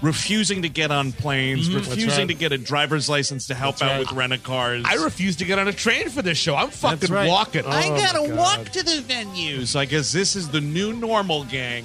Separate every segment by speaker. Speaker 1: refusing to get on planes, refusing to get a driver's license to help out with rent a cars.
Speaker 2: I refuse to get on a train for this show. I'm fucking
Speaker 1: right.
Speaker 2: walking.
Speaker 1: I gotta
Speaker 3: God.
Speaker 1: walk to the venue. So I guess this is the new normal, gang.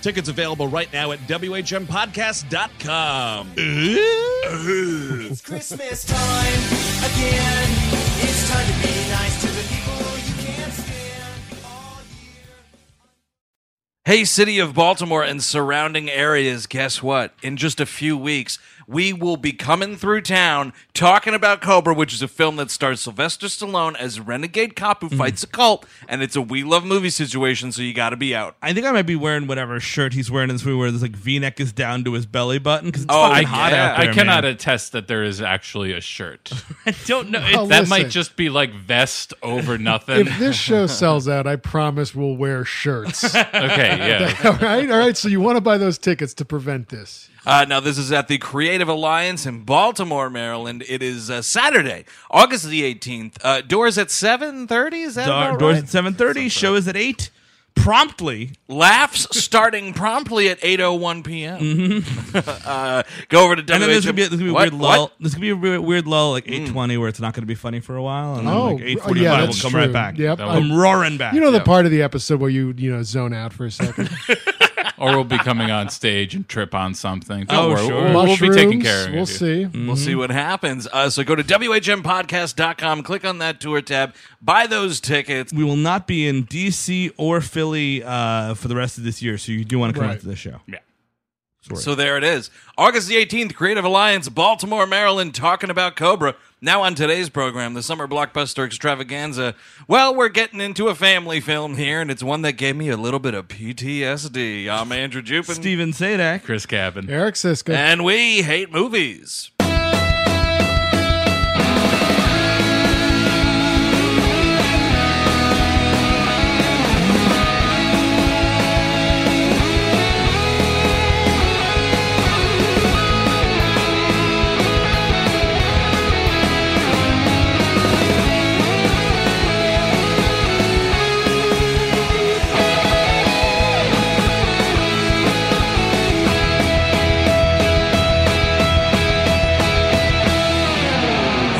Speaker 1: Tickets available right now at WHMPodcast.com.
Speaker 4: It's Christmas time again. It's time to be nice to the people you can't stand all year.
Speaker 5: Hey, city of Baltimore and surrounding areas, guess what? In just a few weeks, we will be coming through town talking about Cobra, which is a film that stars Sylvester Stallone as a renegade cop who
Speaker 2: Hmm.
Speaker 5: fights a cult, and it's a we love movie situation, so you gotta be out.
Speaker 2: I think I might be wearing whatever shirt he's wearing in this movie where this like V-neck is down to his belly button because it's
Speaker 5: Oh,
Speaker 2: fucking
Speaker 5: I-
Speaker 2: hot
Speaker 5: yeah,
Speaker 2: out there.
Speaker 6: I cannot
Speaker 2: man.
Speaker 6: attest that there is actually a shirt.
Speaker 2: I don't know.
Speaker 3: Oh,
Speaker 6: that
Speaker 3: listen.
Speaker 6: might just be like vest over nothing.
Speaker 3: If this show sells out, I promise we'll wear shirts.
Speaker 6: okay, yeah.
Speaker 3: all right, all right. So you want to buy those tickets to prevent this?
Speaker 5: Uh, now, this is at the Creative Alliance in Baltimore, Maryland. It is uh, Saturday, August the 18th. Uh, doors at 7.30, is that
Speaker 2: Dar-
Speaker 5: about
Speaker 2: doors
Speaker 5: right?
Speaker 2: at seven thirty. Show is at eight. Promptly,
Speaker 5: Laughs starting promptly at 8.01 p.m. uh, go over to
Speaker 2: Mm-hmm. and then there's gonna be,
Speaker 5: WHM
Speaker 2: there's gonna be a
Speaker 5: What?
Speaker 2: weird lull.
Speaker 5: What?
Speaker 2: There's gonna be a weird, weird lull like eight twenty where it's not gonna be funny for a while, and then like
Speaker 3: Oh,
Speaker 2: eight forty
Speaker 3: yeah,
Speaker 2: five will
Speaker 3: that's
Speaker 2: come
Speaker 3: true.
Speaker 2: right back.
Speaker 3: Yep.
Speaker 2: I'm roaring back.
Speaker 3: You know the part of the episode where you you know zone out for a second.
Speaker 6: or we'll be coming on stage and trip on something. Don't
Speaker 2: Oh,
Speaker 6: worry.
Speaker 2: sure.
Speaker 6: We'll, we'll be taking
Speaker 3: Mushrooms,
Speaker 6: care of
Speaker 3: We'll
Speaker 6: you.
Speaker 3: see.
Speaker 2: Mm. Mm-hmm.
Speaker 5: We'll see what happens. Uh, so go to WHMPodcast.com, click on that tour tab, buy those tickets.
Speaker 2: we will not be in D.C. or Philly uh, for the rest of this year, so you do want to come
Speaker 3: Right.
Speaker 2: out to the show. Yeah.
Speaker 5: So there it is. August the 18th, Creative Alliance, Baltimore, Maryland, talking about Cobra. Now on today's program, the Summer Blockbuster Extravaganza. Well, we're getting into a family film here, and it's one that gave me a little bit of PTSD. I'm Andrew Jupin.
Speaker 2: Steven Sadak.
Speaker 6: Chris Cabin.
Speaker 3: Eric Siska.
Speaker 5: And we hate movies.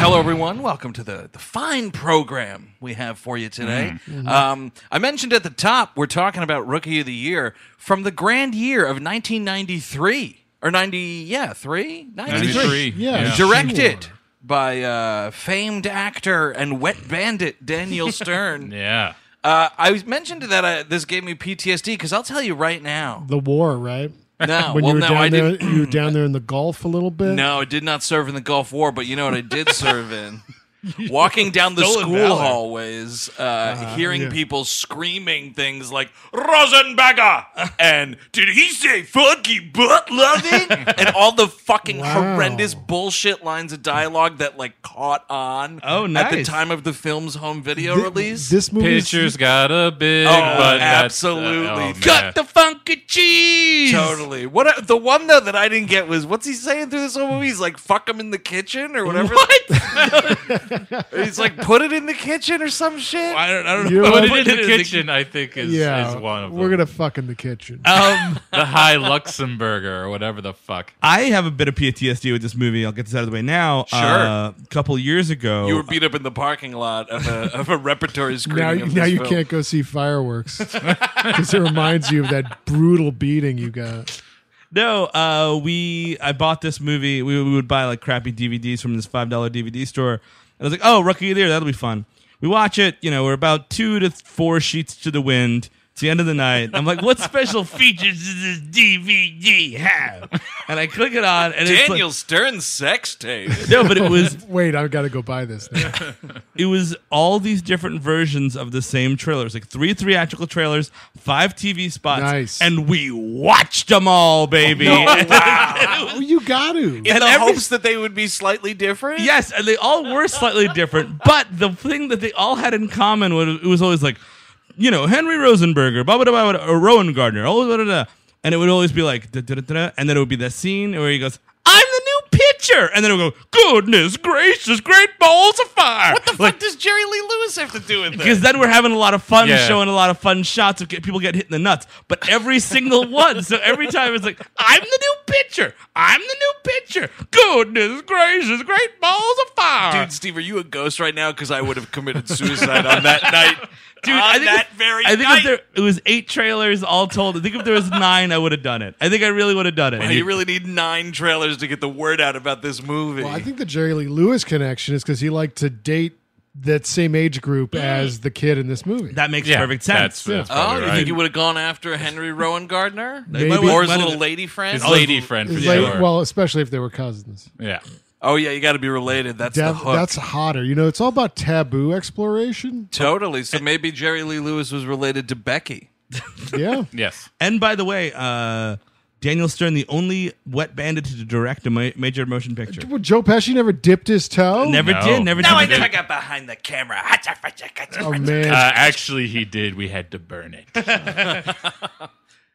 Speaker 5: Hello, everyone. Welcome to the, the fine program we have for you today. Um, I mentioned at the top we're talking about Rookie of the Year from the grand year of 1993 or 90, yeah, three,
Speaker 6: 93.
Speaker 3: Yeah.
Speaker 6: Yeah.
Speaker 5: Directed by uh, famed actor and wet bandit Daniel Stern.
Speaker 6: Yeah.
Speaker 5: uh, I was mentioned that uh, this gave me PTSD because I'll tell you right now.
Speaker 3: the war, right?
Speaker 5: No,
Speaker 3: When you
Speaker 5: well,
Speaker 3: were
Speaker 5: no,
Speaker 3: down
Speaker 5: I
Speaker 3: there,
Speaker 5: didn't.
Speaker 3: you were down there in the Gulf a little bit.
Speaker 5: No, I did not serve in the Gulf War, but you know what I did serve in? walking down the
Speaker 1: Stolen
Speaker 5: school
Speaker 1: valor.
Speaker 5: hallways, uh, hearing people screaming things like Rosenberger and did he say funky butt loving? and all the fucking
Speaker 3: Wow.
Speaker 5: horrendous bullshit lines of dialogue that like caught on
Speaker 2: Oh,
Speaker 5: at the
Speaker 2: nice.
Speaker 5: time of the film's home video
Speaker 3: Thi-
Speaker 5: release.
Speaker 3: This movie
Speaker 6: Picture's got a big
Speaker 5: Oh,
Speaker 6: butt. That's-
Speaker 5: absolutely!
Speaker 6: oh, man.
Speaker 5: Cut the funky cheese. Totally. What the one though that I didn't get was what's he saying through this whole movie? He's like fuck him in the kitchen or whatever. What? He's like put it in the kitchen or some shit.
Speaker 1: I don't, I don't know.
Speaker 3: You know
Speaker 6: Put
Speaker 3: what?
Speaker 6: it in the kitchen, I think, is,
Speaker 3: Yeah,
Speaker 6: is one of them.
Speaker 3: we're gonna fuck in the kitchen.
Speaker 2: Um,
Speaker 6: the High Luxemburger or whatever the fuck.
Speaker 2: I have a bit of PTSD with this movie. I'll get this out of the way now.
Speaker 5: Sure.
Speaker 2: Uh, a couple years ago,
Speaker 5: you were beat up in the parking lot of a, of a repertory screening.
Speaker 3: now,
Speaker 5: of
Speaker 3: now
Speaker 5: this
Speaker 3: you
Speaker 5: film.
Speaker 3: can't go see fireworks because it reminds you of that brutal beating you got.
Speaker 2: No, uh, we I bought this movie. We, we would buy like crappy DVDs from this five dollar DVD store. And I was like, oh, Rookie of the Year, that'll be fun. We watch it. You know, we're about two to four sheets to the wind. It's the end of the night. I'm like, what special features does this DVD have? And I click it on, and it's like-
Speaker 5: Daniel Stern sex tape.
Speaker 2: no, but it was
Speaker 3: Wait, I've got to go buy this. Now.
Speaker 2: it was all these different versions of the same trailers, like three theatrical trailers, five TV spots,
Speaker 3: Nice.
Speaker 2: and we watched them all, baby.
Speaker 3: Oh, you got to.
Speaker 5: in the
Speaker 2: every-
Speaker 5: hopes that they would be slightly different.
Speaker 2: Yes, and they all were slightly different, but the thing that they all had in common was it was always like, you know, Henry Rosenberger, blah blah blah, blah, or Rowan Gardner, oh, blah, blah, blah. and it would always be like, da, da, da, da, and then it would be that scene where he goes, "I'm the new pitcher," and then it would go, "Goodness gracious, great balls of fire!" What the
Speaker 5: What does Jerry Lee Lewis have to do with
Speaker 2: because
Speaker 5: this?
Speaker 2: then we're having a lot of fun,
Speaker 6: Yeah.
Speaker 2: showing a lot of fun shots of get, people get hit in the nuts. But every single one, so every time it's like, I'm the new pitcher. I'm the new pitcher. Goodness gracious, great balls of fire.
Speaker 5: Dude, Steve, are you a ghost right now? Because I would have committed suicide on that night.
Speaker 2: Dude,
Speaker 5: on
Speaker 2: I think
Speaker 5: that
Speaker 2: if-
Speaker 5: very
Speaker 2: I think
Speaker 5: night.
Speaker 2: if there it was eight trailers all told. I think if there was nine, I would have done it. I think I really would have done it.
Speaker 5: Wow, you really need nine trailers to get the word out about this movie.
Speaker 3: Well, I think the Jerry Lee Lewis connection is because he liked to date that same age group as the kid in this movie.
Speaker 2: that makes
Speaker 6: Yeah,
Speaker 2: perfect sense.
Speaker 6: That's, that's
Speaker 5: oh,
Speaker 6: probably
Speaker 5: you
Speaker 6: right.
Speaker 5: think you would have gone after Henry Rowan Gardner?
Speaker 3: Maybe.
Speaker 5: Or
Speaker 2: Might
Speaker 5: his
Speaker 2: have-
Speaker 5: little lady friend?
Speaker 6: His lady friend for
Speaker 3: It's
Speaker 6: sure.
Speaker 3: like- Well, especially if they were cousins.
Speaker 6: yeah.
Speaker 5: Oh, yeah, you got to be related. That's the
Speaker 3: That-
Speaker 5: hook.
Speaker 3: that's hotter. You know, it's all about taboo exploration.
Speaker 5: Totally. So maybe Jerry Lee Lewis was related to Becky.
Speaker 3: Yeah.
Speaker 6: Yes.
Speaker 2: And by the way, uh, Daniel Stern, the only wet bandit to direct a ma- major motion picture.
Speaker 3: Well, Joe Pesci never dipped his toe.
Speaker 2: Never
Speaker 6: No.
Speaker 2: did. Never
Speaker 6: No,
Speaker 2: did.
Speaker 6: I never
Speaker 5: got behind the camera.
Speaker 3: Oh man.
Speaker 6: Uh, actually, he did. We had to burn it.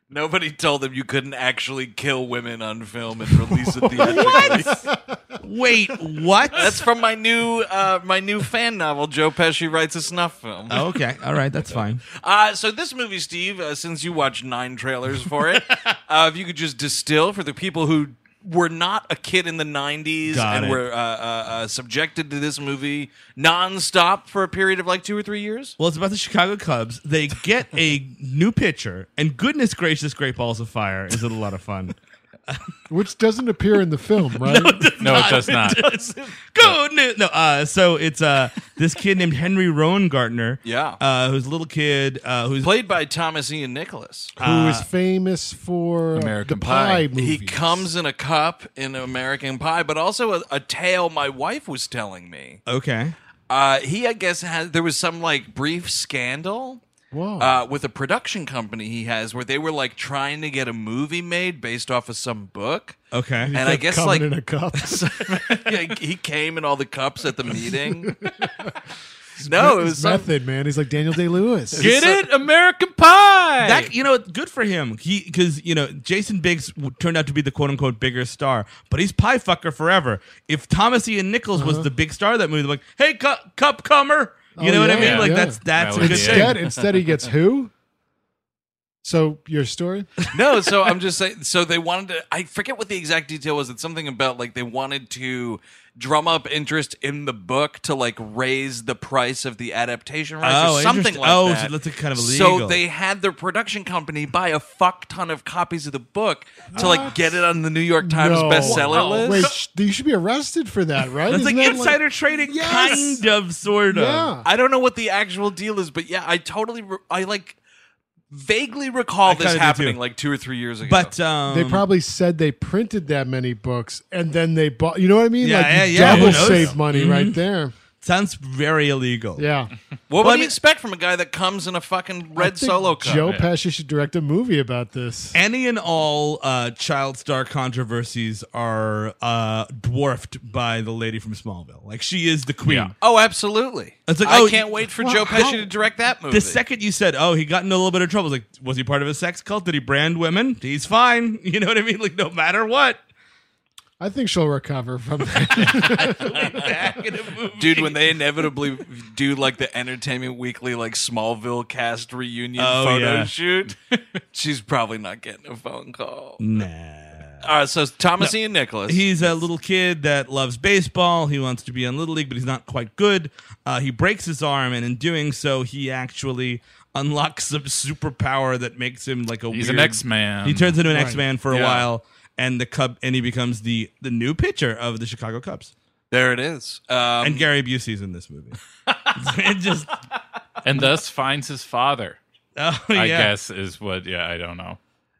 Speaker 5: Nobody told them you couldn't actually kill women on film and release it theatrically.
Speaker 2: Wait, what?
Speaker 5: That's from my new uh, my new fan novel. Joe Pesci writes a snuff film.
Speaker 2: okay. All right. That's fine.
Speaker 5: Uh, so this movie, Steve, uh, since you watched nine trailers for it, uh, if you could just distill for the people who were not a kid in the '90s
Speaker 1: Got
Speaker 5: and
Speaker 1: it.
Speaker 5: were uh, uh, uh, subjected to this movie nonstop for a period of like two or three years.
Speaker 2: Well, it's about the Chicago Cubs. They get a new pitcher, and goodness gracious, Great Balls of Fire is a lot of fun.
Speaker 3: Which doesn't appear in the film, right?
Speaker 6: No, it does not.
Speaker 2: Go no, no. Uh, so it's uh, this kid named Henry Roan Gardner.
Speaker 5: Yeah.
Speaker 2: uh, who's a little kid uh, who's
Speaker 5: Played by Thomas Ian Nicholas.
Speaker 3: Who is famous for
Speaker 6: American
Speaker 3: the Pie,
Speaker 6: Pie.
Speaker 3: movie?
Speaker 5: Uh, He comes in a cup in American Pie, but also a, a tale my wife was telling me.
Speaker 2: okay.
Speaker 5: Uh, he, I guess, had there was some like brief scandal
Speaker 3: Whoa.
Speaker 5: uh, with a production company he has where they were like trying to get a movie made based off of some book.
Speaker 2: Okay.
Speaker 5: And I guess
Speaker 3: coming
Speaker 5: like
Speaker 3: in a cup.
Speaker 5: yeah, he came in all the cups at the meeting. no, it was some,
Speaker 3: method, man. He's like Daniel Day Lewis.
Speaker 6: Get it? American Pie.
Speaker 2: That you know, good for him. He because you know Jason Biggs w- turned out to be the quote unquote bigger star, but he's pie fucker forever. If Thomas Ian Nichols was the big star of that movie, they're like, hey, cu- cup comer, you
Speaker 3: Uh-huh. Oh,
Speaker 2: know what I
Speaker 3: yeah,
Speaker 2: mean? Like
Speaker 3: yeah.
Speaker 2: that's that's
Speaker 6: That
Speaker 2: a
Speaker 6: was
Speaker 2: good
Speaker 6: it.
Speaker 2: thing.
Speaker 3: Instead, instead he gets who? So your story?
Speaker 5: no, so I'm just saying. So they wanted to. I forget what the exact detail was. It's something about like they wanted to drum up interest in the book to like raise the price of the adaptation rights
Speaker 2: Oh,
Speaker 5: or something
Speaker 2: interesting.
Speaker 5: like
Speaker 2: Oh, so
Speaker 5: that.
Speaker 2: that's a kind of
Speaker 5: So
Speaker 2: illegal.
Speaker 5: they had their production company buy a fuck ton of copies of the book to like get it on the New York Times
Speaker 3: No.
Speaker 5: bestseller list.
Speaker 3: Wait, sh- you should be arrested for that, right?
Speaker 2: That's
Speaker 3: Isn't
Speaker 2: like
Speaker 3: that
Speaker 2: insider trading,
Speaker 3: Yes.
Speaker 2: kind of, sort of.
Speaker 3: Yeah.
Speaker 5: I don't know what the actual deal is, but yeah, I totally, re- I like vaguely recall
Speaker 2: kinda
Speaker 5: this
Speaker 2: do
Speaker 5: happening
Speaker 2: too.
Speaker 5: like two or three years ago.
Speaker 2: But um,
Speaker 3: They probably said they printed that many books and then they bought. You know what I mean?
Speaker 2: Yeah,
Speaker 3: like
Speaker 2: yeah,
Speaker 3: you
Speaker 2: yeah.
Speaker 3: double
Speaker 2: Who knows? Mm-hmm.
Speaker 3: save money right there.
Speaker 2: Sounds very illegal.
Speaker 3: Yeah.
Speaker 5: What would
Speaker 2: Well, I
Speaker 5: you
Speaker 2: mean-
Speaker 5: expect from a guy that comes in a fucking red solo cup?
Speaker 3: Joe Pesci should direct a movie about this.
Speaker 2: Any and all uh, child star controversies are uh, dwarfed by the lady from Smallville. Like she is the queen.
Speaker 6: Yeah.
Speaker 5: Oh, absolutely.
Speaker 2: It's like,
Speaker 5: I
Speaker 2: oh,
Speaker 5: can't
Speaker 2: you-
Speaker 5: wait for
Speaker 2: well,
Speaker 5: Joe Pesci
Speaker 2: how-
Speaker 5: to direct that movie.
Speaker 2: The second you said, "Oh, he got into a little bit of trouble," I was like, was he part of a sex cult? Did he brand women? He's fine. You know what I mean? Like, no matter what,
Speaker 3: I think she'll recover from that.
Speaker 2: back in a movie.
Speaker 5: Dude, when they inevitably do like the Entertainment Weekly like Smallville cast reunion
Speaker 2: Oh,
Speaker 5: photo
Speaker 2: yeah.
Speaker 5: shoot, she's probably not getting a phone call.
Speaker 2: nah.
Speaker 5: All right, so it's Thomas Ian Nicholas.
Speaker 2: He's a little kid that loves baseball. He wants to be in Little League, but he's not quite good. Uh, he breaks his arm, and in doing so, he actually unlocks some superpower that makes him like a
Speaker 6: He's
Speaker 2: weird,
Speaker 6: an X-Man.
Speaker 2: He turns into an X Man for a
Speaker 5: Yeah.
Speaker 2: while, and the Cub, and he becomes the the new pitcher of the Chicago Cubs.
Speaker 5: there it is. Um,
Speaker 2: And Gary Busey's in this movie. it just,
Speaker 6: and thus finds his father.
Speaker 2: oh,
Speaker 6: I
Speaker 2: yeah.
Speaker 6: guess is what. Yeah, I don't know.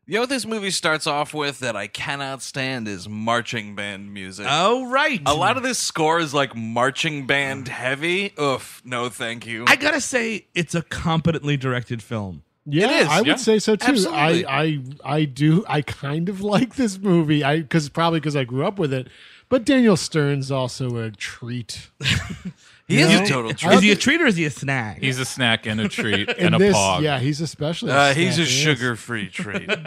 Speaker 5: you know what this movie starts off with that I cannot stand is marching band music.
Speaker 2: Oh right.
Speaker 5: a lot of this score is like marching band heavy. Oof, no thank you.
Speaker 2: I gotta say, it's a competently directed film.
Speaker 3: Yeah,
Speaker 5: is,
Speaker 3: I would
Speaker 6: yeah.
Speaker 3: say so too.
Speaker 5: Absolutely.
Speaker 3: I, I I do I kind of like this movie. I cuz probably cuz I grew up with it. But Daniel Stern's also a treat.
Speaker 5: he is
Speaker 3: you know,
Speaker 5: a total
Speaker 2: Is
Speaker 5: treat.
Speaker 2: he a treat or is he a snack?
Speaker 6: He's a snack and a treat
Speaker 3: In
Speaker 6: and a
Speaker 3: this,
Speaker 6: pog.
Speaker 3: yeah, he's especially
Speaker 5: Uh, he's a
Speaker 3: snack, yes.
Speaker 5: sugar-free treat.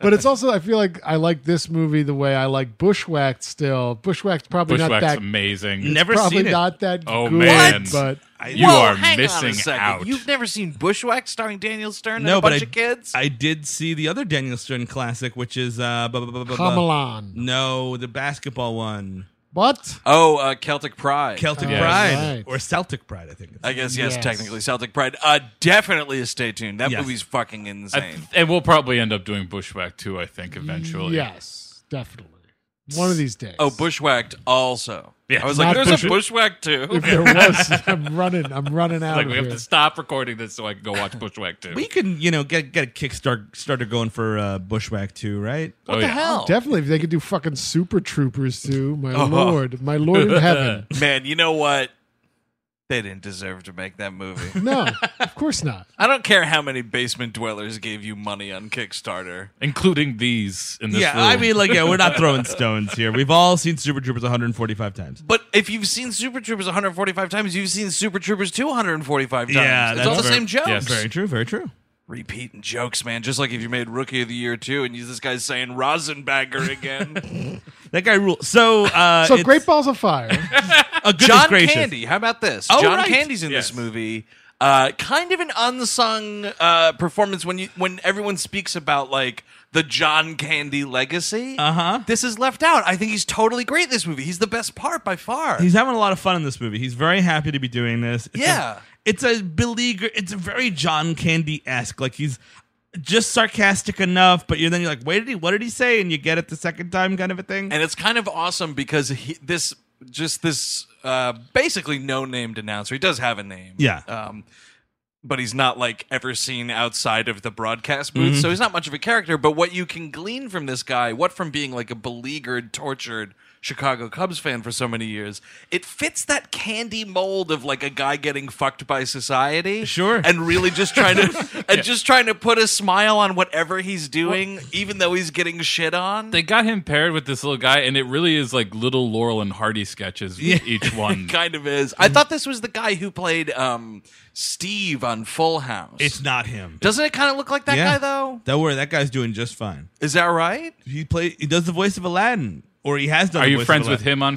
Speaker 3: But it's also I feel like I like this movie the way I like Bushwhacked still. Bushwhacked probably
Speaker 6: Bushwhack's
Speaker 3: not that
Speaker 6: amazing.
Speaker 2: Never
Speaker 3: probably
Speaker 2: seen it.
Speaker 3: not that
Speaker 6: Oh
Speaker 3: good,
Speaker 6: man,
Speaker 3: but
Speaker 6: you
Speaker 5: Whoa,
Speaker 6: are
Speaker 5: hang on a
Speaker 6: missing
Speaker 5: second.
Speaker 6: out.
Speaker 5: You've never seen Bushwhack starring Daniel Stern and
Speaker 2: no,
Speaker 5: a bunch
Speaker 2: but I,
Speaker 5: of kids?
Speaker 2: I did see the other Daniel Stern classic, which is uh, bu- bu- bu- bu- bu-
Speaker 3: Hamelon.
Speaker 2: No, the basketball one,
Speaker 3: What?
Speaker 5: oh, uh, Celtic Pride.
Speaker 2: Celtic
Speaker 6: Yes.
Speaker 2: Pride
Speaker 3: Right.
Speaker 2: or Celtic Pride, I think. It's.
Speaker 5: I guess yes,
Speaker 3: Yes.
Speaker 5: technically Celtic Pride. Uh, definitely stay tuned. That
Speaker 2: Yes.
Speaker 5: movie's fucking insane.
Speaker 6: and we'll probably end up doing Bushwhack too. I think eventually.
Speaker 3: Yes, definitely. One of these days.
Speaker 5: oh, Bushwhacked also.
Speaker 6: Yeah.
Speaker 5: I was
Speaker 3: Not
Speaker 5: like, there's a
Speaker 3: Bush-
Speaker 5: Bushwhack too.
Speaker 3: if there was, I'm running. I'm running out
Speaker 6: Like
Speaker 3: of
Speaker 6: we
Speaker 3: here.
Speaker 6: have to stop recording this so I can go watch Bushwhack too.
Speaker 2: We can, you know, get get a Kickstarter starter going for uh, Bushwhack too, right?
Speaker 6: oh, yeah.
Speaker 5: Hell,
Speaker 3: Definitely, if they could do fucking Super Troopers too, my
Speaker 2: Oh.
Speaker 3: lord, my lord in heaven.
Speaker 5: man, you know what? They didn't deserve to make that movie.
Speaker 3: No, of course not.
Speaker 5: I don't care how many basement dwellers gave you money on Kickstarter.
Speaker 6: Including these in this
Speaker 2: yeah,
Speaker 6: room.
Speaker 2: I mean, like, yeah, we're not throwing stones here. We've all seen Super Troopers 145 times.
Speaker 5: But if you've seen Super Troopers 145 times, you've seen Super Troopers 245 times.
Speaker 2: Yeah,
Speaker 5: it's
Speaker 2: that's
Speaker 5: all the
Speaker 2: very-
Speaker 5: same jokes.
Speaker 6: yes.
Speaker 2: Very true, very true.
Speaker 5: repeating jokes, man. Just like if you made Rookie of the Year too, and you, this guy's saying Rosenbagger again.
Speaker 2: That guy rules. So, uh,
Speaker 3: So
Speaker 2: it's-
Speaker 3: great balls of fire.
Speaker 2: oh, goodness
Speaker 5: John
Speaker 2: gracious.
Speaker 5: Candy. How about this?
Speaker 2: Oh,
Speaker 5: John
Speaker 2: right.
Speaker 5: Candy's in
Speaker 6: Yes.
Speaker 5: this movie. Uh, kind of an unsung uh, performance when you when everyone speaks about like the John Candy legacy. Uh
Speaker 2: Uh-huh.
Speaker 5: huh. This is left out. I think he's totally great in this movie. He's the best part by far.
Speaker 2: He's having a lot of fun in this movie. He's very happy to be doing this. It's
Speaker 5: Yeah.
Speaker 2: A, it's a beleaguer. It's a very John Candy esque. Like he's just sarcastic enough, but you're then you're like, wait, did he? What did he say? And you get it the second time, kind of a thing.
Speaker 5: and it's kind of awesome because he, this just this uh, basically no named announcer. He does have a name,
Speaker 2: Yeah.
Speaker 5: um, but he's not like ever seen outside of the broadcast booth,
Speaker 2: Mm-hmm.
Speaker 5: so he's not much of a character. But what you can glean from this guy, what from being like a beleaguered, tortured. Chicago Cubs fan for so many years, it fits that candy mold of like a guy getting fucked by society,
Speaker 2: Sure.
Speaker 5: and really just trying to and just trying to put a smile on whatever he's doing, even though he's getting shit on.
Speaker 6: they got him paired with this little guy, and it really is like little Laurel and Hardy sketches with each one.
Speaker 5: kind of is. I thought this was the guy who played um, Steve on Full House.
Speaker 2: it's not him.
Speaker 5: Doesn't it kind of look like that
Speaker 2: Yeah.
Speaker 5: guy though?
Speaker 2: Don't worry, that guy's doing just fine.
Speaker 5: Is that right?
Speaker 2: He play. He does the voice of Aladdin, or he has done.
Speaker 6: Are
Speaker 2: the
Speaker 6: you
Speaker 2: voice of
Speaker 6: friends with
Speaker 2: Aladdin.
Speaker 6: him on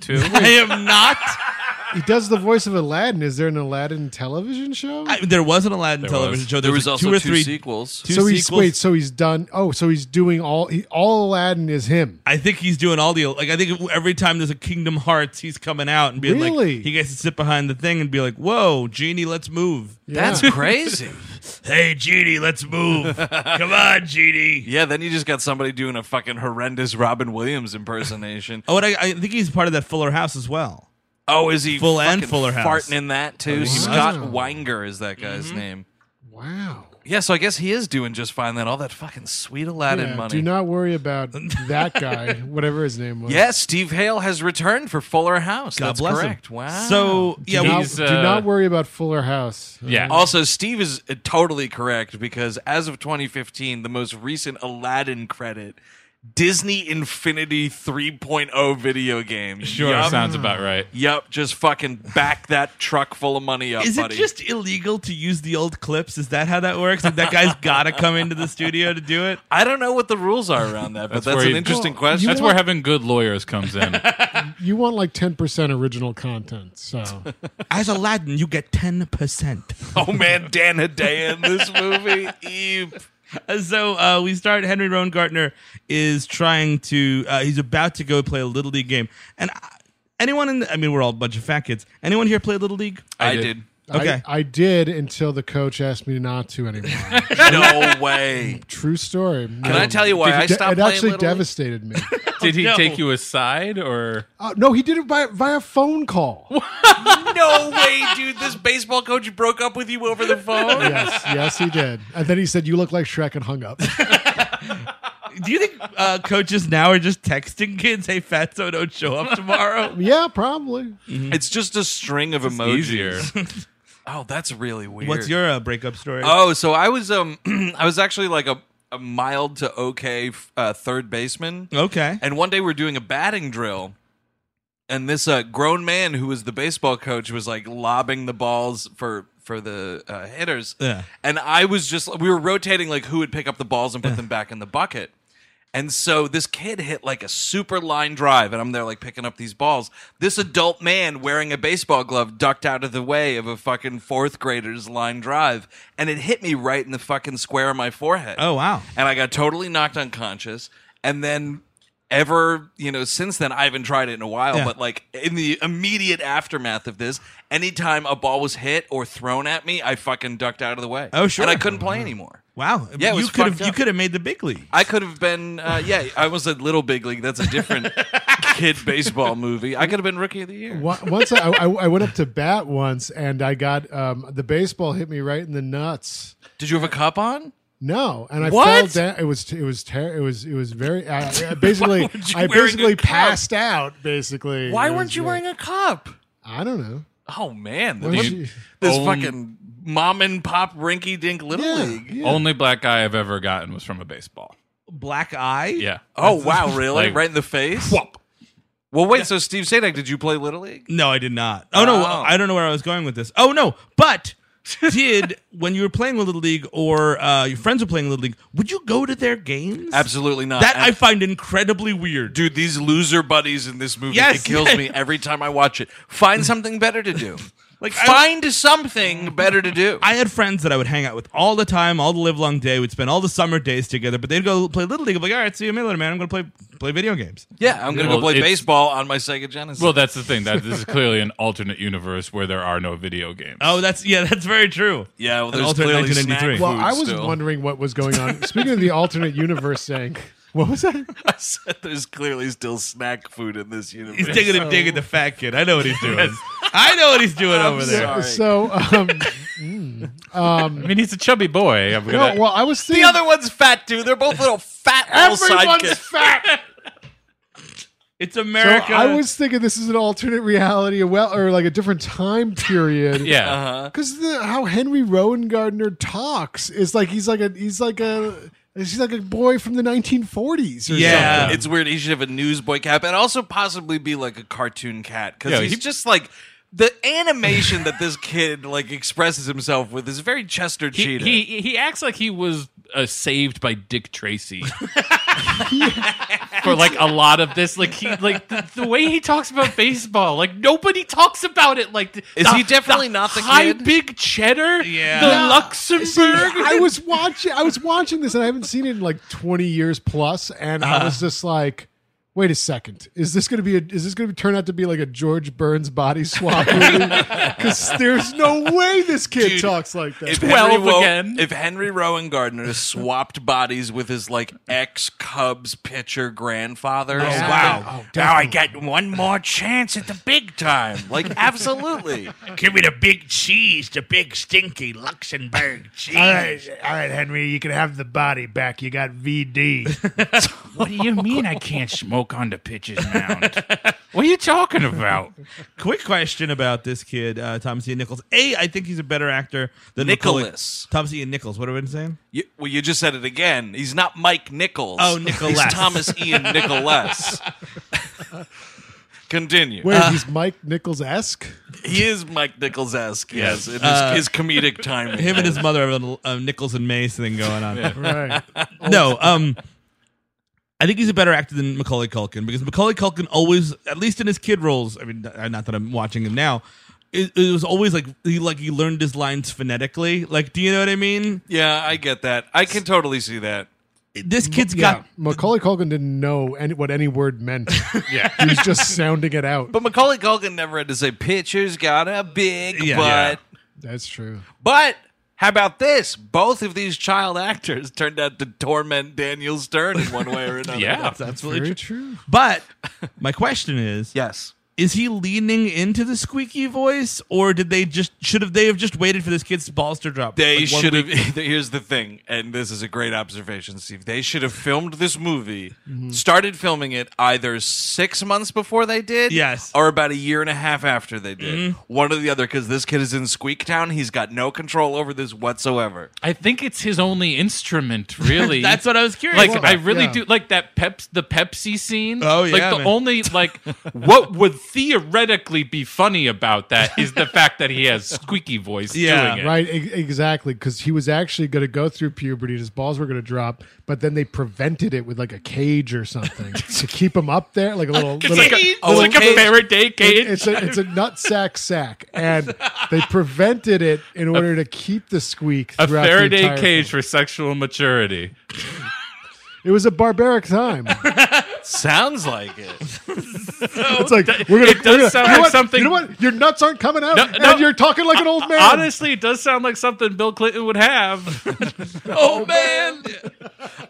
Speaker 6: too?
Speaker 2: I am not.
Speaker 3: he does the voice of Aladdin. Is there an Aladdin television show?
Speaker 2: I, there was an Aladdin
Speaker 6: There
Speaker 2: television
Speaker 6: was.
Speaker 2: show.
Speaker 5: There was
Speaker 2: like,
Speaker 5: also
Speaker 2: two or three
Speaker 5: sequels.
Speaker 2: two
Speaker 3: so he's
Speaker 2: sequels.
Speaker 3: wait. So he's done. Oh, so he's doing all. He, all Aladdin is him.
Speaker 2: I think he's doing all the like. I think every time there's a Kingdom Hearts, he's coming out and being
Speaker 3: Really?
Speaker 2: like, he gets to sit behind the thing and be like, "Whoa, genie, let's move."
Speaker 3: Yeah.
Speaker 5: That's crazy.
Speaker 2: Hey, genie, let's move. Come on, genie.
Speaker 5: yeah, then you just got somebody doing a fucking horrendous Robin Williams impersonation.
Speaker 2: Oh, and I, I think he's part of that Fuller House as well.
Speaker 5: oh, is he
Speaker 2: Full and
Speaker 5: fucking
Speaker 2: Fuller House. Oh,
Speaker 5: Oh. Mm-hmm. farting in that too? Scott Weinger is that guy's name.
Speaker 3: wow. Wow.
Speaker 5: Yeah, so I guess he is doing just fine then. All that fucking sweet Aladdin
Speaker 3: Yeah,
Speaker 5: money.
Speaker 3: Do not worry about that guy, whatever his name was.
Speaker 5: yes, Steve Hale has returned for Fuller House.
Speaker 2: God
Speaker 5: That's
Speaker 2: bless him.
Speaker 5: correct. Wow.
Speaker 2: So yeah,
Speaker 3: Do
Speaker 2: we-
Speaker 3: not,
Speaker 6: He's,
Speaker 3: do
Speaker 6: uh,
Speaker 3: not worry about Fuller House.
Speaker 6: Yeah.
Speaker 5: Also, Steve is uh, totally correct because as of 2015, the most recent Aladdin credit, Disney Infinity 3.0 video game.
Speaker 6: Sure,
Speaker 5: Yup.
Speaker 6: sounds about right.
Speaker 5: Yup, just fucking back that truck full of money up,
Speaker 2: is
Speaker 5: buddy.
Speaker 2: it just illegal to use the old clips? Is that how that works? Like that guy's got to come into the studio to do it.
Speaker 5: I don't know what the rules are around that, but
Speaker 6: That's
Speaker 5: that's,
Speaker 6: where
Speaker 5: an
Speaker 6: you-
Speaker 5: interesting
Speaker 3: Well,
Speaker 5: question.
Speaker 6: That's where having good lawyers comes in.
Speaker 2: Oh,
Speaker 3: Uh, You want like 10% original content. So
Speaker 2: As Aladdin, you get ten percent.
Speaker 5: oh man, Dan Hedaya in this movie. E- Eep.
Speaker 2: so uh, we start. Henry Rohngartner is trying to. Uh, he's about to go play a little league game. And I, anyone in, the, I mean, we're all a bunch of fat kids. Anyone here play little league?
Speaker 5: I,
Speaker 6: I
Speaker 5: did.
Speaker 6: did.
Speaker 2: Okay.
Speaker 3: I, I did until the coach asked me not to anymore.
Speaker 5: No way.
Speaker 3: True story. Um,
Speaker 5: Can I tell you why I
Speaker 3: It,
Speaker 5: stopped playing
Speaker 3: actually
Speaker 5: Little League?
Speaker 3: devastated me.
Speaker 6: Did he
Speaker 2: no. Oh,
Speaker 6: take you aside or
Speaker 3: Uh, no, he did it by, via phone call.
Speaker 5: No way, dude. This baseball coach broke up with you over the phone.
Speaker 3: yes, yes, he did. And then he said, "You look like Shrek," and hung up.
Speaker 2: Do you think uh, coaches now are just texting kids, "Hey, Fatso, don't show up tomorrow"?
Speaker 3: yeah, probably.
Speaker 5: It's just a string of emojis.
Speaker 6: easier?
Speaker 5: Oh, that's really weird.
Speaker 2: What's your uh, breakup story?
Speaker 5: Oh, so I was um I was actually like a, a mild to okay f- uh, third baseman.
Speaker 2: okay.
Speaker 5: And one day we're doing a batting drill, and this uh, grown man who was the baseball coach was like lobbing the balls for for the uh, hitters.
Speaker 2: Yeah.
Speaker 5: And I was just we were rotating like who would pick up the balls and put them back in the bucket. And so this kid hit like a super line drive, and I'm there like picking up these balls. This adult man wearing a baseball glove ducked out of the way of a fucking fourth grader's line drive, and it hit me right in the fucking square of my forehead
Speaker 2: Oh wow.
Speaker 5: and I got totally knocked unconscious. And then ever, you know, since then I haven't tried it in a while,
Speaker 2: Yeah.
Speaker 5: but like in the immediate aftermath of this, anytime a ball was hit or thrown at me, I fucking ducked out of the way.
Speaker 2: Oh, sure.
Speaker 5: And I couldn't play anymore.
Speaker 2: Wow.
Speaker 5: Yeah, it
Speaker 2: you
Speaker 5: was
Speaker 2: could have
Speaker 5: fucked
Speaker 2: you
Speaker 5: up.
Speaker 2: could have made the big league.
Speaker 5: I could have been, uh, yeah, I was a little big league. That's a different kid baseball movie. I could have been rookie of the year.
Speaker 3: Wa- Once I, I, I went up to bat once, and I got um, the baseball hit me right in the nuts.
Speaker 5: Did you have a cup on?
Speaker 3: No, and I fell
Speaker 5: What?
Speaker 3: down. It was it was ter- it was it was very. uh, I, I basically,
Speaker 5: weren't you
Speaker 3: I
Speaker 5: wearing a
Speaker 3: basically
Speaker 5: cap?
Speaker 3: passed out. Basically,
Speaker 5: Why
Speaker 3: It
Speaker 5: weren't
Speaker 3: was uh,
Speaker 5: you
Speaker 3: very-
Speaker 5: wearing a cup?
Speaker 3: I don't know.
Speaker 5: Oh man,
Speaker 3: Why
Speaker 5: this,
Speaker 3: don't you-
Speaker 5: this
Speaker 6: Own-
Speaker 5: fucking mom and pop rinky dink little
Speaker 3: Yeah,
Speaker 5: league.
Speaker 3: yeah.
Speaker 6: Only black guy I've ever gotten was from a baseball.
Speaker 2: Black Eye.
Speaker 6: Yeah.
Speaker 5: Oh wow, really?
Speaker 6: Like-
Speaker 5: right in the face. Well, wait. So Steve Sadek, did you play Little League?
Speaker 2: No, I did not. Oh no,
Speaker 5: Oh.
Speaker 2: I don't know where I was going with this. Oh no, but did when you were playing Little League or uh, your friends were playing Little League, would you go to their games?
Speaker 5: Absolutely not.
Speaker 2: That I
Speaker 5: Ab-
Speaker 2: find incredibly weird.
Speaker 5: dude, these loser buddies in this movie.
Speaker 2: Yes.
Speaker 5: it kills me every time I watch it. Find something better to do.
Speaker 2: Like, I-
Speaker 5: find something better to do.
Speaker 2: I had friends that I would hang out with all the time, all the live long day. We'd spend all the summer days together, but they'd go play Little League. I'm like, all right, see you later, man. I'm going to play play video games.
Speaker 5: yeah, I'm gonna
Speaker 6: Well,
Speaker 5: go play
Speaker 6: it's-
Speaker 5: baseball on my Sega Genesis.
Speaker 6: Well, that's the thing. That this is clearly an alternate universe where there are no video games.
Speaker 2: Oh, that's yeah, that's very true.
Speaker 5: yeah, well,
Speaker 2: An
Speaker 5: there's
Speaker 2: alternate
Speaker 5: clearly snack
Speaker 2: 1993.
Speaker 5: food
Speaker 3: Well, I was
Speaker 5: still.
Speaker 3: wondering what was going on. Speaking of the alternate universe, saying what was that?
Speaker 5: I said there's clearly still snack food in this universe.
Speaker 2: He's digging him, digging the fat kid. I know what he's doing. I know what he's doing over there.
Speaker 5: sorry.
Speaker 3: So, um,
Speaker 6: I mean, he's a chubby boy. I'm
Speaker 3: no,
Speaker 6: gonna,
Speaker 3: well, I was
Speaker 5: the
Speaker 3: thinking
Speaker 5: other one's fat too. They're both little fat little
Speaker 3: everyone's
Speaker 5: sidekicks.
Speaker 3: fat.
Speaker 2: It's
Speaker 3: So
Speaker 2: America.
Speaker 3: I was thinking this is an alternate reality, a well, or like a different time period.
Speaker 6: yeah.
Speaker 5: Uh-huh.
Speaker 3: because how Henry Rowan Gardner talks is like he's like a he's like a he's like a boy from the 1940s. Or
Speaker 2: Yeah.
Speaker 3: something.
Speaker 5: It's weird. He should have a newsboy cap and also possibly be like a cartoon cat because
Speaker 6: Yeah,
Speaker 5: he's
Speaker 6: he-
Speaker 5: just like the animation that this kid like expresses himself with is very Chester
Speaker 6: He,
Speaker 5: Cheetah.
Speaker 6: he he acts like he was uh, saved by Dick Tracy for like a lot of this. Like he like the, the way he talks about baseball. Like nobody talks about it. Like th-
Speaker 5: Is he definitely not the
Speaker 6: high
Speaker 5: kid?
Speaker 6: big cheddar?
Speaker 2: Yeah.
Speaker 6: the
Speaker 2: Yeah.
Speaker 6: Luxembourg.
Speaker 3: See, I was watching I was watching this and I haven't seen it in like 20 years plus, and I was just like. wait a second, is this going to be a, is this going to turn out to be like a George Burns body swap? Because there's no way this kid
Speaker 5: Dude,
Speaker 3: talks like that.
Speaker 5: If
Speaker 6: 12
Speaker 5: Henry Row-
Speaker 6: again.
Speaker 5: If Henry Rowan Gardner swapped bodies with his like ex Cubs pitcher grandfather,
Speaker 3: Yeah.
Speaker 5: wow!
Speaker 3: Oh,
Speaker 5: now I get one more chance at the big time. Like absolutely, give me the big cheese, the big stinky Luxembourg cheese.
Speaker 7: all right, Henry, you can have the body back. You got VD.
Speaker 6: What do you mean I can't smoke on the pitcher's mound? what are you talking about?
Speaker 2: Quick question about this kid, uh, Thomas Ian Nichols. A, I think he's a better actor than Macaulay-
Speaker 5: Nicholas.
Speaker 2: Thomas Ian Nichols. What have I been saying?
Speaker 5: You, well, you just said it again. He's not Mike Nichols.
Speaker 2: Oh, Nicholas.
Speaker 5: He's Thomas Ian Nicholas. Continue.
Speaker 3: wait, he's Mike Nichols esque.
Speaker 5: he is Mike Nichols esque, yes. in his, his comedic timing.
Speaker 2: Uh, Him and his mother have a uh, Nichols and Mace thing going on.
Speaker 3: Right.
Speaker 2: no, um, I think he's a better actor than Macaulay Culkin because Macaulay Culkin always, at least in his kid roles, I mean, uh, not that I'm watching him now, it, it was always like he like he learned his lines phonetically. Like, do you know what I mean?
Speaker 5: Yeah, I get that. I can totally see that.
Speaker 2: This kid's
Speaker 3: Yeah,
Speaker 2: got
Speaker 3: Macaulay Culkin didn't know any, what any word meant. yeah, he was just sounding it out.
Speaker 5: But Macaulay Culkin never had to say pitcher's got a big
Speaker 2: Yeah.
Speaker 5: butt.
Speaker 3: That's true.
Speaker 5: But how about this? Both of these child actors turned out to torment Daniel Stern in one way or another.
Speaker 6: Yeah.
Speaker 2: absolutely
Speaker 3: Very
Speaker 2: true.
Speaker 3: true.
Speaker 2: But my question is,
Speaker 5: Yes.
Speaker 2: is he leaning into the squeaky voice, or did they just should have they have just waited for this kid's balls to drop?
Speaker 5: They
Speaker 2: Like, one
Speaker 5: should have.
Speaker 2: week-
Speaker 5: Here's the thing, and this is a great observation, Steve. They should have filmed this movie,
Speaker 2: Mm-hmm.
Speaker 5: started filming it either six months before they did,
Speaker 2: Yes. Mm-hmm.
Speaker 5: or about a year and a half after they did. One or the other, because this kid is in Squeak Town. He's got no control over this whatsoever.
Speaker 6: I think it's his only instrument, really.
Speaker 2: That's what I was curious.
Speaker 6: like
Speaker 2: about.
Speaker 6: I really
Speaker 3: yeah.
Speaker 6: do like that Peps the Pepsi scene.
Speaker 2: Oh,
Speaker 6: like
Speaker 2: yeah,
Speaker 6: the
Speaker 2: man.
Speaker 6: only like what would theoretically be funny about that is the fact that he has squeaky voice
Speaker 2: Yeah,
Speaker 6: doing it.
Speaker 3: Right, e- exactly, because he was actually going to go through puberty. His balls were going to drop, but then they prevented it with like a cage or something to keep him up there, like a little.
Speaker 6: It's
Speaker 3: little-
Speaker 6: like a,
Speaker 3: it-
Speaker 6: it's like a
Speaker 5: cage.
Speaker 6: Faraday cage.
Speaker 3: it's a it's a nut sack sack, and they prevented it in order to keep the squeak.
Speaker 6: a
Speaker 3: throughout the entire
Speaker 6: Faraday cage
Speaker 3: film.
Speaker 6: for sexual maturity.
Speaker 3: It was a barbaric time.
Speaker 5: Sounds like it.
Speaker 3: It's like we're gonna.
Speaker 6: it does
Speaker 3: we're gonna-
Speaker 6: sound
Speaker 3: you know
Speaker 6: like
Speaker 3: what?
Speaker 6: something-
Speaker 3: You know what? Your nuts aren't coming out,
Speaker 6: No,
Speaker 3: and
Speaker 6: no.
Speaker 3: you're talking like an old man.
Speaker 6: Honestly, it does sound like something Bill Clinton would have.
Speaker 5: oh man!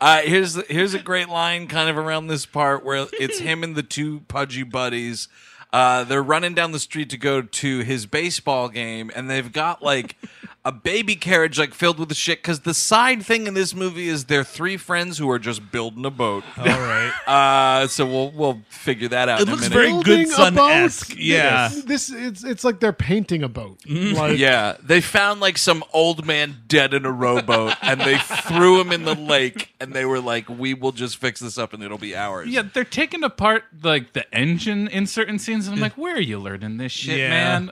Speaker 5: uh, here's the, here's a great line, kind of around this part where it's him and the two pudgy buddies. Uh, they're running down the street to go to his baseball game, and they've got like a baby carriage like filled with the shit. Because the side thing in this movie is they're three friends who are just building a boat. All right. Uh, so we'll we'll figure that out.
Speaker 2: It
Speaker 5: in a
Speaker 2: looks
Speaker 5: minute.
Speaker 2: very
Speaker 3: Building
Speaker 2: good
Speaker 3: a
Speaker 2: son
Speaker 3: boat?
Speaker 2: esque. Yeah.
Speaker 3: This it's it's like they're painting a boat.
Speaker 5: Mm-hmm.
Speaker 3: Like,
Speaker 5: Yeah, they found like some old man dead in a rowboat, and they threw him in the lake. And they were like, "We will just fix this up, and it'll be ours."
Speaker 6: Yeah, they're taking apart like the engine in certain scenes, and I'm like, where are you learning this shit,
Speaker 2: Yeah.
Speaker 6: man?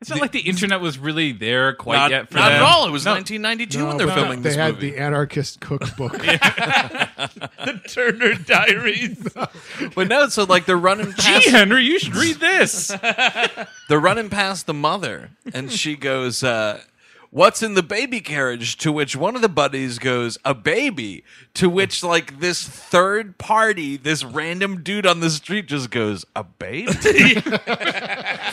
Speaker 6: It's not like the internet was really there quite
Speaker 5: not,
Speaker 6: yet for
Speaker 5: not at
Speaker 6: them.
Speaker 5: all. It was
Speaker 6: No.
Speaker 5: 1992
Speaker 3: No,
Speaker 5: when they're
Speaker 3: but
Speaker 5: filming
Speaker 3: They
Speaker 5: this
Speaker 3: had
Speaker 5: movie.
Speaker 3: the anarchist cookbook.
Speaker 2: Turner Diaries.
Speaker 5: but no, so like they're running
Speaker 6: Gee,
Speaker 5: past,
Speaker 6: Henry, you should read this.
Speaker 5: they're running past the mother, and she goes, uh, "What's in the baby carriage?" To which one of the buddies goes, "A baby." To which like this third party, this random dude on the street just goes, "A baby."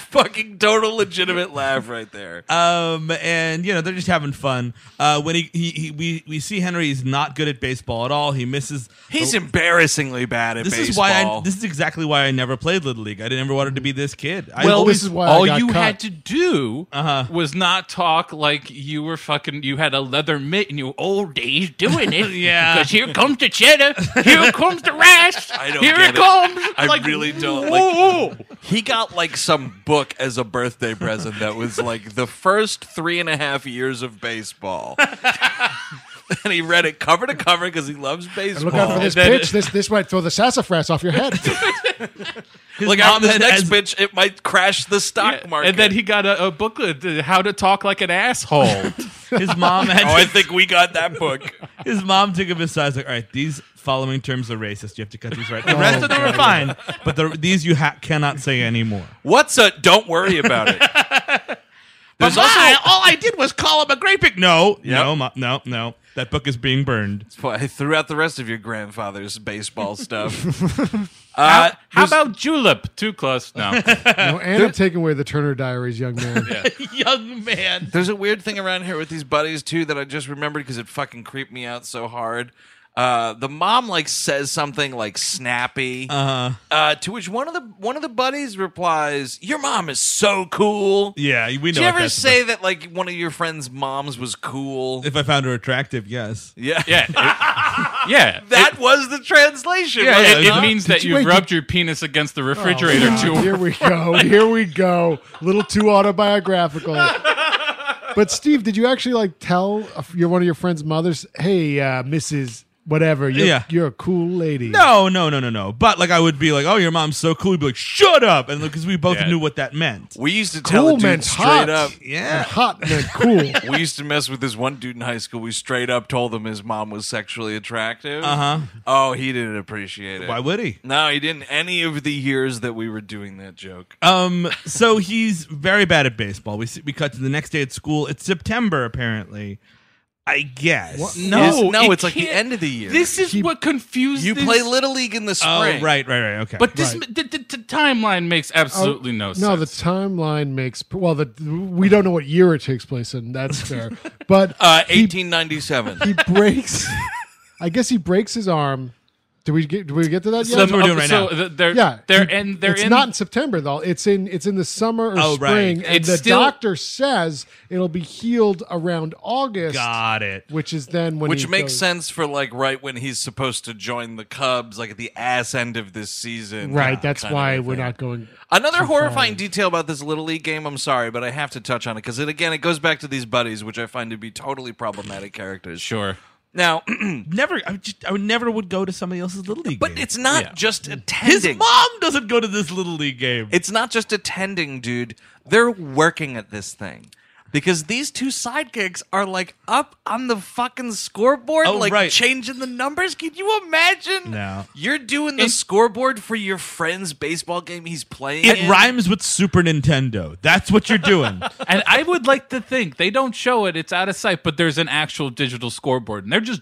Speaker 5: Fucking total legitimate laugh right there.
Speaker 2: Um, and you know they're just having fun. Uh, when he, he, he we we see Henry, he's not good at baseball at all. He misses.
Speaker 5: He's embarrassingly bad at
Speaker 2: this
Speaker 5: baseball.
Speaker 2: is why I, this is exactly why I never played little league. I never wanted to be this kid. I
Speaker 6: Well,
Speaker 2: always
Speaker 3: this is why I
Speaker 6: all
Speaker 3: got
Speaker 6: you
Speaker 3: cut.
Speaker 6: had to do
Speaker 5: Uh-huh.
Speaker 6: was not talk like you were fucking. You had a leather mitt and you were old days doing it.
Speaker 2: Yeah.
Speaker 6: because here comes the cheddar, here comes the rash,
Speaker 5: I don't
Speaker 6: here
Speaker 5: get it.
Speaker 6: it comes.
Speaker 5: I
Speaker 6: Like,
Speaker 5: really don't.
Speaker 6: whoa.
Speaker 5: Like, he got like some book as a birthday present that was like the first three and a half years of baseball. and he read it cover to cover because he loves baseball.
Speaker 3: Look out for this
Speaker 6: Then-
Speaker 3: pitch. This this might throw the sassafras off your head.
Speaker 2: his
Speaker 5: Look out
Speaker 2: mom
Speaker 5: for this
Speaker 2: had-
Speaker 5: next
Speaker 2: as-
Speaker 5: bitch. It might crash the stock market.
Speaker 6: And then he got a, a booklet, uh, How to Talk Like an Asshole.
Speaker 2: His mom had.
Speaker 5: Oh, I think we got that book.
Speaker 2: his mom took him aside. was Like, all right, these following terms are racist. You have to cut these
Speaker 5: Oh,
Speaker 2: right. The rest of them are fine, but the, these you ha- cannot say anymore.
Speaker 5: What's a? Don't worry about it. There's
Speaker 7: But
Speaker 5: also-
Speaker 7: hi, all I did was call him a great big. No, no,
Speaker 5: Yep.
Speaker 7: ma- no, no. That book is being burned.
Speaker 5: Why, throughout the rest of your grandfather's baseball stuff. uh,
Speaker 6: How about Julep? Too close. No.
Speaker 3: No, and I'm taking away the Turner Diaries, young man.
Speaker 7: Young man.
Speaker 5: There's a weird thing around here with these buddies too that I just remembered because it fucking creeped me out so hard. Uh, the mom like says something like snappy, uh-huh. to which one of the one of the buddies replies, "Your mom is so cool."
Speaker 7: Yeah, we know.
Speaker 5: Did you
Speaker 7: what
Speaker 5: ever
Speaker 7: that's
Speaker 5: say that like one of your friends' moms was cool?
Speaker 7: about. If I found her attractive, yes.
Speaker 5: yeah,
Speaker 6: Yeah. it- yeah.
Speaker 5: that was the translation.
Speaker 6: Yeah,
Speaker 5: wasn't
Speaker 6: it,
Speaker 5: it?
Speaker 6: it means that
Speaker 3: you
Speaker 6: you've
Speaker 3: wait- Oh,
Speaker 6: rubbed your penis against the refrigerator
Speaker 3: God,
Speaker 6: too.
Speaker 3: Here we go. Here we go. A little too autobiographical. But Steve, did you actually like tell a- your one of your friend's mothers, "Hey, uh, Mrs. Whatever, you're,
Speaker 7: Yeah.
Speaker 3: you're a cool lady."
Speaker 7: No, no, no, no, no. But like, I would be like, "Oh, your mom's so cool." You'd be like, "Shut up!" And because we both
Speaker 6: Yeah.
Speaker 7: knew what that meant.
Speaker 5: we used to tell
Speaker 3: cool
Speaker 5: the dude
Speaker 3: meant
Speaker 5: straight
Speaker 3: hot.
Speaker 5: up.
Speaker 7: Yeah.
Speaker 3: And hot meant cool.
Speaker 5: We used to mess with this one dude in high school. We straight up told him his mom was sexually attractive.
Speaker 7: Uh huh.
Speaker 5: Oh, he didn't appreciate it.
Speaker 7: Why would he?
Speaker 5: No, he didn't. Any of the years that we were doing that joke.
Speaker 7: Um, so he's very bad at baseball. We see, we cut to the next day at school. It's September, apparently. I guess.
Speaker 5: It's- no,
Speaker 6: it
Speaker 5: it's like the
Speaker 6: can't-
Speaker 5: end of the year.
Speaker 6: This is what confused
Speaker 5: you
Speaker 6: this-
Speaker 5: play little league in the
Speaker 7: Oh,
Speaker 5: spring,
Speaker 7: right, right, right. Okay.
Speaker 6: But this
Speaker 3: Right. Oh,
Speaker 6: m- the, the, the timeline makes absolutely no sense.
Speaker 3: No, the timeline makes well. The we don't know what year it takes place in. That's fair. But
Speaker 5: Uh,
Speaker 3: he-
Speaker 5: 1897.
Speaker 3: he breaks. I guess he breaks his arm. Do we get? Do we get to that yet?
Speaker 7: That's what we're doing right
Speaker 6: so
Speaker 7: now.
Speaker 6: th- They're,
Speaker 3: yeah,
Speaker 6: they're
Speaker 3: he-
Speaker 6: and they're
Speaker 3: it's
Speaker 6: in
Speaker 3: not in September though. It's in it's in the summer or
Speaker 7: Oh, right.
Speaker 3: spring, and
Speaker 6: It's
Speaker 3: the
Speaker 6: still-
Speaker 3: doctor says it'll be healed around August,
Speaker 7: Got it.
Speaker 3: which is then when
Speaker 5: Which
Speaker 3: he
Speaker 5: makes
Speaker 3: goes-
Speaker 5: sense for like right when he's supposed to join the Cubs, like at the ass end of this season.
Speaker 3: Right,
Speaker 5: Uh,
Speaker 3: that's
Speaker 5: kind of
Speaker 3: why
Speaker 5: a
Speaker 3: we're
Speaker 5: thing.
Speaker 3: not going.
Speaker 5: Another horrifying detail about this little league game. I'm sorry, but I have to touch on it because it again it goes back to these buddies, which I find to be totally problematic characters.
Speaker 6: sure.
Speaker 5: Now,
Speaker 7: never. I, would just, I would never would go to somebody else's little league.
Speaker 5: but
Speaker 7: game.
Speaker 5: it's not just attending.
Speaker 7: his mom doesn't go to this little league game.
Speaker 5: It's not just attending, dude. They're working at this thing. Because these two sidekicks are like up on the fucking scoreboard,
Speaker 7: Oh,
Speaker 5: like
Speaker 7: right.
Speaker 5: changing the numbers. Can you imagine?
Speaker 7: No.
Speaker 5: You're doing the scoreboard for your friend's baseball game he's playing.
Speaker 7: it
Speaker 5: in.
Speaker 7: rhymes with Super Nintendo. That's what you're doing.
Speaker 6: And I would like to think they don't show it; it's out of sight. But there's an actual digital scoreboard, and they're just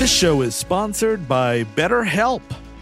Speaker 2: This show is sponsored by BetterHelp.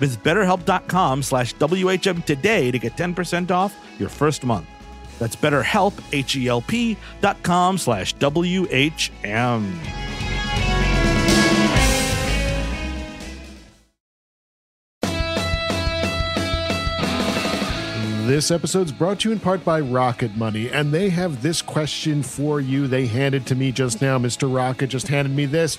Speaker 2: Visit betterhelp.com slash WHM today to get 10% off your first month. That's betterhelp, H-E-L-P dot com slash W-H-M.
Speaker 8: This episode's brought to you in part by Rocket Money, and they have this question for you. They handed to me just now. Mr. Rocket just handed me this.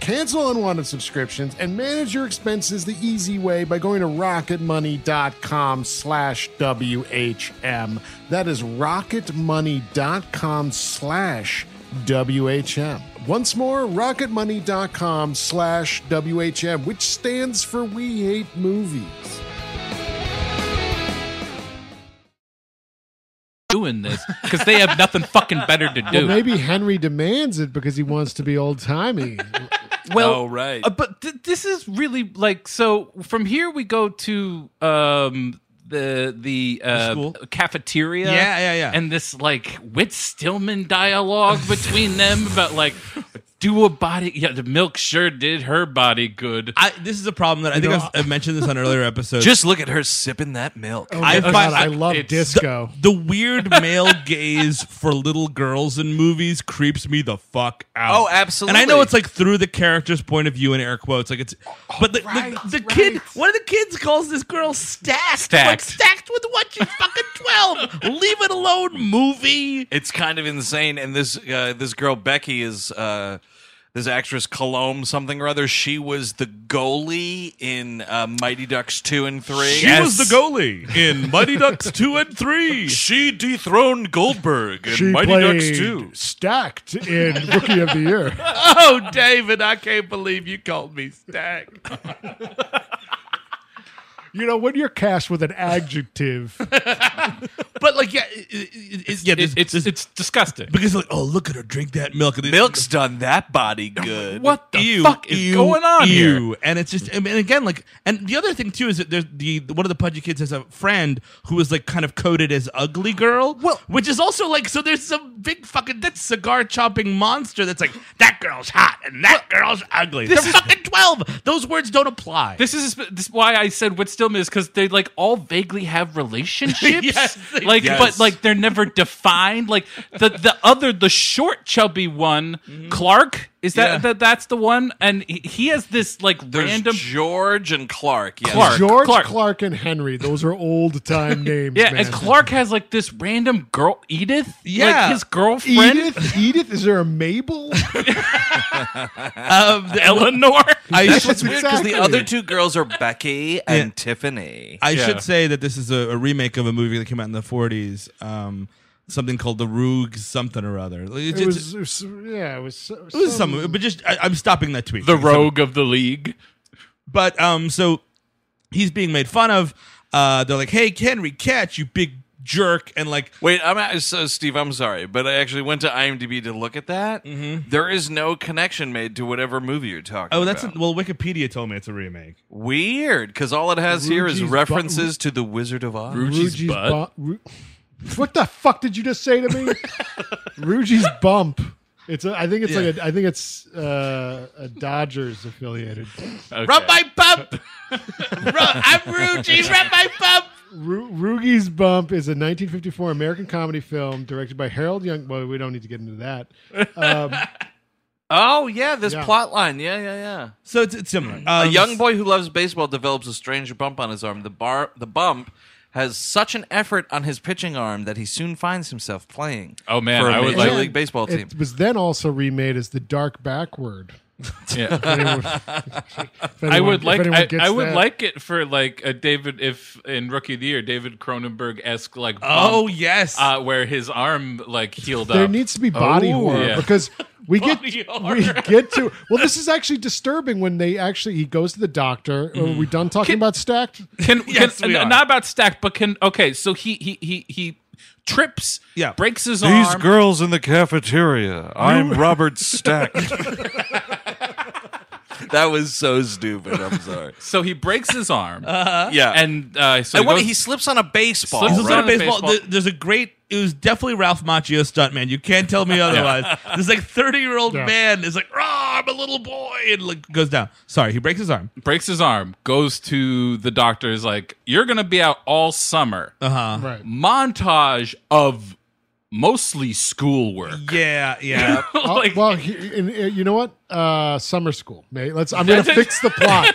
Speaker 3: cancel unwanted subscriptions, and manage your expenses the easy way by going to rocketmoney.com slash WHM. That is rocketmoney.com slash WHM. Once more, rocketmoney.com slash WHM, which stands for We Hate Movies.
Speaker 6: doing this because they have nothing fucking better to
Speaker 7: Well,
Speaker 6: do.
Speaker 7: maybe Henry demands it because he wants to be old timey.
Speaker 6: Well,
Speaker 7: Oh, right.
Speaker 6: uh, but th- this is really like so. From here, we go to um, the the, uh,
Speaker 2: school?
Speaker 6: cafeteria.
Speaker 2: Yeah, yeah, yeah.
Speaker 6: And this like Whit Stillman dialogue between them about like do a body. Yeah, the milk sure did her body good.
Speaker 2: I, this is a problem that I
Speaker 6: You
Speaker 2: think
Speaker 6: know,
Speaker 2: I've, I've mentioned this on earlier episodes.
Speaker 5: Just look at her sipping that milk.
Speaker 7: Oh,
Speaker 2: I find- I-
Speaker 7: love
Speaker 2: it's-
Speaker 7: disco.
Speaker 2: The, the weird male gaze for little girls in movies creeps me the fuck out.
Speaker 5: Oh, absolutely.
Speaker 2: And I know it's like through the character's point of view in air quotes, like it's. But the, the, the kid, one of the kids calls this girl stacked.
Speaker 5: Stacked.
Speaker 2: Like, stacked with what? She's fucking twelve. Leave it alone, movie.
Speaker 5: It's kind of insane. And this uh, this girl Becky is uh, this actress Colombe something or other. She was the goalie in uh, Mighty Ducks two and three.
Speaker 2: She was the goalie in Mighty Ducks two and three.
Speaker 5: She dethroned Goldberg in
Speaker 7: She
Speaker 5: Mighty
Speaker 7: played
Speaker 5: Ducks two.
Speaker 7: stacked in Rookie of the Year.
Speaker 2: Oh, David, I can't believe you called me stacked.
Speaker 7: You know, when you're cast with an adjective,
Speaker 2: But like, yeah, it, it, it, yeah,
Speaker 6: it's it's disgusting.
Speaker 2: because like, oh, look at her drink that milk. And
Speaker 5: Milk's done that body good.
Speaker 6: What the
Speaker 2: Ew,
Speaker 6: fuck is
Speaker 2: ew,
Speaker 6: going on
Speaker 2: ew.
Speaker 6: here?
Speaker 2: And it's just, I mean, again, like, and the other thing too is that there's the one of the pudgy kids has a friend who is like kind of coded as ugly girl, well, which is also like, so there's some big fucking that cigar chopping monster that's like that girl's hot and that girl's ugly. They're
Speaker 6: this is-
Speaker 2: fucking twelve. Those words don't apply.
Speaker 6: This is this is why I said what Stillman is because they like all vaguely have relationships,
Speaker 2: Yes, they
Speaker 6: like
Speaker 2: do.
Speaker 6: but like they're never defined. Like the the other the short chubby one,
Speaker 2: Mm-hmm.
Speaker 6: Clark is that,
Speaker 5: Yeah.
Speaker 6: that that's the one, and he, he has this like
Speaker 5: There's
Speaker 6: random
Speaker 5: George and Clark. Yes.
Speaker 6: Clark.
Speaker 7: George
Speaker 6: Clark.
Speaker 7: Clark. and Henry, those are old time names.
Speaker 6: yeah,
Speaker 7: man.
Speaker 6: and Clark has like this random girl Edith,
Speaker 7: Yeah.
Speaker 6: like his girlfriend
Speaker 7: Edith, Edith, is there a
Speaker 2: Um,
Speaker 7: Mabel?
Speaker 2: the-
Speaker 6: Eleanor.
Speaker 2: I
Speaker 5: It's
Speaker 2: should-
Speaker 5: just weird because the other two girls are Becky and Tiffany.
Speaker 2: I should say that this is a, a remake of a movie that came out in the 40s, um, something called The Rogue something or other. It,
Speaker 7: It was, it was- yeah, it was.
Speaker 2: it was some, but just I, I'm stopping that tweet.
Speaker 6: the
Speaker 2: Some-
Speaker 6: rogue of the league.
Speaker 2: But um, so he's being made fun of. Uh, they're like, "Hey, Henry, catch you big jerk!" And like,
Speaker 5: Wait, I'm at, so Steve. I'm sorry, but I actually went to IMDb to look at that. There is no connection made to whatever movie you're talking.
Speaker 2: oh, that's
Speaker 5: about.
Speaker 2: well, Wikipedia told me it's a remake.
Speaker 5: weird because all it has here is
Speaker 7: Ruji's
Speaker 5: references to the Wizard of Oz.
Speaker 7: Ruji's bu- Ru- what the fuck did you just say to me? Ruji's bump. It's a, I think it's like a, I think it's uh, a Dodgers affiliated.
Speaker 2: Rub my bump. Rub, I'm Ruji. Rub my bump.
Speaker 7: Ru- Rugi's Bump is a 1954 American comedy film directed by Harold Young. Well, we don't need to get into that. Um,
Speaker 5: Oh yeah, this
Speaker 7: Yeah.
Speaker 5: plot line. Yeah, yeah, yeah.
Speaker 2: So it's, it's similar.
Speaker 5: a
Speaker 2: Um,
Speaker 5: young boy who loves baseball develops a strange bump on his arm. The bar, the bump. Has such an effort on his pitching arm that he soon finds himself playing.
Speaker 6: Oh, man,
Speaker 5: for a
Speaker 6: I would
Speaker 5: major
Speaker 6: like-
Speaker 5: league baseball team.
Speaker 7: it was then also remade as The Dark Backward.
Speaker 6: Yeah.
Speaker 7: If anyone- if
Speaker 6: I
Speaker 7: anyone-
Speaker 6: would
Speaker 7: if
Speaker 6: like
Speaker 7: anyone
Speaker 6: I,
Speaker 7: gets
Speaker 6: I would
Speaker 7: that.
Speaker 6: like it for like a David if in Rookie of the Year David Cronenberg esque like bump,
Speaker 2: Oh, yes.
Speaker 6: uh, where his arm like healed up.
Speaker 7: There needs to be body
Speaker 6: Oh.
Speaker 7: horror
Speaker 6: Yeah.
Speaker 7: because we get
Speaker 6: Body horror.
Speaker 7: we get to well. This is actually disturbing when they actually he goes to the doctor.
Speaker 6: Mm.
Speaker 7: Are we done talking about stacked?
Speaker 6: Can,
Speaker 2: Yes,
Speaker 6: can
Speaker 2: we
Speaker 6: n-
Speaker 2: are.
Speaker 6: not about stack, but can okay. So he he he he trips.
Speaker 2: Yeah.
Speaker 6: breaks his arm.
Speaker 5: girls in the cafeteria. I'm Robert Stack. that was so stupid. I'm sorry.
Speaker 6: so he breaks his arm,
Speaker 5: Yeah,
Speaker 2: Uh-huh.
Speaker 6: and uh, so
Speaker 5: and
Speaker 6: he
Speaker 5: what
Speaker 6: goes-
Speaker 5: he slips on a baseball.
Speaker 6: Slips
Speaker 2: He's
Speaker 5: right?
Speaker 2: also
Speaker 6: on
Speaker 2: a baseball.
Speaker 6: baseball.
Speaker 2: There- There's a great
Speaker 7: it was definitely Ralph Macchio stuntman. You can't tell me otherwise. This like thirty year old
Speaker 6: Yeah.
Speaker 7: man is like, "Ah, I'm a little boy," and like goes down. Sorry, he breaks his arm.
Speaker 6: breaks his arm, goes to the doctor, is like, You're going to be out all summer.
Speaker 7: Uh
Speaker 2: Uh-huh.
Speaker 7: huh.
Speaker 3: Right.
Speaker 6: Montage of mostly schoolwork.
Speaker 7: Yeah, yeah.
Speaker 3: Oh, well, he, and, uh, you know what? Uh, summer school, mate. Let's. I'm going to fix the plot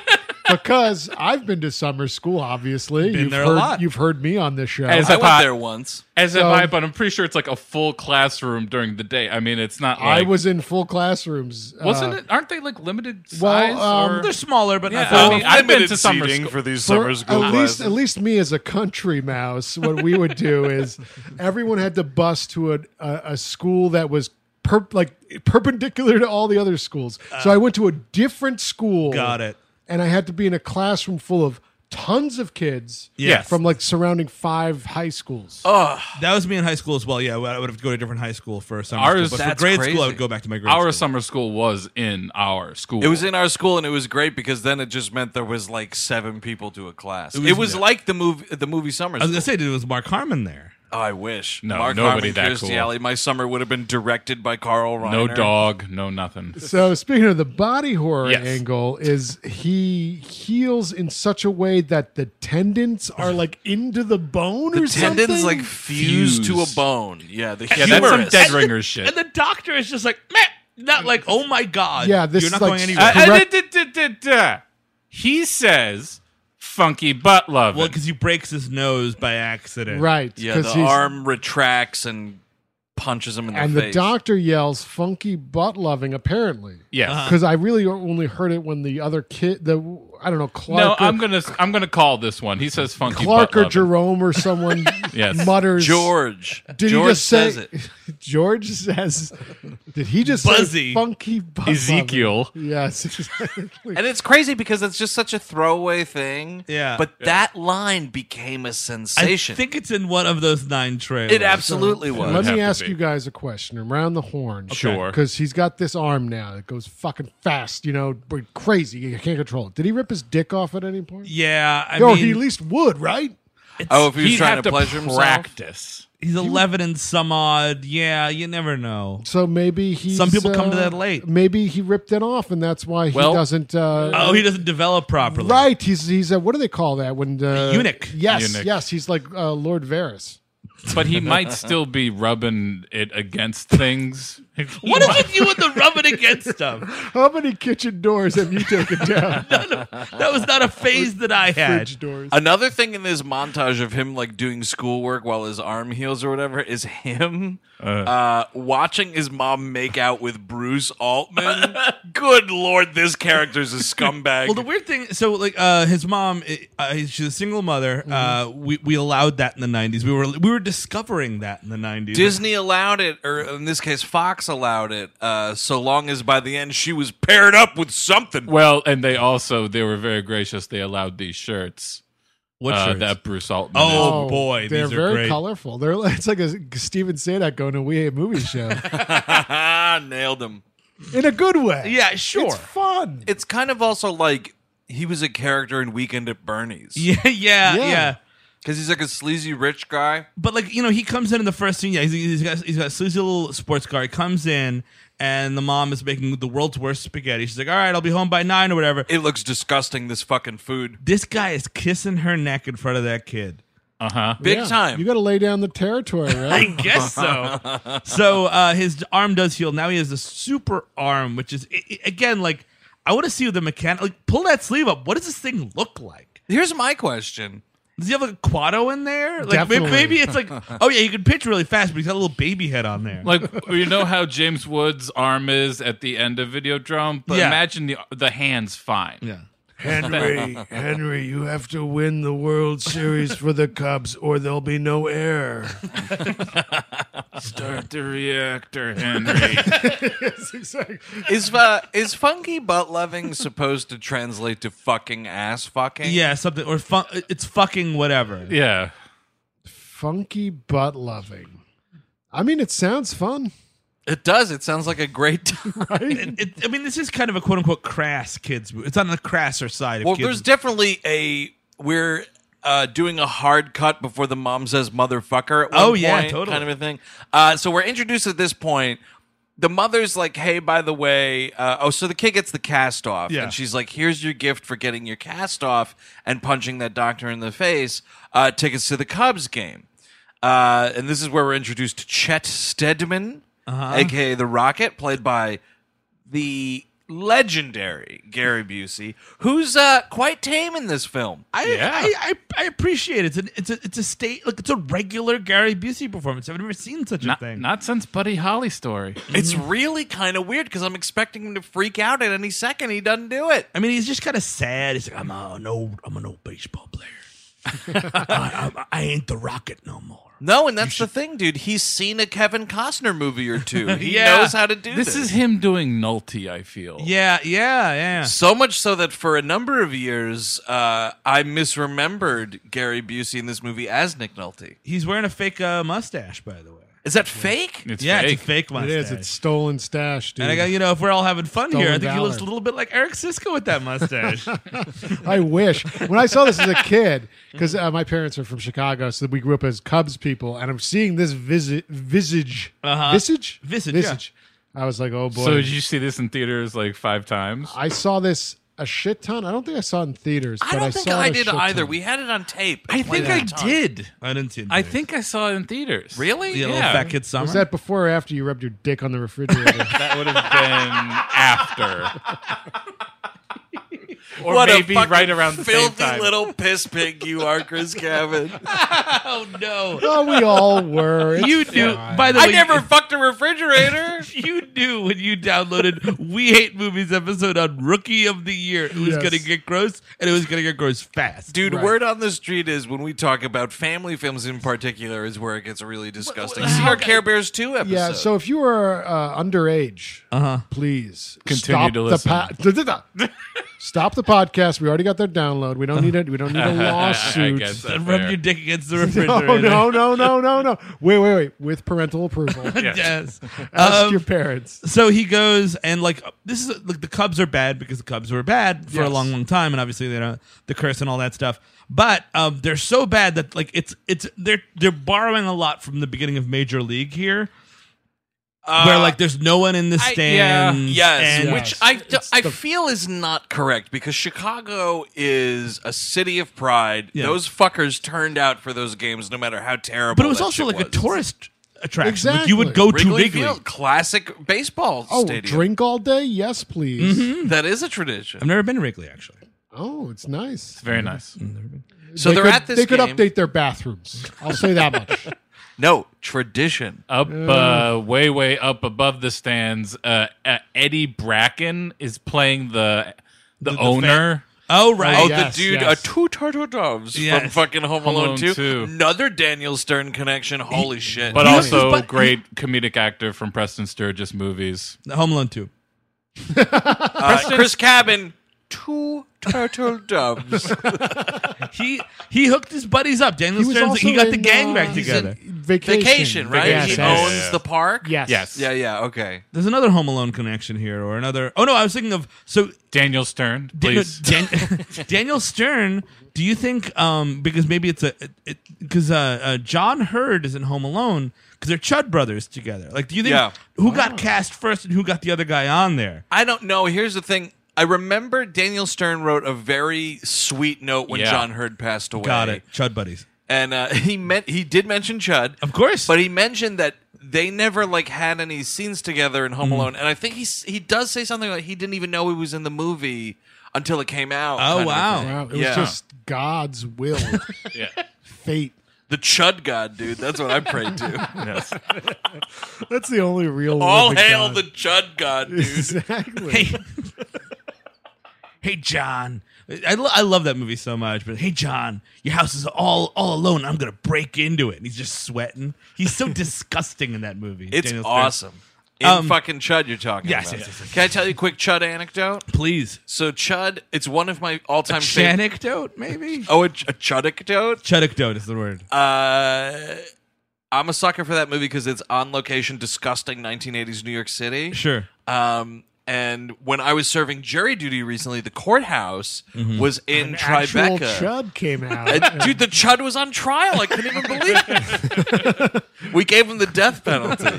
Speaker 3: because I've been to summer school. Obviously,
Speaker 6: Been
Speaker 3: you've
Speaker 6: there a
Speaker 3: heard,
Speaker 6: lot.
Speaker 3: You've heard me on this show.
Speaker 6: As if I- As if
Speaker 3: So-
Speaker 6: I, but I'm pretty sure it's like a full classroom during the day. I mean, it's not
Speaker 3: I
Speaker 6: like.
Speaker 3: was in full classrooms.
Speaker 6: Wasn't
Speaker 3: uh,
Speaker 6: it? Aren't they like limited
Speaker 3: well,
Speaker 6: size?
Speaker 3: um,
Speaker 6: or-
Speaker 3: They're
Speaker 7: smaller, but
Speaker 6: yeah,
Speaker 3: not-
Speaker 6: I mean, I've been to summer school.
Speaker 3: for at least, at least me as a country mouse, what we would do is everyone had to bus to a a, a school that was per, like perpendicular to all the other schools.
Speaker 5: Uh.
Speaker 3: so I went to a different school.
Speaker 7: Got it.
Speaker 3: And I had to be in a classroom full of tons of kids.
Speaker 7: Yes.
Speaker 3: From like surrounding five high schools.
Speaker 7: Oh, that was me in high school as well. Yeah, I would have to go to a different high school for summer
Speaker 6: Ours,
Speaker 7: school. But for grade school, I would go back to my grade
Speaker 6: Our summer school was in our school.
Speaker 5: It was in our school, and it was great because then it just meant there was like seven people to a class.
Speaker 7: It
Speaker 5: It
Speaker 7: was-
Speaker 5: was, like the movie, the movie Summer.
Speaker 7: school. I was gonna
Speaker 5: School.
Speaker 7: say, dude, it was Mark Harmon there.
Speaker 5: Oh, I wish.
Speaker 6: No,
Speaker 5: Mark
Speaker 6: nobody
Speaker 5: Harmon,
Speaker 6: that
Speaker 5: Kirstie
Speaker 6: cool.
Speaker 5: Alley. My summer would have been directed by Carl Reiner.
Speaker 6: no dog, no nothing.
Speaker 3: So speaking of the body horror angle, is he heals in such a way that the tendons are like into the bone
Speaker 5: The
Speaker 3: or something?
Speaker 5: tendons like fused to a bone. Yeah, the
Speaker 6: Yeah, that's some
Speaker 5: humerus.
Speaker 6: Dead Ringers shit.
Speaker 7: And the doctor is just like, meh, not like, oh my god.
Speaker 3: Yeah, this
Speaker 7: you're
Speaker 3: is
Speaker 7: not
Speaker 3: like
Speaker 7: going anywhere.
Speaker 6: Uh, uh, da- da- da- da- da. He says, "Funky butt love."
Speaker 7: well, because he breaks his nose by accident.
Speaker 3: Right,
Speaker 5: yeah,
Speaker 3: 'cause
Speaker 5: the
Speaker 3: he's-
Speaker 5: arm retracts and punches him in the
Speaker 3: and the
Speaker 5: face.
Speaker 3: doctor yells funky butt loving apparently
Speaker 6: Yes. Uh-huh.
Speaker 3: because i really only heard it when the other kid the i don't know clark
Speaker 6: No,
Speaker 3: or,
Speaker 6: I'm gonna I'm gonna call this one. He says, "Funky
Speaker 3: clark
Speaker 6: butt
Speaker 3: or
Speaker 6: loving."
Speaker 3: jerome or someone
Speaker 6: Yes.
Speaker 3: mutters
Speaker 5: George.
Speaker 3: did
Speaker 5: George
Speaker 3: he just say
Speaker 5: says it.
Speaker 3: george says did he just
Speaker 5: Buzzy.
Speaker 3: say funky butt loving?"
Speaker 5: Ezekiel.
Speaker 3: yes exactly.
Speaker 5: And it's crazy because it's just such a throwaway thing.
Speaker 7: Yeah.
Speaker 5: But
Speaker 7: Yeah.
Speaker 5: that line became a
Speaker 7: I
Speaker 5: sensation.
Speaker 7: think it's in one of those nine trailers.
Speaker 5: It absolutely was.
Speaker 3: let me ask you guys a question around the horn
Speaker 7: Sure.
Speaker 3: because he's got this arm now that goes fucking fast you know but crazy you can't control it did he rip his dick off at any point
Speaker 7: Yeah, I
Speaker 3: Yo,
Speaker 7: mean,
Speaker 3: he at least would right
Speaker 5: Oh, if he was
Speaker 7: he'd
Speaker 5: trying
Speaker 7: have
Speaker 5: to pleasure himself?
Speaker 6: practice.
Speaker 7: He's eleven and some odd. Yeah, you never know.
Speaker 3: So maybe he.
Speaker 7: Some people come to that late.
Speaker 3: Maybe he ripped it off, and that's why he
Speaker 7: Well-
Speaker 3: doesn't. Uh,
Speaker 7: oh, he doesn't develop properly.
Speaker 3: Right, he's he's a, what do they call that when uh,
Speaker 7: eunuch.
Speaker 3: Yes,
Speaker 6: Eunuch.
Speaker 3: yes, he's like uh, Lord Varys.
Speaker 6: but he might still be rubbing it against things.
Speaker 7: What is with you and the rubbing against stuff?
Speaker 3: How many kitchen doors have you taken down?
Speaker 7: That was not a phase that I had.
Speaker 3: Fridge doors.
Speaker 5: Another thing in this montage of him like doing schoolwork while his arm heals or whatever is him uh, watching his mom make out with Bruce Altman. Good lord, this character's a scumbag.
Speaker 7: Well, the weird thing, so like uh, his mom, i- uh, she's a single mother. Uh, we we allowed that in the '90s. We were we were discovering that in the '90s.
Speaker 5: Disney allowed it, or in this case, Fox allowed it, uh, so long as by the end she was paired up with something.
Speaker 6: Well, and they also they were very gracious. They allowed these shirts.
Speaker 7: What
Speaker 6: uh,
Speaker 7: shirts?
Speaker 6: That Bruce Altman.
Speaker 7: Oh,
Speaker 6: is-
Speaker 7: boy,
Speaker 3: They're
Speaker 7: these are
Speaker 3: very
Speaker 7: great.
Speaker 3: colorful. They're it's like a Steven Sadak going to We Hate Movie Show
Speaker 5: Nailed him.
Speaker 3: in a good way.
Speaker 7: Yeah, sure.
Speaker 3: it's fun.
Speaker 5: It's kind of also like he was a character in Weekend at Bernie's.
Speaker 7: yeah, yeah,
Speaker 3: Yeah.
Speaker 7: yeah.
Speaker 5: Because he's like a sleazy rich guy.
Speaker 7: But like you know, he comes in in the first scene. Yeah, he's, he's got he's got a sleazy little sports car. He comes in, and the mom is making the world's worst spaghetti. She's like, "All right, I'll be home by nine or whatever."
Speaker 5: It looks disgusting, this fucking food.
Speaker 7: This guy is kissing her neck in front of that kid.
Speaker 6: Uh huh.
Speaker 5: Big
Speaker 3: Yeah,
Speaker 5: time.
Speaker 3: You got to lay down the territory,
Speaker 7: I
Speaker 3: right?
Speaker 7: guess so. so uh, his arm does heal. Now he has a super arm, which is i i- again like I want to see the mechanic. Like pull that sleeve up. What does this thing look like?
Speaker 5: Here's my question.
Speaker 7: Does he have like a quado in there? Like may-
Speaker 3: Definitely.
Speaker 7: maybe it's like oh yeah, you can pitch really fast, but he's got a little baby head on there.
Speaker 6: Like you know how James Woods' arm is at the end of Videodrome, but
Speaker 7: Yeah.
Speaker 6: imagine the the hands fine.
Speaker 7: yeah.
Speaker 9: Henry, Henry, you have to win the World Series for the Cubs, or there'll be no air.
Speaker 6: Start the reactor, Henry.
Speaker 5: Is uh, is funky butt loving supposed to translate to fucking ass fucking?
Speaker 7: Yeah, something or fun, it's fucking whatever.
Speaker 6: yeah.
Speaker 3: Funky butt loving. I mean, it sounds fun.
Speaker 5: It does. It sounds like a great time.
Speaker 7: It, it- I mean, this is kind of a quote unquote crass kids movie. It's on the crasser side of
Speaker 5: Well,
Speaker 7: kids.
Speaker 5: there's definitely a we're uh, doing a hard cut before the mom says motherfucker. At one
Speaker 7: Oh, yeah,
Speaker 5: point,
Speaker 7: totally.
Speaker 5: Kind of a thing. Uh, so we're introduced at this point. The mother's like, hey, by the way, uh, oh, so the kid gets the cast off.
Speaker 7: Yeah.
Speaker 5: And she's like, here's your gift for getting your cast off and punching that doctor in the face uh, tickets to the Cubs game. Uh, and this is where we're introduced to Chet Stedman,
Speaker 7: Uh-huh.
Speaker 5: aka the Rocket, played by the legendary Gary Busey, who's uh, quite tame in this film.
Speaker 7: I, I, I I appreciate it. It's an, it's a it's a state like it's a regular Gary Busey performance. I've never seen such a thing.
Speaker 6: Not since Buddy Holly story.
Speaker 5: It's really kind of weird because I'm expecting him to freak out at any second. He doesn't do it.
Speaker 7: I mean, he's just kind of sad. He's like, I'm a, an old I'm an old baseball player. I, I, I ain't the Rocket no more.
Speaker 5: No, and that's the thing, dude. He's seen a Kevin Costner movie or two. He
Speaker 6: Yeah.
Speaker 5: knows how to do this.
Speaker 6: This is him doing Nulty, I feel.
Speaker 7: Yeah, yeah, yeah.
Speaker 5: So much so that for a number of years, uh, I misremembered Gary Busey in this movie as Nick Nolte.
Speaker 7: He's wearing a fake uh, mustache, by the way.
Speaker 5: Is that fake?
Speaker 7: yeah, it's a fake
Speaker 3: It
Speaker 7: mustache.
Speaker 3: is. It's stolen stash, dude.
Speaker 7: and I go, you know, if we're all having fun here, I
Speaker 3: Stolen
Speaker 7: think he looks a
Speaker 3: valor.
Speaker 7: little bit like Eric Sisko with that mustache.
Speaker 3: I wish when I saw this as a kid, because uh, my parents are from Chicago, so we grew up as Cubs people, and I'm seeing this visi- visage,
Speaker 6: Uh-huh.
Speaker 3: visage,
Speaker 6: Visage, yeah.
Speaker 3: visage. I was like, oh boy.
Speaker 6: So did you see this in theaters like five times?
Speaker 3: I saw this a shit ton. I don't think I saw it in theaters,
Speaker 5: I
Speaker 3: but
Speaker 5: don't
Speaker 3: I
Speaker 5: think
Speaker 3: saw it
Speaker 5: I
Speaker 3: a
Speaker 5: did
Speaker 3: shit
Speaker 5: either.
Speaker 3: ton.
Speaker 5: We had it on tape.
Speaker 6: I
Speaker 5: played
Speaker 6: think
Speaker 5: it
Speaker 6: I
Speaker 5: on tape.
Speaker 6: did.
Speaker 7: I didn't see it.
Speaker 6: I think I saw it in theaters.
Speaker 5: Really?
Speaker 6: Yeah.
Speaker 3: Was that before or after you rubbed your dick on the refrigerator?
Speaker 6: That would have been after. or
Speaker 5: What a
Speaker 6: maybe
Speaker 5: fucking
Speaker 6: right around the same
Speaker 5: filthy
Speaker 6: time.
Speaker 5: little piss pig you are, Chris Gavin.
Speaker 7: oh no!
Speaker 3: oh, we all were. It's
Speaker 7: You do.
Speaker 3: fine.
Speaker 7: By the
Speaker 5: I
Speaker 7: way,
Speaker 5: never fucked a refrigerator.
Speaker 7: you knew when you downloaded We Hate Movies episode on Rookie of the Year, it was
Speaker 5: Yes.
Speaker 7: going to get gross, and it was going to get gross fast.
Speaker 5: Dude, word on the street is when we talk about family films in particular is where it gets really disgusting. See our Care Bears 2 episode.
Speaker 3: Yeah, so if you are uh, underage, uh-huh. please
Speaker 6: Continue
Speaker 3: stop
Speaker 6: to listen.
Speaker 3: The po- stop the podcast. We already got their download. We don't need it. We don't need a
Speaker 6: I
Speaker 3: lawsuit.
Speaker 6: guess that's
Speaker 7: Rub
Speaker 6: fair.
Speaker 7: your dick against the
Speaker 3: no,
Speaker 7: refrigerator.
Speaker 3: no, no, no, no, no. Wait, wait, wait. With parental approval.
Speaker 7: yes.
Speaker 3: Ask
Speaker 7: Um,
Speaker 3: your parents.
Speaker 7: So he goes and like this is like the Cubs are bad because the Cubs were bad for a
Speaker 3: Yes.
Speaker 7: long, long time, and obviously you know the curse and all that stuff. But um, they're so bad that like it's it's they're they're borrowing a lot from the beginning of Major League here, where like there's no one in the
Speaker 5: Uh, I-
Speaker 7: stands.
Speaker 5: Yes,
Speaker 7: and-
Speaker 5: which I, d- I feel is not correct because Chicago is a city of pride.
Speaker 7: Yeah.
Speaker 5: Those fuckers turned out for those games no matter how terrible.
Speaker 7: but it was
Speaker 5: that
Speaker 7: also
Speaker 5: shit
Speaker 7: like a
Speaker 5: was.
Speaker 7: tourist attraction. Like you would go to
Speaker 5: Wrigley
Speaker 7: Wrigley.
Speaker 5: Field, classic baseball
Speaker 3: Oh,
Speaker 5: stadium.
Speaker 3: drink all day? Yes, please.
Speaker 5: That is a tradition.
Speaker 7: I've never been to Wrigley actually.
Speaker 3: Oh, it's nice.
Speaker 6: Very nice.
Speaker 5: So
Speaker 3: they
Speaker 5: they're
Speaker 3: could,
Speaker 5: at this
Speaker 3: They could
Speaker 5: game.
Speaker 3: update their bathrooms. I'll say that much.
Speaker 5: No tradition.
Speaker 6: Up, uh, way, way up above the stands, uh, uh, Eddie Bracken is playing the the,
Speaker 7: the
Speaker 6: owner.
Speaker 7: Oh right.
Speaker 5: Oh,
Speaker 3: yes,
Speaker 5: the dude,
Speaker 3: yes.
Speaker 5: uh, two turtle doves from
Speaker 7: Yes.
Speaker 5: fucking Home
Speaker 6: Home
Speaker 5: Alone,
Speaker 6: Alone
Speaker 5: 2.
Speaker 6: 2.
Speaker 5: Another Daniel Stern connection. Holy shit.
Speaker 6: but
Speaker 7: He was-
Speaker 6: also
Speaker 7: but-
Speaker 6: great comedic actor from Preston Sturges movies.
Speaker 7: Home Alone two.
Speaker 5: uh, Chris Cabin, two turtle doves.
Speaker 7: He he hooked his buddies up. Daniel
Speaker 3: He was
Speaker 7: Stern's. He
Speaker 3: also
Speaker 7: got the
Speaker 3: in,
Speaker 7: gang
Speaker 3: uh,
Speaker 7: back
Speaker 3: he's
Speaker 7: together.
Speaker 3: Vacation.
Speaker 5: Vacation, right?
Speaker 3: Yes,
Speaker 5: he
Speaker 3: yes.
Speaker 5: owns the park?
Speaker 3: Yes.
Speaker 6: Yes.
Speaker 5: Yeah, yeah, okay.
Speaker 7: There's another Home Alone connection here, or another. Oh no, I was thinking of so
Speaker 6: Daniel Stern,
Speaker 7: Dan-
Speaker 6: please.
Speaker 7: Dan- Daniel Stern. Do you think um because maybe it's a because uh, uh John Hurd is in Home Alone because they're Chud brothers together. Like, do you think
Speaker 5: Yeah.
Speaker 7: who
Speaker 3: Oh.
Speaker 7: got cast first and who got the other guy on there?
Speaker 5: I don't know. Here's the thing. I remember Daniel Stern wrote a very sweet note when
Speaker 6: Yeah.
Speaker 5: John Hurd passed away.
Speaker 7: Got it, Chud buddies.
Speaker 5: And uh, he meant he did mention Chud.
Speaker 7: Of course.
Speaker 5: But he mentioned that they never like had any scenes together in
Speaker 7: Hmm.
Speaker 5: Home Alone, and I think he s- he does say something like he didn't even know he was in the movie until it came out. kind
Speaker 7: Oh
Speaker 5: of
Speaker 7: wow.
Speaker 5: thing.
Speaker 3: Wow, it
Speaker 5: Yeah.
Speaker 3: was just God's will,
Speaker 6: yeah.
Speaker 3: fate.
Speaker 5: the Chud God, dude. That's what I pray to.
Speaker 6: Yes.
Speaker 3: That's the only
Speaker 7: Oh
Speaker 3: real.
Speaker 5: All
Speaker 3: living
Speaker 5: hail
Speaker 3: God.
Speaker 5: the Chud God, dude.
Speaker 3: Exactly.
Speaker 7: Hey John, I, lo- I love that movie so much. But hey John, your house is all all alone. I'm gonna break into it. And he's just sweating. He's so disgusting in that movie.
Speaker 5: It's
Speaker 7: Daniel Stern.
Speaker 5: awesome. In
Speaker 7: Um,
Speaker 5: fucking Chud, you're talking
Speaker 7: yes,
Speaker 5: about.
Speaker 7: yes, yes, yes.
Speaker 5: Can I tell you a quick Chud anecdote?
Speaker 7: Please.
Speaker 5: So Chud, it's one of my all-time favorite.
Speaker 7: Anecdote, maybe.
Speaker 5: Oh, a, a Chud anecdote.
Speaker 7: Chudicdote is the word.
Speaker 5: Uh, I'm a sucker for that movie because it's on location, disgusting 1980s New York City.
Speaker 7: Sure.
Speaker 5: Um, And when I was serving jury duty recently, the courthouse
Speaker 10: Mm-hmm.
Speaker 3: Mhm.
Speaker 5: was in
Speaker 3: An actual
Speaker 5: Tribeca.
Speaker 3: chud came out.
Speaker 5: And, dude, the chud was on trial. I couldn't even believe it. we gave him the death penalty.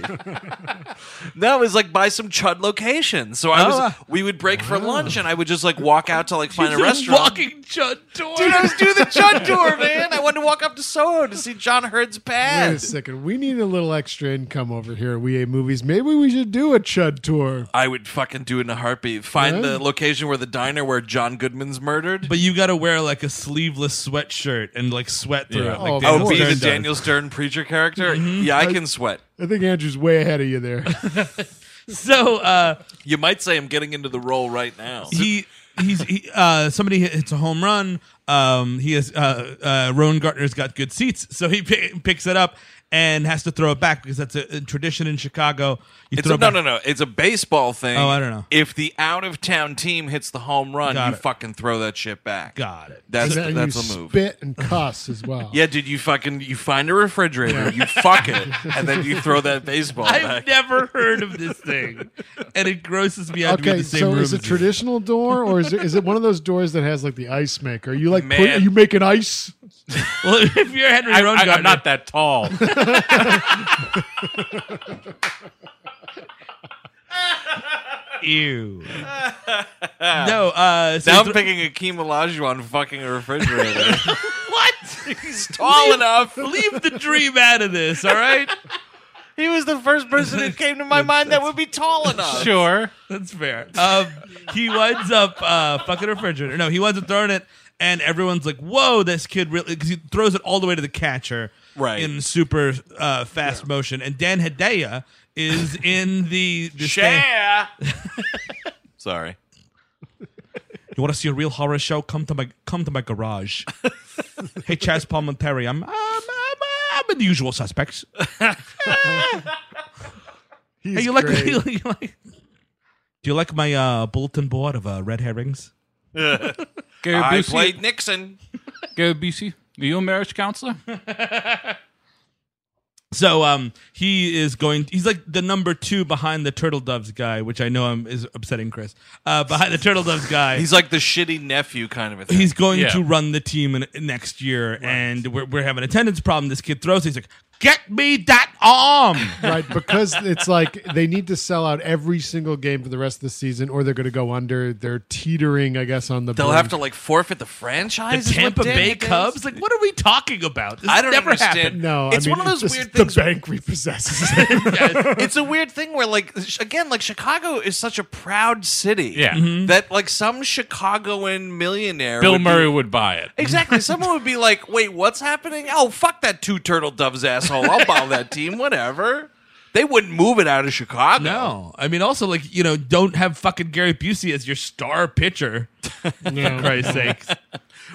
Speaker 5: No, it was like buy some chud location. So I
Speaker 10: Oh,
Speaker 5: was,
Speaker 10: uh,
Speaker 5: we would break for lunch, and I would just like walk out to like find a
Speaker 10: Just
Speaker 5: restaurant.
Speaker 10: Walking
Speaker 5: Chud door. Dude, I was doing the Chud tour, man. I wanted to walk up to Soho to see John Hurd's
Speaker 3: Wait a
Speaker 5: pad.
Speaker 3: second. We need a little extra income over here at We A Movies. Maybe we should do a chud tour.
Speaker 5: I would fucking do it in a heartbeat. Find
Speaker 3: Right.
Speaker 5: the location where the diner where John Goodman's murdered.
Speaker 7: But you got to wear like a sleeveless sweatshirt and like sweat through
Speaker 5: Yeah.
Speaker 7: it. Like
Speaker 5: Oh,
Speaker 7: Daniel
Speaker 5: be
Speaker 7: Stern
Speaker 5: the
Speaker 7: does. Mm-hmm.
Speaker 5: Daniel Stern preacher character. Yeah, I can sweat.
Speaker 3: I think Andrew's way ahead of you there.
Speaker 7: So uh,
Speaker 5: you might say I'm getting into the role right now.
Speaker 7: he he's he, uh, somebody hit- hits a home run. Um, he has uh, uh, Rowan Gardner's got good seats, so he pi picks it up and has to throw it back because that's a, a tradition in Chicago. You
Speaker 5: It's
Speaker 7: throw
Speaker 5: a,
Speaker 7: it
Speaker 5: no,
Speaker 7: back-
Speaker 5: no, no. It's a baseball thing.
Speaker 7: Oh, I don't know.
Speaker 5: If the out of town team hits the home run,
Speaker 7: Got
Speaker 5: you
Speaker 7: it.
Speaker 5: fucking throw that shit back. Got
Speaker 7: it.
Speaker 5: That's
Speaker 3: and then
Speaker 5: that's
Speaker 3: you
Speaker 5: the move.
Speaker 3: spit and cuss as well.
Speaker 5: Yeah, dude, you fucking you find a refrigerator, you fuck it, and then you throw that baseball
Speaker 7: I've
Speaker 5: back.
Speaker 7: never heard of this thing, and it grosses me out to be in
Speaker 3: Okay,
Speaker 7: the same
Speaker 3: so
Speaker 7: room.
Speaker 3: is it
Speaker 7: as you.
Speaker 3: traditional door or is it is it one of those doors that has like the ice maker? You like put,
Speaker 7: Man.
Speaker 3: you make an ice?
Speaker 7: well, if you're Henry
Speaker 6: I,
Speaker 7: Rowan
Speaker 6: I,
Speaker 7: Gardner,
Speaker 6: I'm not that tall.
Speaker 7: Ew. No, uh, so
Speaker 5: now I'm
Speaker 7: thro-
Speaker 5: picking Akeem Olajuwon fucking a refrigerator.
Speaker 7: what?
Speaker 5: He's tall
Speaker 7: Leave-
Speaker 5: enough.
Speaker 7: Leave the dream out of this, all right?
Speaker 5: he was the first person who came to my mind that would be tall enough.
Speaker 6: Sure.
Speaker 7: That's fair. Um, he winds up uh, fucking a refrigerator. No, he winds up throwing it, and everyone's like, whoa, this kid really. Because he throws it all the way to the catcher
Speaker 5: Right.
Speaker 7: in super uh, fast motion. And Dan Hedaya is in the. the
Speaker 5: Share. Sorry.
Speaker 7: You want to see a real horror show? Come to my come to my garage. hey, Chaz Palmentary, I'm I'm, I'm I'm in the usual suspects. hey,
Speaker 3: He's
Speaker 7: you like,
Speaker 3: great.
Speaker 7: you like- you like- do you like my uh, bulletin board of uh, red herrings?
Speaker 5: I
Speaker 6: Busey.
Speaker 5: played Nixon.
Speaker 6: Go, BC. Are you a marriage counselor?
Speaker 7: So um, he is going. He's like the number two behind the Turtle Doves guy, which I know I'm, is upsetting Chris. Uh, behind the Turtle Doves guy,
Speaker 5: He's like the shitty nephew kind of a thing.
Speaker 7: he's going to run the team in, next year, and we're, we're having attendance problem. This kid throws. it. He's like, "Get me that arm!"
Speaker 3: right, because it's like they need to sell out every single game for the rest of the season or they're going to go under. They're teetering, I guess, on the
Speaker 5: They'll
Speaker 3: brink.
Speaker 5: have to like forfeit the franchise.
Speaker 7: The
Speaker 5: is what
Speaker 7: Tampa
Speaker 5: Dan
Speaker 7: Bay
Speaker 5: does?
Speaker 7: Cubs? Like, what are we talking about? This
Speaker 5: I don't
Speaker 7: never
Speaker 5: understand.
Speaker 7: happened.
Speaker 3: No,
Speaker 5: It's
Speaker 3: I mean,
Speaker 5: one of those
Speaker 3: just
Speaker 5: weird
Speaker 3: the
Speaker 5: things-
Speaker 3: bank repossesses.
Speaker 5: it's a weird thing where like sh- again like chicago is such a proud city
Speaker 6: Yeah.
Speaker 7: Mm-hmm.
Speaker 6: Mhm.
Speaker 5: that like some chicagoan millionaire
Speaker 6: Bill
Speaker 5: would be-
Speaker 6: Murray would buy it.
Speaker 5: exactly someone would be like wait what's happening oh fuck that two turtle doves asshole i'll buy that team whatever they wouldn't move it out of chicago
Speaker 7: No, I mean, also like you know, don't have fucking Gary Busey as your star pitcher. For Christ's sake.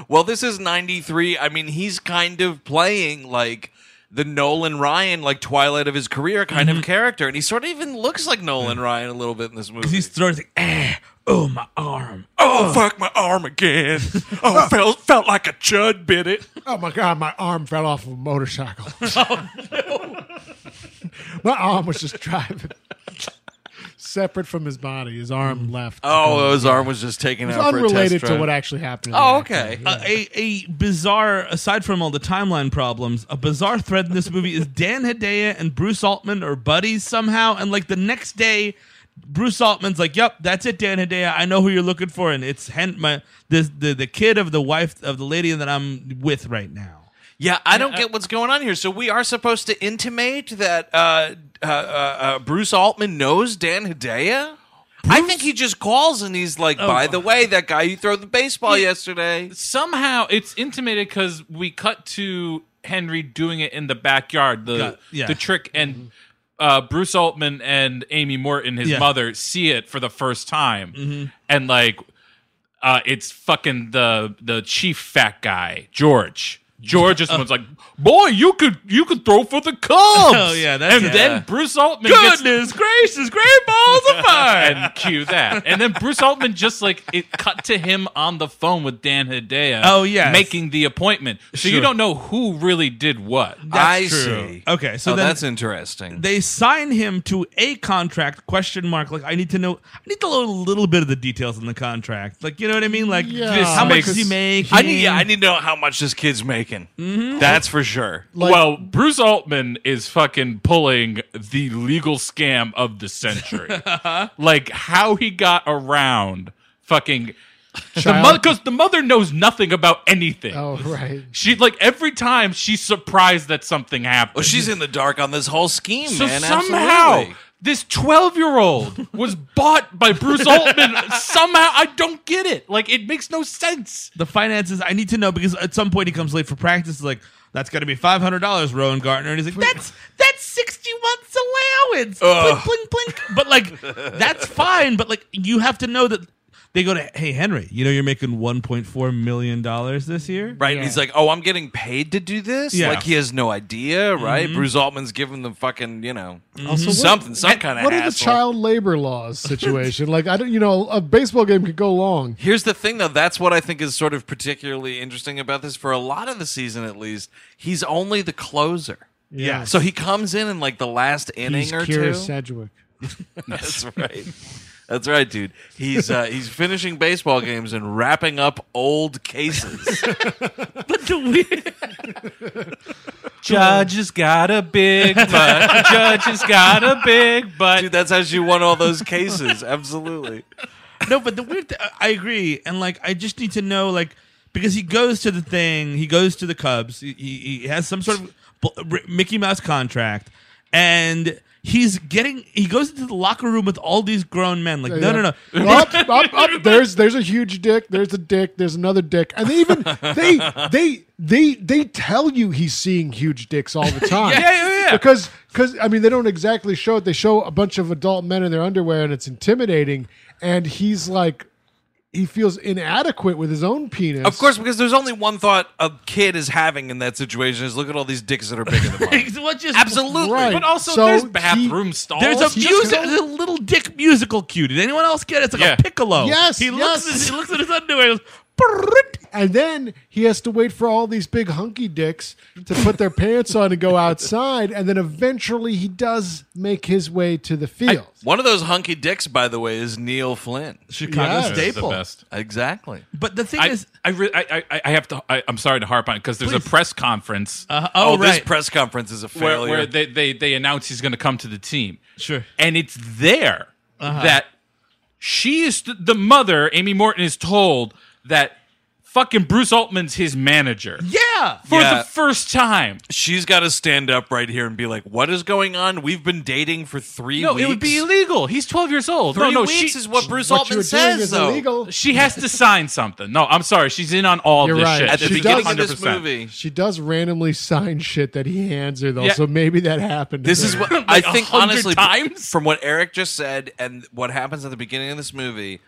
Speaker 5: well this is 93 i mean he's kind of playing like the Nolan Ryan, like twilight of his career, kind of character, and he sort of even looks like Nolan Ryan a little bit in this movie.
Speaker 7: He's throwing like, ah, oh my arm.
Speaker 5: Oh, fuck my arm again. Oh, felt felt like a chud bit it.
Speaker 3: Oh my god, my arm fell off of a motorcycle.
Speaker 5: Oh,
Speaker 3: my arm was just driving. Separate from his body, his arm left.
Speaker 5: Oh, his arm was just taken
Speaker 3: It's
Speaker 5: out for a test
Speaker 3: unrelated to
Speaker 5: drive.
Speaker 3: what actually happened.
Speaker 5: Oh, okay.
Speaker 7: Uh, a, a bizarre, aside from all the timeline problems, a bizarre thread in this movie is Dan Hedaya and Bruce Altman are buddies somehow, and like the next day, Bruce Altman's like, "Yep, that's it, Dan Hedaya. I know who you're looking for, and it's Hen- my the, the the kid of the wife of the lady that I'm with right now."
Speaker 5: Yeah, I don't get what's going on here. So we are supposed to intimate that uh, uh, uh, uh, Bruce Altman knows Dan Hedaya. I think he just calls and he's like, "By the way, that guy you threw the baseball yesterday."
Speaker 6: Somehow it's intimated because we cut to Henry doing it in the backyard. The
Speaker 7: Got- yeah.
Speaker 6: the trick and uh, Bruce Altman and Amy Morton, his
Speaker 7: Yeah.
Speaker 6: mother, see it for the first time, and like uh, it's fucking the the chief fat guy George. George just was like, "Boy, you could you could throw for the Cubs." Oh
Speaker 11: yeah, that's-
Speaker 6: and
Speaker 11: yeah.
Speaker 6: then Bruce Altman.
Speaker 11: Goodness
Speaker 6: gracious, great balls of fire! and cue that. And then Bruce Altman just like it cut to him on the phone with Dan Hedaya.
Speaker 11: Oh, yes.
Speaker 6: making the appointment. So you
Speaker 11: Sure.
Speaker 6: don't know who really did what.
Speaker 5: I see.
Speaker 7: Okay, so
Speaker 5: Oh,
Speaker 7: then-
Speaker 5: that's interesting.
Speaker 7: They sign him to a contract question mark. Like I need to know I need to know a little bit of the details in the contract. Like you know what I mean? Like
Speaker 5: Yeah.
Speaker 7: how much does he make?
Speaker 5: I need, yeah, I need to know how much this kid's making. That's for sure.
Speaker 6: well, Bruce Altman is fucking pulling the legal scam of the century.
Speaker 11: Uh-huh.
Speaker 6: like how he got around fucking the
Speaker 3: Child-
Speaker 6: mother because the mother knows nothing about anything.
Speaker 3: Oh, right.
Speaker 6: She like every time she's surprised that something happened.
Speaker 5: Well, she's in the dark on this whole scheme,
Speaker 6: so
Speaker 5: man.
Speaker 6: somehow
Speaker 5: absolutely.
Speaker 6: this twelve year old was bought by Bruce Altman. somehow I don't get it. Like it makes no sense.
Speaker 7: the finances I need to know because at some point he comes late for practice. Like that's got to be five hundred dollars, Rowan Gardner, and he's like, that's that's sixty months allowance.
Speaker 10: Ugh.
Speaker 7: Blink, blink, blink. But like that's fine. But like you have to know that they go to hey Henry, you know you're making one point four million dollars this year,
Speaker 5: Right? And he's like, oh, I'm getting paid to do this?
Speaker 7: Yeah.
Speaker 5: Like, he has no idea, right?
Speaker 7: Mhm.
Speaker 5: Bruce Altman's giving them fucking, you know,
Speaker 3: Also, Mm-hmm. what-
Speaker 5: something, some kind of
Speaker 3: What are the
Speaker 5: hassle.
Speaker 3: child labor laws situation? like I don't, you know, a baseball game could go long.
Speaker 5: Here's the thing, though. That's what I think is sort of particularly interesting about this. For a lot of the season, at least, he's only the closer.
Speaker 3: Yeah.
Speaker 5: So he comes in in like the last inning
Speaker 3: He's
Speaker 5: or
Speaker 3: Kira
Speaker 5: two.
Speaker 3: Sedgwick.
Speaker 5: That's right. That's right, dude. He's uh, he's finishing baseball games and wrapping up old cases.
Speaker 7: but the
Speaker 6: Judge's got a big butt. Judge's got a big butt.
Speaker 5: Dude, that's how she won all those cases. Absolutely.
Speaker 7: no, but the weird thing, I agree. And like, I just need to know, like, because he goes to the thing, he goes to the Cubs, he, he, he has some sort of bl- r- Mickey Mouse contract, and he's getting, he goes into the locker room with all these grown men. Like, no, no, no.
Speaker 3: up, up, up. There's there's a huge dick. There's a dick. There's another dick. And they even they they they they tell you he's seeing huge dicks all the time.
Speaker 10: Yeah, yeah, yeah.
Speaker 3: Because because I mean they don't exactly show it. They show a bunch of adult men in their underwear and it's intimidating. And he's like he feels inadequate with his own penis.
Speaker 5: Of course, because there's only one thought a kid is having in that situation is look at all these dicks that are bigger than mine.
Speaker 7: What just,
Speaker 5: Absolutely. Right.
Speaker 6: But also,
Speaker 5: So
Speaker 6: there's
Speaker 5: he-
Speaker 6: bathroom stalls.
Speaker 7: There's a
Speaker 6: Just
Speaker 7: music,
Speaker 6: go-
Speaker 7: there's a little dick musical cue. Did anyone else get it? It's like
Speaker 6: Yeah.
Speaker 7: a piccolo.
Speaker 3: Yes,
Speaker 7: He looks,
Speaker 3: yes.
Speaker 7: At, he looks at his underwear. and goes,
Speaker 3: And then he has to wait for all these big hunky dicks to put their pants on and go outside. And then eventually he does make his way to the field.
Speaker 5: One of those hunky dicks, by the way, is Neil Flynn,
Speaker 6: Chicago Yes. staple. The best.
Speaker 5: Exactly.
Speaker 7: But the thing
Speaker 6: I,
Speaker 7: is,
Speaker 6: I, re- I, I, I have to. I, I'm sorry to harp on it because there's a press conference.
Speaker 7: Uh,
Speaker 5: oh, this press conference is a
Speaker 6: where,
Speaker 5: failure.
Speaker 6: where they, they they announce he's going to come to the team.
Speaker 7: Sure.
Speaker 6: And it's there
Speaker 5: Uh-huh.
Speaker 6: that she is the mother. Amy Morton is told that fucking Bruce Altman's his manager.
Speaker 7: Yeah.
Speaker 6: For
Speaker 5: Yeah.
Speaker 6: the first time.
Speaker 5: She's got to stand up right here and be like, "What is going on? We've been dating for three
Speaker 6: No,
Speaker 5: weeks."
Speaker 6: it would be illegal. He's 12 years old.
Speaker 5: Three
Speaker 6: no, no,
Speaker 5: weeks
Speaker 6: she,
Speaker 5: is what Bruce
Speaker 6: what
Speaker 5: Altman
Speaker 6: you're doing
Speaker 5: says,
Speaker 6: is
Speaker 5: though.
Speaker 6: illegal. She has to sign something. No, I'm sorry. She's in on all
Speaker 3: You're
Speaker 6: this
Speaker 3: right.
Speaker 6: shit.
Speaker 3: At the
Speaker 6: She's
Speaker 3: beginning of
Speaker 6: 100%.
Speaker 5: this movie.
Speaker 3: She does randomly sign shit that he hands her, though.
Speaker 5: Yeah.
Speaker 3: So maybe that happened. to
Speaker 5: This is
Speaker 3: her.
Speaker 5: what I think. Honestly, from what Eric just said and what happens at the beginning of this movie,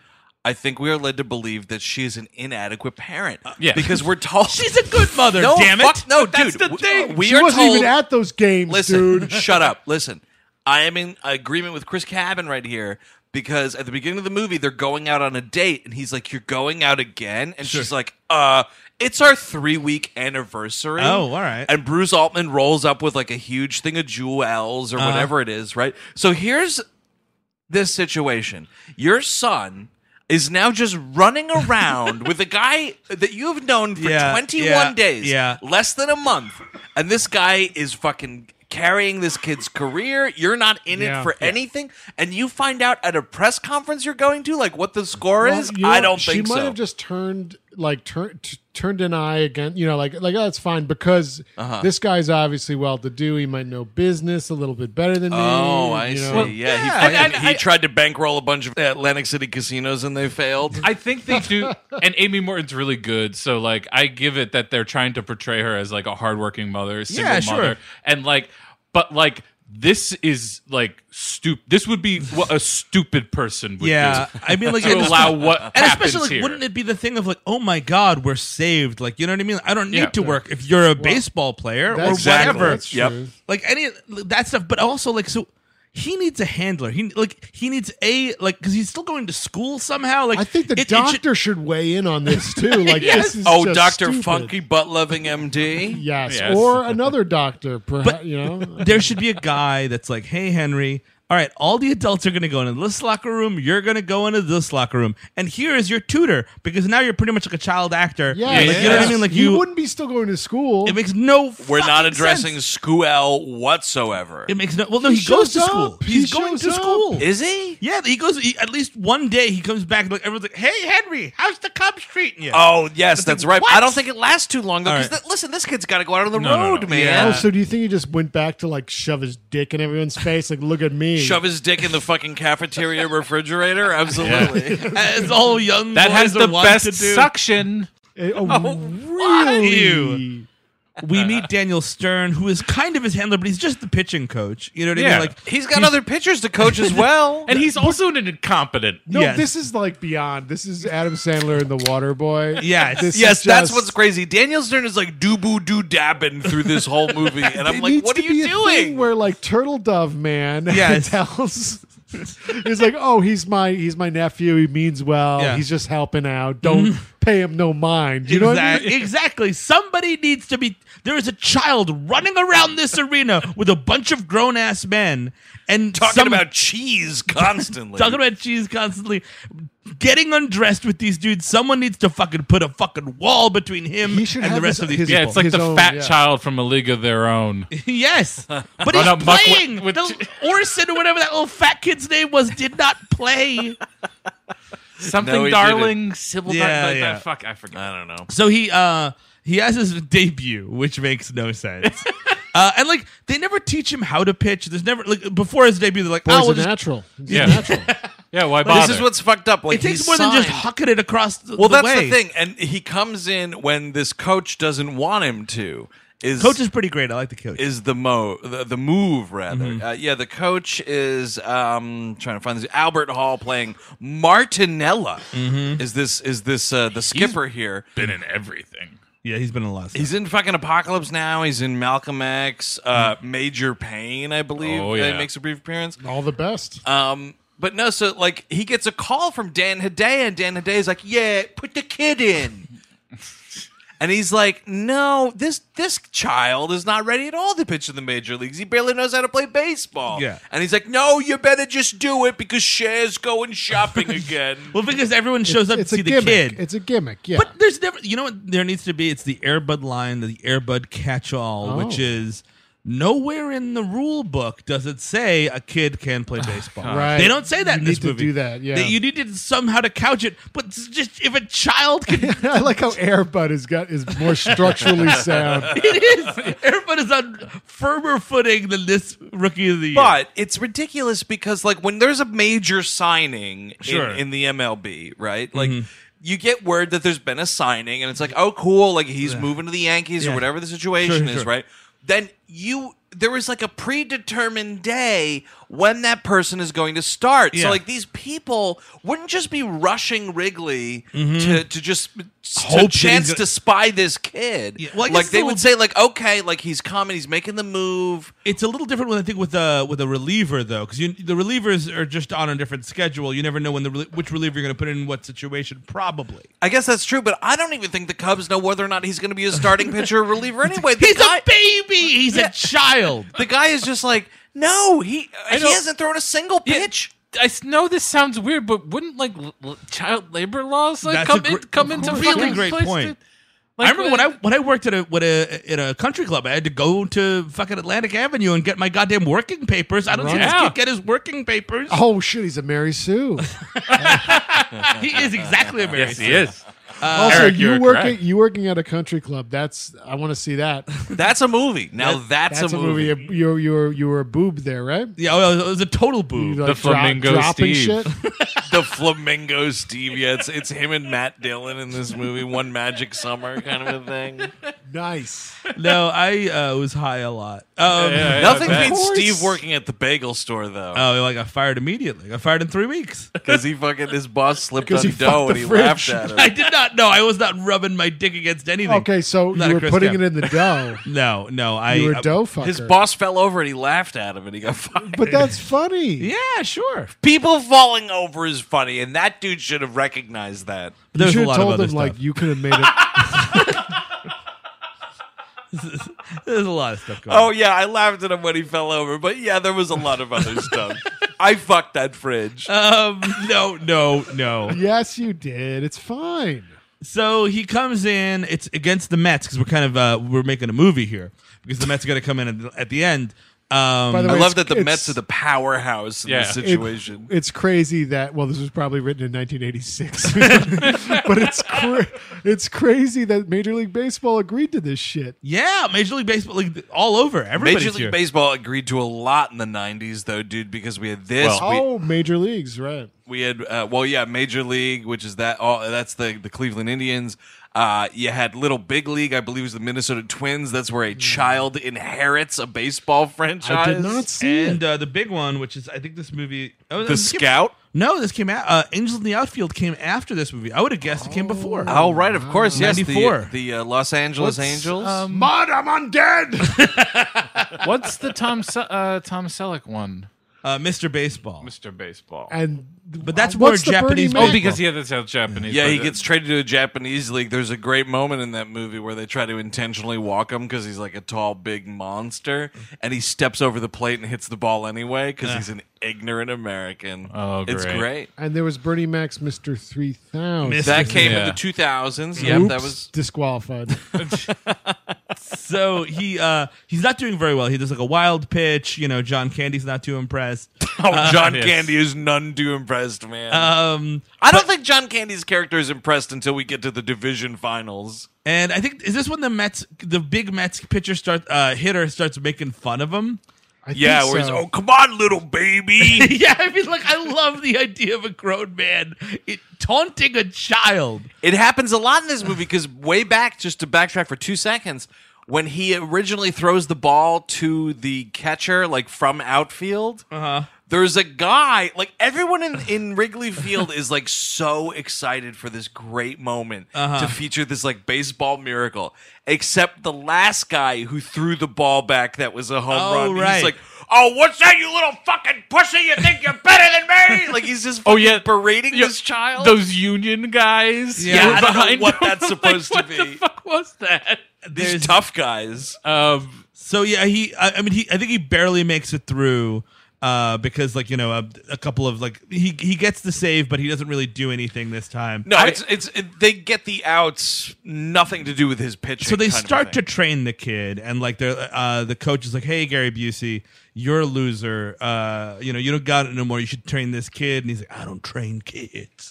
Speaker 5: I think we are led to believe that she is an inadequate parent.
Speaker 6: yeah.
Speaker 5: because we're told
Speaker 7: she's a good mother.
Speaker 5: No,
Speaker 7: damn it.
Speaker 5: fuck- no,
Speaker 7: That's
Speaker 5: dude,
Speaker 7: the
Speaker 5: w-
Speaker 7: thing.
Speaker 5: We
Speaker 3: she
Speaker 5: are
Speaker 3: wasn't
Speaker 5: told,
Speaker 3: even at those games,
Speaker 5: Listen,
Speaker 3: dude.
Speaker 5: shut up. Listen, I am in agreement with Chris Cabin right here because at the beginning of the movie, they're going out on a date, and he's like, "You're going out again," and she's like, "Uh, it's our three week anniversary."
Speaker 7: Oh, all right.
Speaker 5: And Bruce Altman rolls up with like a huge thing of jewels or
Speaker 7: Uh-huh.
Speaker 5: whatever it is, right? So here's this situation. Your son is now just running around with a guy that you've known for
Speaker 7: Yeah,
Speaker 5: 21
Speaker 7: yeah,
Speaker 5: days,
Speaker 7: yeah.
Speaker 5: less than a month, and this guy is fucking carrying this kid's career. You're not in
Speaker 3: Yeah.
Speaker 5: it for
Speaker 3: Yeah.
Speaker 5: anything, and you find out at a press conference you're going to like what the score
Speaker 3: Well,
Speaker 5: is.
Speaker 3: you know,
Speaker 5: I don't
Speaker 3: she
Speaker 5: think
Speaker 3: might
Speaker 5: so.
Speaker 3: have just turned like tur- t- turned an eye again. You know, like like oh, that's fine because
Speaker 5: Uh-huh.
Speaker 3: this guy's obviously well to do. He might know business a little bit better than me.
Speaker 5: Oh, I
Speaker 3: you
Speaker 5: see.
Speaker 3: know.
Speaker 5: yeah, he,
Speaker 6: yeah.
Speaker 5: fucking-
Speaker 6: And- and
Speaker 5: he
Speaker 6: I-
Speaker 5: tried to bankroll a bunch of uh, Atlantic City casinos and they failed.
Speaker 6: I think they do, and Amy Morton's really good. So like, I give it that they're trying to portray her as like a hardworking mother, single
Speaker 5: Yeah, sure.
Speaker 6: mother, and like, but like This is like stupid. This would be what a stupid person would
Speaker 7: yeah,
Speaker 6: do.
Speaker 7: I mean, like
Speaker 6: to
Speaker 7: and
Speaker 6: allow
Speaker 7: espe-
Speaker 6: what
Speaker 7: and
Speaker 6: happens
Speaker 7: especially like,
Speaker 6: here.
Speaker 7: wouldn't it be the thing of like, oh my god, we're saved? Like, you know what I mean? I don't need
Speaker 6: Yeah.
Speaker 7: to work if you're a baseball player or
Speaker 6: That's- Exactly.
Speaker 7: whatever.
Speaker 6: That's Yep. true.
Speaker 7: Like any that stuff, but also like so. He needs a handler. He like he needs a like because he's still going to school somehow. Like I think
Speaker 3: The doctor should... weigh in on this too. Like this is
Speaker 5: oh,
Speaker 3: just
Speaker 5: Doctor
Speaker 3: stupid.
Speaker 5: Funky Butt Loving MD.
Speaker 3: Yes. or another doctor, perhaps. You know,
Speaker 7: there should be a guy that's like, hey, Henry, all right, all the adults are going to go into this locker room. You're going to go into this locker room. And here is your tutor because now you're pretty much like a child actor.
Speaker 3: Yeah,
Speaker 7: Like, You know what I
Speaker 5: yeah.
Speaker 7: mean? Like
Speaker 3: you
Speaker 7: you,
Speaker 3: wouldn't be still going to school.
Speaker 7: it makes no
Speaker 5: We're not
Speaker 7: fucking
Speaker 5: addressing
Speaker 7: sense.
Speaker 5: Scuel whatsoever.
Speaker 7: It makes no. Well, no, he,
Speaker 3: shows
Speaker 7: goes to
Speaker 3: up.
Speaker 7: school.
Speaker 3: He
Speaker 7: He's going
Speaker 3: shows
Speaker 7: to
Speaker 3: up.
Speaker 7: school.
Speaker 5: Is he?
Speaker 7: Yeah, he goes. He, at least one day he comes back. Like everyone's like, "Hey, Henry, how's the Cubs treating you?"
Speaker 5: Oh yes, that's right.
Speaker 7: what?
Speaker 5: I don't think it lasts too long though.
Speaker 7: All
Speaker 5: Because
Speaker 7: right.
Speaker 5: listen, this kid's got to go out on the
Speaker 6: No, no,
Speaker 5: road,
Speaker 6: no.
Speaker 5: man.
Speaker 7: Yeah.
Speaker 3: Also, Oh, do you think he just went back to like shove his dick in everyone's face? Like, look at me.
Speaker 5: Shove his dick in the fucking cafeteria refrigerator. Absolutely.
Speaker 7: As all young
Speaker 6: that
Speaker 7: boys
Speaker 6: has
Speaker 7: are
Speaker 6: the
Speaker 7: wont
Speaker 6: best
Speaker 7: to do.
Speaker 6: suction.
Speaker 3: Eh, oh,
Speaker 7: Ew.
Speaker 3: really?
Speaker 7: We meet Daniel Stern, who is kind of his handler, but he's just the pitching coach. You know what I
Speaker 6: Yeah.
Speaker 7: mean? Like
Speaker 5: He's got other pitchers to coach as well.
Speaker 6: And he's also an incompetent.
Speaker 3: No,
Speaker 7: Yes.
Speaker 3: this is like beyond. This is Adam Sandler and the Water Boy.
Speaker 7: Yes.
Speaker 3: This is
Speaker 5: yes, that's
Speaker 3: just-
Speaker 5: what's crazy. Daniel Stern is like doo boo doo dabbing through this whole movie, and I'm
Speaker 3: it
Speaker 5: like,
Speaker 3: needs
Speaker 5: what are
Speaker 3: to be
Speaker 5: you
Speaker 3: a thing
Speaker 5: doing?
Speaker 3: where like Turtle Dove Man
Speaker 7: Yes.
Speaker 3: tells he's like, oh, he's my he's my nephew. He means well.
Speaker 7: Yeah.
Speaker 3: He's just helping out. Don't
Speaker 6: Mm-hmm.
Speaker 3: pay him no mind. You know what I mean?
Speaker 7: exactly, exactly. Somebody needs to be. There is a child running around this arena with a bunch of grown ass men and
Speaker 5: Talking
Speaker 7: some-
Speaker 5: about cheese constantly.
Speaker 7: talking about cheese constantly, getting undressed with these dudes. Someone needs to fucking put a fucking wall between him
Speaker 3: He should
Speaker 7: and the
Speaker 3: have
Speaker 7: rest
Speaker 3: his-
Speaker 7: of these
Speaker 3: his-
Speaker 6: Yeah,
Speaker 7: people.
Speaker 6: it's like
Speaker 3: His
Speaker 6: the
Speaker 3: own,
Speaker 6: fat
Speaker 3: yeah.
Speaker 6: child from A League of Their Own.
Speaker 7: yes, but
Speaker 6: Run up,
Speaker 7: he's
Speaker 6: Muck, with-
Speaker 7: playing.
Speaker 6: with
Speaker 7: the Orson or whatever that little fat kid's name was did not play.
Speaker 6: Something
Speaker 5: No, he
Speaker 6: darling, Sybil
Speaker 7: Yeah,
Speaker 6: darling. like
Speaker 7: yeah.
Speaker 6: that. Fuck, I forgot.
Speaker 5: I don't know.
Speaker 7: So he uh he has his debut, which makes no sense. uh, and like they never teach him how to pitch. There's never like before his debut, they're like,
Speaker 3: Boy's
Speaker 7: oh, we'll
Speaker 3: a
Speaker 7: just,
Speaker 3: natural. He's
Speaker 6: Yeah.
Speaker 3: a natural.
Speaker 6: Yeah, why bother?
Speaker 5: This is what's fucked up. Like
Speaker 7: it takes
Speaker 5: he
Speaker 7: more than just
Speaker 5: signed-
Speaker 7: hucking it across. The,
Speaker 5: Well,
Speaker 7: the
Speaker 5: that's the
Speaker 7: way.
Speaker 5: thing, and he comes in when this coach doesn't want him to. Is
Speaker 7: Coach is pretty great. I like the coach.
Speaker 5: is the mo the, the move rather?
Speaker 6: Mm-hmm.
Speaker 5: Uh, yeah, the coach is um trying to find this Albert Hall playing Martinella.
Speaker 6: Mm-hmm.
Speaker 5: Is this is this uh, the skipper here?
Speaker 6: been in everything.
Speaker 7: yeah, he's been in a lot. Of stuff.
Speaker 5: He's in fucking Apocalypse Now. He's in Malcolm X, uh, Major Pain, I believe.
Speaker 6: Mm-hmm. Oh,
Speaker 5: uh,
Speaker 6: yeah.
Speaker 5: makes a brief appearance.
Speaker 3: All the best.
Speaker 7: Uh,
Speaker 5: Um, but no, so like he gets a call from Dan Hiday, and Dan Hiday is like, "Yeah, put the kid in." and he's like, "No, this this child is not ready at all to pitch in the major leagues. He barely knows how to play baseball."
Speaker 7: Yeah.
Speaker 5: and he's like, "No, you better just do it because Cher's going shopping again."
Speaker 7: well, because everyone shows up
Speaker 3: it's
Speaker 7: to see
Speaker 3: a gimmick.
Speaker 7: the kid.
Speaker 3: It's a gimmick. Yeah.
Speaker 7: But there's never, you know what? There needs to be. It's the Airbud line, the Airbud catch-all,
Speaker 3: Oh.
Speaker 7: which is nowhere in the rule book does it say a kid can play baseball.
Speaker 3: Right.
Speaker 7: They don't say that
Speaker 3: You
Speaker 7: in this
Speaker 3: need to
Speaker 7: movie.
Speaker 3: do that, yeah.
Speaker 7: They- you need to somehow to couch it. But it's just if a child can,
Speaker 3: I like how Airbud has got is more structurally sound.
Speaker 7: it is. Airbud is on firmer footing than this rookie of the year.
Speaker 5: But it's ridiculous because like when there's a major signing in-
Speaker 7: Sure. Mm-hmm.
Speaker 5: in, the MLB, right? Like you get word that there's been a signing and it's like, oh cool, like he's moving to the Yankees
Speaker 7: Yeah.
Speaker 5: or whatever the situation
Speaker 7: Sure,
Speaker 5: is,
Speaker 7: sure.
Speaker 5: right? Then you there is like a predetermined day when that person is going to start.
Speaker 7: Yeah.
Speaker 5: So like these people wouldn't just be rushing Wrigley to to just
Speaker 7: Mm-hmm. Hope that
Speaker 5: to
Speaker 7: he's
Speaker 5: chance
Speaker 7: gonna-
Speaker 5: to spy this kid.
Speaker 7: Yeah, well, I guess
Speaker 5: like
Speaker 7: it's a
Speaker 5: they would
Speaker 7: little-
Speaker 5: say like okay, like he's coming, he's making the move.
Speaker 7: It's a little different when I think with a with a reliever though, because the relievers are just on a different schedule. You never know when the rel- which reliever you're going to put in what situation. Probably.
Speaker 5: I guess that's true, but I don't even think the Cubs know whether or not he's going to be a starting pitcher or reliever anyway. The
Speaker 7: He's
Speaker 5: guy,
Speaker 7: a baby. He's
Speaker 5: Yeah.
Speaker 7: a child.
Speaker 5: the guy is just like, no, he he
Speaker 6: don't-
Speaker 5: hasn't thrown a single pitch.
Speaker 6: I s- know this sounds weird, but wouldn't like l- l- child labor laws like
Speaker 7: That's a
Speaker 6: come in,
Speaker 7: gr-
Speaker 6: come into
Speaker 7: really
Speaker 6: fucking
Speaker 7: great
Speaker 6: place
Speaker 7: point.
Speaker 6: to- like, uh,
Speaker 7: I remember when I when I worked at a when a at a country club, I had to go to fucking Atlantic Avenue and get my goddamn working papers. I don't see this
Speaker 6: Right.
Speaker 7: kid get his working papers.
Speaker 3: Oh shit, he's a Mary
Speaker 7: Uh,
Speaker 3: Sue.
Speaker 7: He is exactly American.
Speaker 6: Yes, he is.
Speaker 3: also,
Speaker 6: Eric,
Speaker 3: you
Speaker 6: you're
Speaker 3: working
Speaker 6: correct.
Speaker 3: you working at a country club. That's I want to see that.
Speaker 5: That's a movie. Now that's, a, movie.
Speaker 3: You you were you were a boob there, right?
Speaker 7: Yeah, well, it was a total
Speaker 3: You,
Speaker 7: boob.
Speaker 3: like,
Speaker 6: The Flamingo
Speaker 3: dropping
Speaker 6: Steve.
Speaker 3: shit.
Speaker 5: The Flamingo Steve. Yeah, it's, it's him and Matt Dillon in this movie, One Magic Summer kind of a thing.
Speaker 3: Nice.
Speaker 7: no, I uh, was high a lot. Um,
Speaker 5: Nothing beats Uh, Steve working at the bagel store though,
Speaker 7: Oh, like I got fired immediately. I got fired in three weeks.
Speaker 5: because he fucking his boss slipped on
Speaker 7: Because he
Speaker 5: dough
Speaker 7: fucked
Speaker 5: and
Speaker 7: the
Speaker 5: he
Speaker 7: fridge.
Speaker 5: laughed at him.
Speaker 7: I did not know. I was not rubbing my dick against anything.
Speaker 3: Okay, so
Speaker 7: Not
Speaker 3: you
Speaker 7: a
Speaker 3: were
Speaker 7: Chris
Speaker 3: putting
Speaker 7: Gap.
Speaker 3: it in the dough.
Speaker 7: No, no, I.
Speaker 3: You were a dough
Speaker 5: His
Speaker 3: fucker.
Speaker 5: boss fell over and he laughed at him and he got fired.
Speaker 3: But that's funny.
Speaker 7: yeah, sure.
Speaker 5: People falling over is funny, and that dude should have recognized that.
Speaker 3: you should have told them like you could have made it.
Speaker 7: There's a lot of stuff going. on.
Speaker 5: Oh yeah, I laughed at him when he fell over, but yeah, there was a lot of other stuff. I fucked that fridge.
Speaker 3: Uh,
Speaker 7: Um, no, no, no.
Speaker 3: yes, you did. It's fine.
Speaker 7: So he comes in. It's against the Mets because we're kind of uh, we're making a movie here because the Mets got to come in at the, at the end. Um,
Speaker 3: By the
Speaker 5: I
Speaker 3: way,
Speaker 5: love
Speaker 3: it's-
Speaker 5: that the
Speaker 3: it's-
Speaker 5: Mets are the powerhouse in
Speaker 6: Yeah.
Speaker 5: this
Speaker 6: It-
Speaker 5: situation.
Speaker 3: It's crazy that well, this was probably written in 1986, but it's cra- it's crazy that Major League Baseball agreed to this shit.
Speaker 7: yeah, Major League Baseball, like all over. Everybody's
Speaker 5: Major League
Speaker 7: here.
Speaker 5: Baseball agreed to a lot in the '90s, though, dude, because we had this. we,
Speaker 3: oh, Major Leagues, right?
Speaker 5: we had uh, well yeah major league which is that all that's the the cleveland indians uh, you had little big league i believe it was the minnesota twins that's where a child inherits a baseball franchise
Speaker 3: Hmm. I did not see
Speaker 7: and
Speaker 3: it.
Speaker 7: uh, the big one, which is I think this movie. Oh,
Speaker 5: the
Speaker 7: this came-
Speaker 5: scout
Speaker 7: No, this came out. Uh, Angels in the Outfield came after this movie. I would have guessed it came before.
Speaker 5: oh right of course yes the-
Speaker 7: 94.
Speaker 5: the, uh, los angeles
Speaker 6: What's,
Speaker 5: angels
Speaker 6: um,
Speaker 8: Mud, I'm undead.
Speaker 6: What's the Tom Se- uh, Tom Selleck one?
Speaker 7: Uh, Mr. Baseball.
Speaker 6: Mr. Baseball.
Speaker 3: And
Speaker 7: But that's
Speaker 3: what's
Speaker 7: more
Speaker 3: the Bernie
Speaker 7: Japanese
Speaker 3: Mac?
Speaker 6: oh, because he had the South Japanese.
Speaker 5: yeah,
Speaker 6: but
Speaker 5: he
Speaker 6: it-
Speaker 5: gets traded to a Japanese league. There's a great moment in that movie where they try to intentionally walk him because he's like a tall, big monster, and he steps over the plate and hits the ball anyway because he's an ignorant American.
Speaker 6: Oh,
Speaker 5: It's
Speaker 6: great.
Speaker 5: great.
Speaker 3: and there was Bernie Mac's Mister Three Thousand.
Speaker 5: That came
Speaker 6: Yeah.
Speaker 5: in the 2000s. Yep, that was
Speaker 3: disqualified.
Speaker 7: So he uh, he's not doing very well. He does like a wild pitch. You know, John Candy's not too impressed.
Speaker 5: Oh, John
Speaker 6: yes.
Speaker 5: Candy is none too impressed, man.
Speaker 7: Um,
Speaker 5: I don't think John Candy's character is impressed until we get to the division finals.
Speaker 7: and I think is this when the Mets, the big Mets pitcher start uh, hitter starts making fun of him.
Speaker 3: I
Speaker 5: Yeah,
Speaker 3: think
Speaker 5: where he's,
Speaker 3: so.
Speaker 5: oh, come on, little baby.
Speaker 7: yeah, I mean, like I love the idea of a grown man it, taunting a child.
Speaker 5: it happens a lot in this movie because way back, just to backtrack for two seconds, when he originally throws the ball to the catcher, like from outfield, uh-huh. there's a guy, like everyone in, in Wrigley Field is like so excited for this great moment to feature this like baseball miracle, except the last guy who threw the ball back that was a home
Speaker 7: Oh,
Speaker 5: run.
Speaker 7: right.
Speaker 5: He's like, Oh, what's that, you little fucking pussy? You think you're better than me? Like he's just
Speaker 6: Oh
Speaker 5: fucking
Speaker 6: yeah,
Speaker 5: berating
Speaker 6: yeah,
Speaker 5: this child.
Speaker 6: Those union guys.
Speaker 7: Yeah,
Speaker 6: who were
Speaker 5: I don't know
Speaker 6: behind
Speaker 5: what
Speaker 6: him.
Speaker 5: that's
Speaker 6: Like,
Speaker 5: supposed to
Speaker 6: what
Speaker 5: be.
Speaker 6: the fuck was that?
Speaker 5: These tough guys.
Speaker 6: Um,
Speaker 7: So yeah, he. I, I mean, he. I think he barely makes it through uh, because, like you know, a, a couple of like he he gets the save, but he doesn't really do anything this time.
Speaker 5: No, it's it's it, they get the outs, nothing to do with his pitching.
Speaker 7: So they
Speaker 5: kind of a
Speaker 7: start to
Speaker 5: thing.
Speaker 7: train the kid, and like they're uh, the coach is like, "Hey, Gary Busey, you're a loser. Uh, you know, you don't got it no more. You should train this kid." And he's like, "I don't train kids."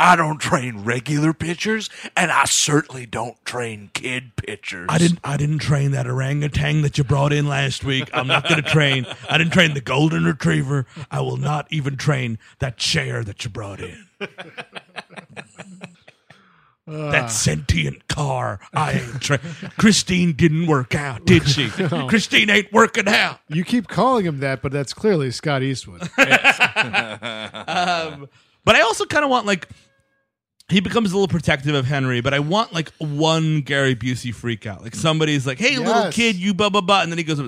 Speaker 5: I don't train regular pitchers, and I certainly don't train kid pitchers.
Speaker 7: I didn't. I didn't train that orangutan that you brought in last week. I'm not going to train. I didn't train the golden retriever. I will not even train that chair that you brought in. that sentient car. I ain't tra- Christine didn't work out, did she? Christine ain't working out.
Speaker 3: you keep calling him that, but that's clearly Scott Eastwood.
Speaker 7: Um, but I also kind of want like he becomes a little protective of Henry, but I want like one Gary Busey freak out. Like somebody's like, "Hey, little
Speaker 3: Yes.
Speaker 7: kid, you blah blah blah," and then he goes,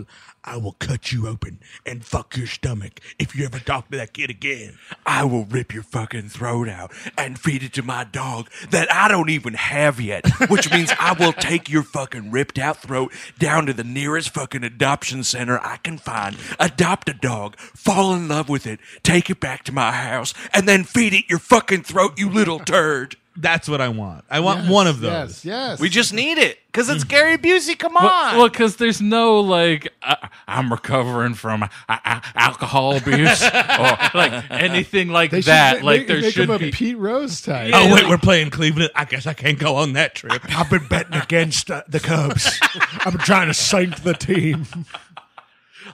Speaker 7: "I will cut you open and fuck your stomach if you ever talk to that kid again."
Speaker 5: I will rip your fucking throat out and feed it to my dog that I don't even have yet, which means I will take your fucking ripped out throat down to the nearest fucking adoption center I can find, adopt a dog, fall in love with it, take it back to my house, and then feed it your fucking throat, you little turd.
Speaker 7: That's what I want. I want one of
Speaker 3: Yes,
Speaker 7: those.
Speaker 3: yes.
Speaker 5: We just need it because
Speaker 7: Mm.
Speaker 5: it's Gary Busey. Come on.
Speaker 6: well, because there's no like uh, I'm recovering from uh, uh, alcohol abuse or like anything like
Speaker 3: They should
Speaker 6: that.
Speaker 3: ma-
Speaker 6: like
Speaker 3: make,
Speaker 6: there
Speaker 3: make
Speaker 6: should
Speaker 3: him
Speaker 6: be.
Speaker 3: a Pete Rose type.
Speaker 7: Oh wait, we're playing Cleveland. I guess I can't go on that trip.
Speaker 8: I've been betting against uh, the Cubs. I'm trying to sink the team.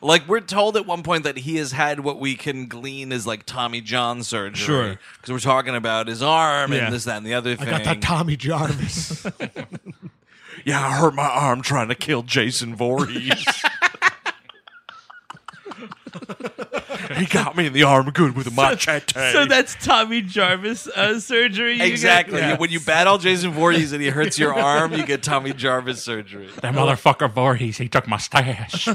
Speaker 5: Like we're told at one point that he has had what we can glean is like Tommy John surgery.
Speaker 7: Sure.
Speaker 5: Because we're talking about his arm
Speaker 7: Yeah.
Speaker 5: and this, that, and the other
Speaker 8: I
Speaker 5: thing.
Speaker 8: got that Tommy Jarvis.
Speaker 5: Yeah, I hurt my arm trying to kill Jason Voorhees. he got me in the arm good with a machete.
Speaker 7: So that's Tommy Jarvis uh, surgery. you got-
Speaker 5: exactly.
Speaker 7: Yeah.
Speaker 5: When you battle Jason Voorhees and he hurts your arm, you get Tommy Jarvis surgery.
Speaker 6: That motherfucker Voorhees, he took my stash.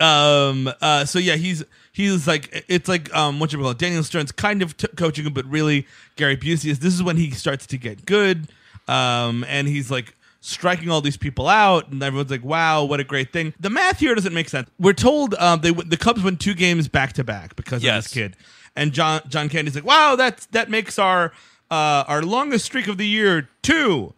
Speaker 7: Um. Uh. So yeah, he's he's like it's like um. What you call it? Daniel Stern's kind of t- coaching him, but really Gary Busey is. This is when he starts to get good. Um. And he's like striking all these people out, and everyone's like, "Wow, what a great thing." The math here doesn't make sense. We're told um they w- the Cubs won two games back to back because of
Speaker 5: Yes.
Speaker 7: this kid, and John John Candy's like, "Wow, that's that makes our uh our longest streak of the year two.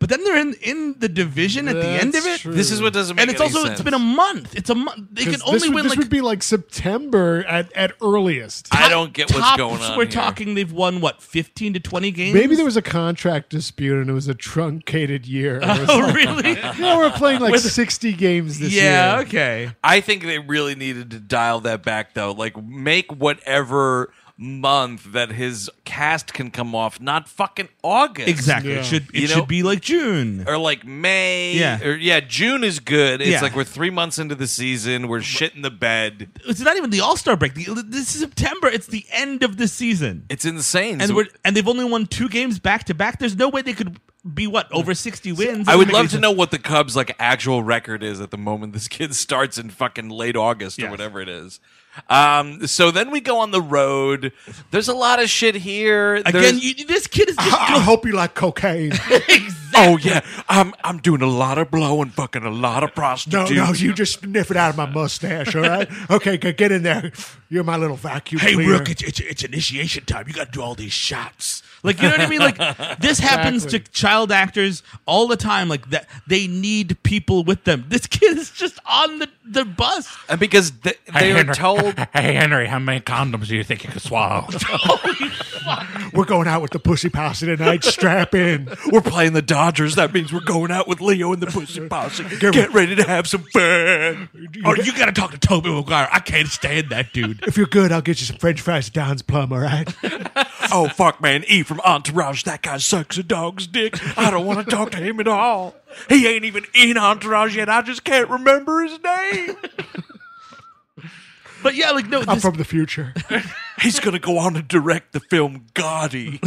Speaker 7: But then they're in, in the division at the end of it.
Speaker 3: That's true.
Speaker 5: This is what doesn't make
Speaker 7: and it's
Speaker 5: any
Speaker 7: also
Speaker 5: sense.
Speaker 7: it's been a month. It's a month. They can
Speaker 3: 'Cause
Speaker 7: only
Speaker 3: this would,
Speaker 7: win
Speaker 3: this
Speaker 7: like
Speaker 3: would be like September at, at earliest.
Speaker 5: I don't get what's
Speaker 7: tops.
Speaker 5: going on.
Speaker 7: We're
Speaker 5: here.
Speaker 7: talking they've won what fifteen to twenty games.
Speaker 3: Maybe there was a contract dispute and it was a truncated year. It was
Speaker 7: Oh
Speaker 3: like,
Speaker 7: really?
Speaker 3: yeah, we're playing like
Speaker 7: With-
Speaker 3: 60 games this
Speaker 7: yeah.
Speaker 3: year.
Speaker 7: Okay.
Speaker 5: I think they really needed to dial that back, though. Like, make whatever month that his cast can come off, not fucking August.
Speaker 7: Exactly.
Speaker 3: Yeah.
Speaker 7: It should it
Speaker 5: You know-
Speaker 7: should be like June.
Speaker 5: Or like May.
Speaker 7: Yeah.
Speaker 5: Or, yeah, June is good. It's
Speaker 7: Yeah.
Speaker 5: like we're three months into the season. We're shit in the bed.
Speaker 7: It's not even the All Star break. The- This is September. It's the end of the season,
Speaker 5: It's insane.
Speaker 7: and
Speaker 5: So
Speaker 7: we're and they've only won two games back to back. There's no way they could be what over sixty wins.
Speaker 5: I
Speaker 7: Doesn't
Speaker 5: would
Speaker 7: make
Speaker 5: love
Speaker 7: any
Speaker 5: to
Speaker 7: sense.
Speaker 5: know what the Cubs' like actual record is at the moment this kid starts in fucking late August or whatever it is. Um, so then we go on the road. There's a lot of shit here.
Speaker 7: Again,
Speaker 5: There's-
Speaker 7: you, this kid is just
Speaker 3: I, I hope you like cocaine.
Speaker 5: Oh yeah, I'm I'm doing a lot of blow and fucking a lot of
Speaker 3: No,
Speaker 5: prostitutes.
Speaker 3: no, you just sniff it out of my mustache, all right? Okay, good, get in there. You're my little vacuum Hey, cleaner.
Speaker 7: it's, it's, it's initiation time. You got to do all these shots. Like, you know what I mean? Like, this happens to child actors all the time. Like, that they need people with them. This kid is just on the, the bus.
Speaker 5: and uh, because th- they are told
Speaker 6: Hey Henry, how many condoms do you think you could swallow?
Speaker 3: We're going out with the pussy posse tonight. Strap in.
Speaker 5: we're playing the Dodgers, that means we're going out with Leo and the Pussy Posse. Get ready to have some fun. Oh,
Speaker 7: Or you got to talk to Toby McGuire. I can't stand that dude.
Speaker 3: If you're good, I'll get you some French fries at Don's Plum, all right?
Speaker 5: Oh fuck, man! E from Entourage. That guy sucks a dog's dick. I don't want to talk to him at all. He ain't even in Entourage yet. I just can't remember his name.
Speaker 7: But yeah, like, no,
Speaker 3: I'm
Speaker 7: this,
Speaker 3: from the future.
Speaker 5: He's gonna go on to direct the film Gotti.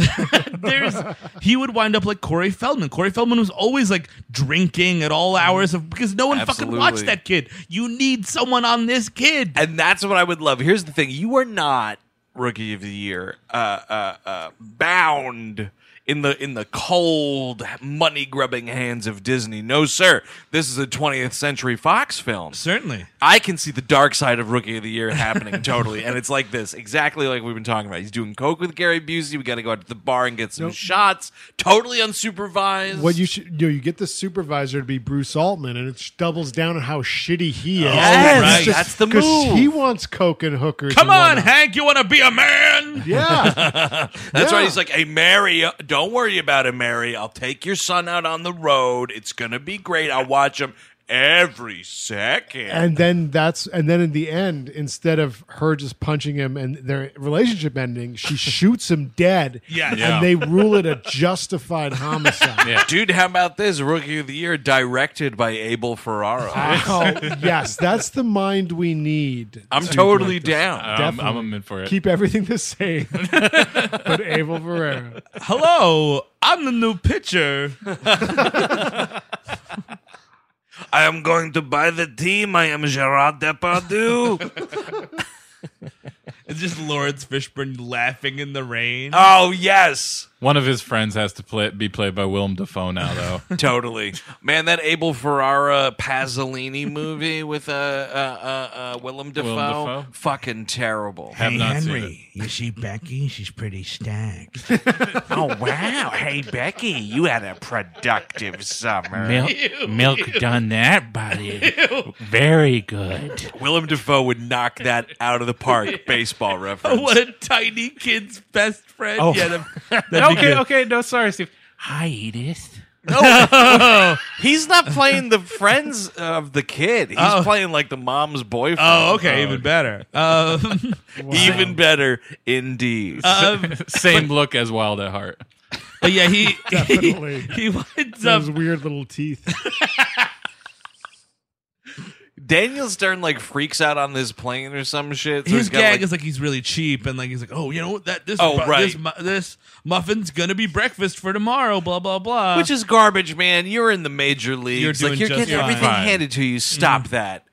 Speaker 7: there's, he would wind up like Corey Feldman. Corey Feldman was always like drinking at all hours of because no one fucking watched
Speaker 5: Absolutely.
Speaker 7: that kid. You need someone on this kid.
Speaker 5: and that's what I would love. Here's the thing: you are not rookie of the year uh, uh, uh, bound in the in the cold money grubbing hands of Disney. No, sir. This is a 20th Century Fox film.
Speaker 7: Certainly.
Speaker 5: I can see the dark side of Rookie of the Year happening totally, and it's like this, exactly like we've been talking about. He's doing coke with Gary Busey. We got to go out to the bar and get some shots, totally unsupervised.
Speaker 3: Well, you should you, know, you get the supervisor to be Bruce Altman, and it doubles down on how shitty he is.
Speaker 5: Yes,
Speaker 3: It's
Speaker 5: that's the
Speaker 3: 'cause
Speaker 5: move.
Speaker 3: He wants coke and hookers.
Speaker 7: Come
Speaker 3: and
Speaker 7: on,
Speaker 3: whatnot.
Speaker 7: Hank. You want to be a man?
Speaker 3: yeah.
Speaker 5: That's
Speaker 3: Yeah.
Speaker 5: right. He's like, hey, Mary, uh, don't worry about it, Mary. I'll take your son out on the road. It's going to be great. I'll watch him every second.
Speaker 3: and then that's and then in the end, instead of her just punching him and their relationship ending, she shoots him dead.
Speaker 7: Yes.
Speaker 6: Yeah.
Speaker 3: and they rule it a justified homicide.
Speaker 5: Dude, how about this? Rookie of the Year directed by Abel Ferrara.
Speaker 3: Wow. yes, that's the mind we need.
Speaker 5: I'm totally down.
Speaker 6: I'm,
Speaker 3: Definitely.
Speaker 6: I'm in for it.
Speaker 3: Keep everything the same, but Abel Ferreira.
Speaker 7: Hello, I'm the new pitcher.
Speaker 5: I am going to buy the team. I am Gerard Depardieu.
Speaker 7: It's just Lawrence Fishburne laughing in the rain.
Speaker 5: oh, yes.
Speaker 6: One of his friends has to play be played by Willem Dafoe now, though.
Speaker 5: Totally. Man, that Abel Ferrara Pasolini movie with uh, uh, uh, uh, Willem Dafoe,
Speaker 6: Dafoe?
Speaker 5: fucking terrible.
Speaker 6: Have not seen it.
Speaker 7: you see Becky? She's pretty stacked.
Speaker 5: Oh wow! Hey Becky, you had a productive summer.
Speaker 6: Milk, milk done that body. Very good.
Speaker 5: Willem Dafoe would knock that out of the park. Baseball reference.
Speaker 7: what a tiny kid's best friend.
Speaker 6: Oh.
Speaker 7: Yeah, the-
Speaker 6: okay, okay, no, sorry, Steve. Hi, Edith.
Speaker 5: He's not playing the friends of the kid. He's
Speaker 7: Oh.
Speaker 5: playing like the mom's boyfriend.
Speaker 7: oh, okay, even better. Um,
Speaker 5: Even better, indeed.
Speaker 7: um,
Speaker 6: Same look as Wild at Heart.
Speaker 7: But yeah, he
Speaker 3: Definitely.
Speaker 7: he, he winds
Speaker 3: Those
Speaker 7: up-
Speaker 3: weird little teeth.
Speaker 5: Daniel Stern like freaks out on this plane or some shit. So
Speaker 7: his
Speaker 5: he's got,
Speaker 7: gag
Speaker 5: like-
Speaker 7: is like he's really cheap and like he's like, oh, you know what? That this
Speaker 5: Oh,
Speaker 7: bu-
Speaker 5: right.
Speaker 7: this, mu- this muffin's gonna be breakfast for tomorrow. Blah blah blah.
Speaker 5: which is garbage, man. You're in the major leagues.
Speaker 7: You're doing
Speaker 5: like you're
Speaker 7: just
Speaker 5: getting
Speaker 7: fine. Mm-hmm.
Speaker 5: everything handed to you. Stop that.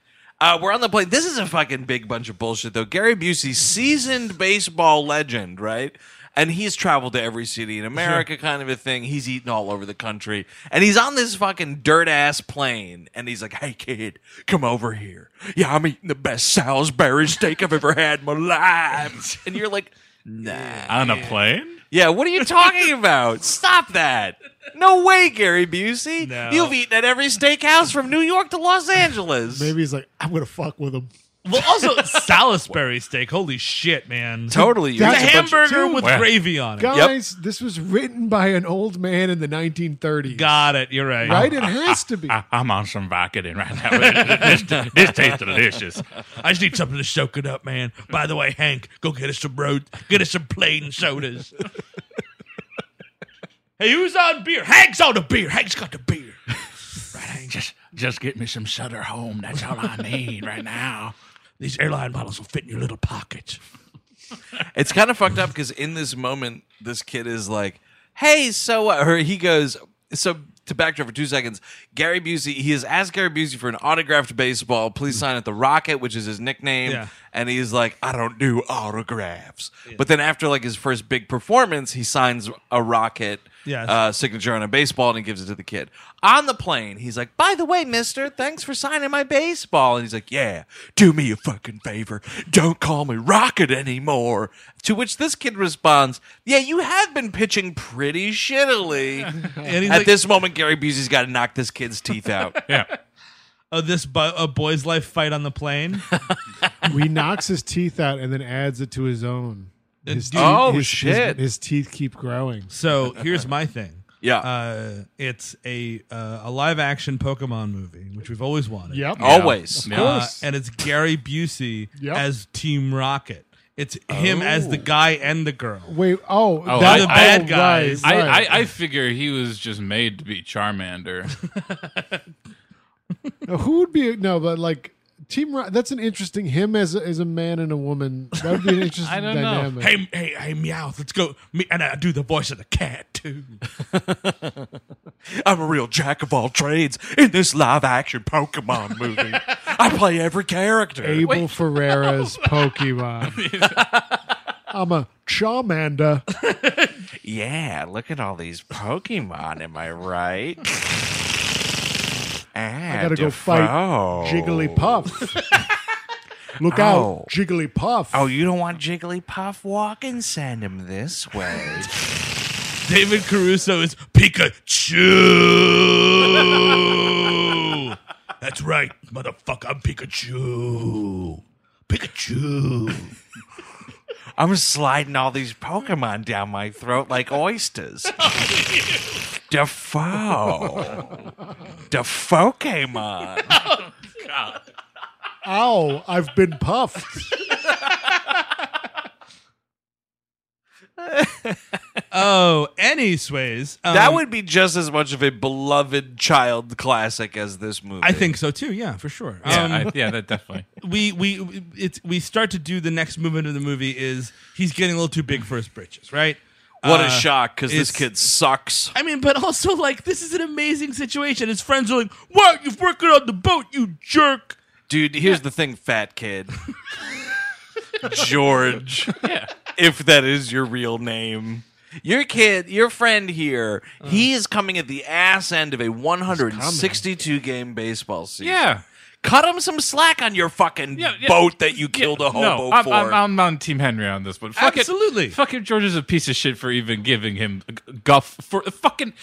Speaker 5: Uh, we're on the plane. This is a fucking big bunch of bullshit, though. Gary Busey, seasoned baseball legend, right? And he's traveled to every city in America, kind of a thing. He's eaten all over the country. And he's on this fucking dirt ass plane. And he's like, hey, kid, come over here. Yeah, I'm eating the best Salisbury steak I've ever had in my life. And you're like, nah.
Speaker 6: on a plane.
Speaker 5: Yeah, what are you talking about? Stop that. No way, Gary Busey. You've eaten at every steakhouse from New York to Los Angeles.
Speaker 3: Maybe he's like, I'm gonna fuck with him.
Speaker 7: well, also Salisbury steak. Holy shit, man!
Speaker 5: Totally.
Speaker 7: it's a
Speaker 3: That's a bunch of-
Speaker 7: hamburger with
Speaker 6: Wow.
Speaker 7: gravy on it.
Speaker 3: Guys, this was written by an old man in the 1930s.
Speaker 7: Got it. You're right.
Speaker 3: Right? It has to be.
Speaker 6: I, I'm on some Vicodin right now. this, this tastes delicious.
Speaker 7: I just need something to soak it up, man. By the way, Hank, go get us some road, get us some plain sodas. hey, who's on beer? Hank's on the beer. Hank's got the beer.
Speaker 6: Just, just get me some Sutter home. That's all I need right now.
Speaker 7: These airline bottles will fit in your little pockets.
Speaker 5: It's kind of fucked up because in this moment, this kid is like, "Hey, so what?" Or he goes, "So." To backtrack for two seconds, Gary Busey, he has asked Gary Busey for an autographed baseball. Please sign at the Rocket, which is his nickname.
Speaker 7: Yeah.
Speaker 5: And he's like, I don't do autographs. But then after like his first big performance, he signs a Rocket
Speaker 7: Yes.
Speaker 5: uh, signature on a baseball and he gives it to the kid. On the plane, he's like, By the way, mister, thanks for signing my baseball. And he's like, Yeah, do me a fucking favor. Don't call me Rocket anymore. To which this kid responds, Yeah, you have been pitching pretty shittily.
Speaker 7: And he's
Speaker 5: At
Speaker 7: like,
Speaker 5: this moment, Gary Busey's got to knock this kid's teeth out.
Speaker 6: Yeah.
Speaker 7: oh, this bo- a boy's life fight on the plane.
Speaker 3: he knocks his teeth out and then adds it to his own. His
Speaker 7: Dude.
Speaker 3: teeth-
Speaker 5: Oh,
Speaker 3: his- his-
Speaker 5: shit.
Speaker 3: his teeth keep growing.
Speaker 7: so here's my thing.
Speaker 5: Yeah.
Speaker 7: uh, it's a uh, a live action Pokemon movie, which we've always wanted.
Speaker 3: Yep.
Speaker 6: Oh,
Speaker 5: Always.
Speaker 6: Yeah.
Speaker 7: Uh,
Speaker 3: course.
Speaker 7: and it's Gary Busey
Speaker 3: Yep.
Speaker 7: as Team Rocket. It's him as the guy and the girl.
Speaker 3: Wait, oh,
Speaker 6: Oh,
Speaker 3: that-
Speaker 6: I-
Speaker 7: the
Speaker 3: oh,
Speaker 7: bad
Speaker 3: right,
Speaker 7: guys.
Speaker 6: I,
Speaker 3: right.
Speaker 6: I, I figure he was just made to be Charmander.
Speaker 3: Now, who would be no, but like Team Rock. That's an interesting him as a, as a man and a woman. That would be an interesting
Speaker 6: I don't know.
Speaker 3: dynamic.
Speaker 7: Hey, hey, hey, meow! Let's go. Me, and I do the voice of the cat too.
Speaker 5: I'm a real jack of all trades in this live action Pokemon movie. I play every character.
Speaker 3: Abel Ferreira's Pokemon. I'm a Charmander.
Speaker 5: Yeah, look at all these Pokemon. Am I right? Ah,
Speaker 3: I gotta go fight Jigglypuff. Look
Speaker 5: Ow.
Speaker 3: out, Jigglypuff.
Speaker 5: Oh, you don't want Jigglypuff? Walk and send him this way.
Speaker 7: David Caruso is Pikachu. That's right, motherfucker. I'm Pikachu. Pikachu.
Speaker 5: I'm sliding all these Pokemon down my throat like oysters. Defoe. Defokemon.
Speaker 3: Ow, I've been puffed.
Speaker 7: oh, any sways. Um,
Speaker 5: That would be just as much of a beloved child classic as this movie.
Speaker 7: I think so too. Yeah, for sure.
Speaker 6: Yeah,
Speaker 7: Um,
Speaker 6: I, yeah, that definitely.
Speaker 7: we we it's we start to do the next movement of the movie is he's getting a little too big for his britches, right?
Speaker 5: What a
Speaker 7: Uh,
Speaker 5: shock, because this
Speaker 7: it's-
Speaker 5: kid sucks.
Speaker 7: I mean, but also like this is an amazing situation. His friends are like, "What? You're working on the boat, you jerk!"
Speaker 5: Dude, here's the thing, fat kid. George, if that is your real name. Your kid, your friend here, he is coming at the ass end of a 162 game baseball season.
Speaker 6: Yeah.
Speaker 5: Cut him some slack on your fucking
Speaker 6: Yeah, yeah.
Speaker 5: boat that you killed a hobo
Speaker 6: no, I'm,
Speaker 5: for.
Speaker 6: I'm, I'm on Team Henry on this one. Fuck
Speaker 7: Absolutely.
Speaker 6: It, fucking George is a piece of shit for even giving him g- guff for fucking.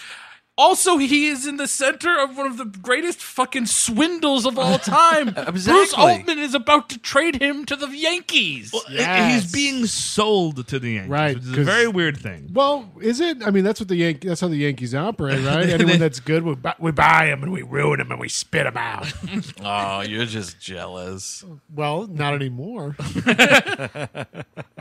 Speaker 6: Also, he is in the center of one of the greatest fucking swindles of all time. Bruce
Speaker 5: Exactly.
Speaker 6: Altman is about to trade him to the Yankees.
Speaker 3: Yes.
Speaker 7: He's being sold to the Yankees,
Speaker 3: Right,
Speaker 7: which is a
Speaker 3: 'cause-
Speaker 7: very weird thing.
Speaker 3: Well, is it? I mean, that's what the Yankee. That's how the Yankees operate, right? Anyone that's good, we buy, we buy him and we ruin him and we spit him out.
Speaker 5: oh, you're just jealous.
Speaker 3: Oh well, not anymore.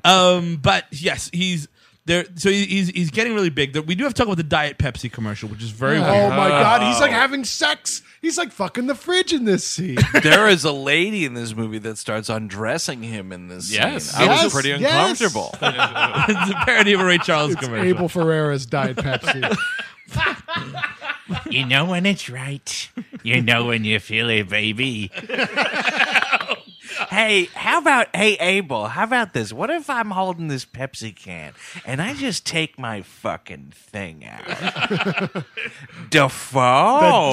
Speaker 7: Um, but yes, he's There, so he- he's he's getting really big. We do have to talk about the Diet Pepsi commercial, which is very.
Speaker 3: oh
Speaker 7: weird.
Speaker 3: my god, he's like having sex. He's like fucking the fridge in this scene.
Speaker 5: there is a lady in this movie that starts undressing him in this.
Speaker 3: Yes.
Speaker 5: scene. I
Speaker 3: Yes,
Speaker 5: was pretty
Speaker 3: yes.
Speaker 5: uncomfortable.
Speaker 7: it's a parody of a Ray Charles
Speaker 3: Oh. It's
Speaker 7: commercial.
Speaker 3: Abel Ferreira's Diet Pepsi.
Speaker 12: You know when it's right. You know when you feel it, baby.
Speaker 5: hey, how about hey Abel? How about this? What if I'm holding this Pepsi can and I just take my fucking thing out? Defoe.
Speaker 6: Oh.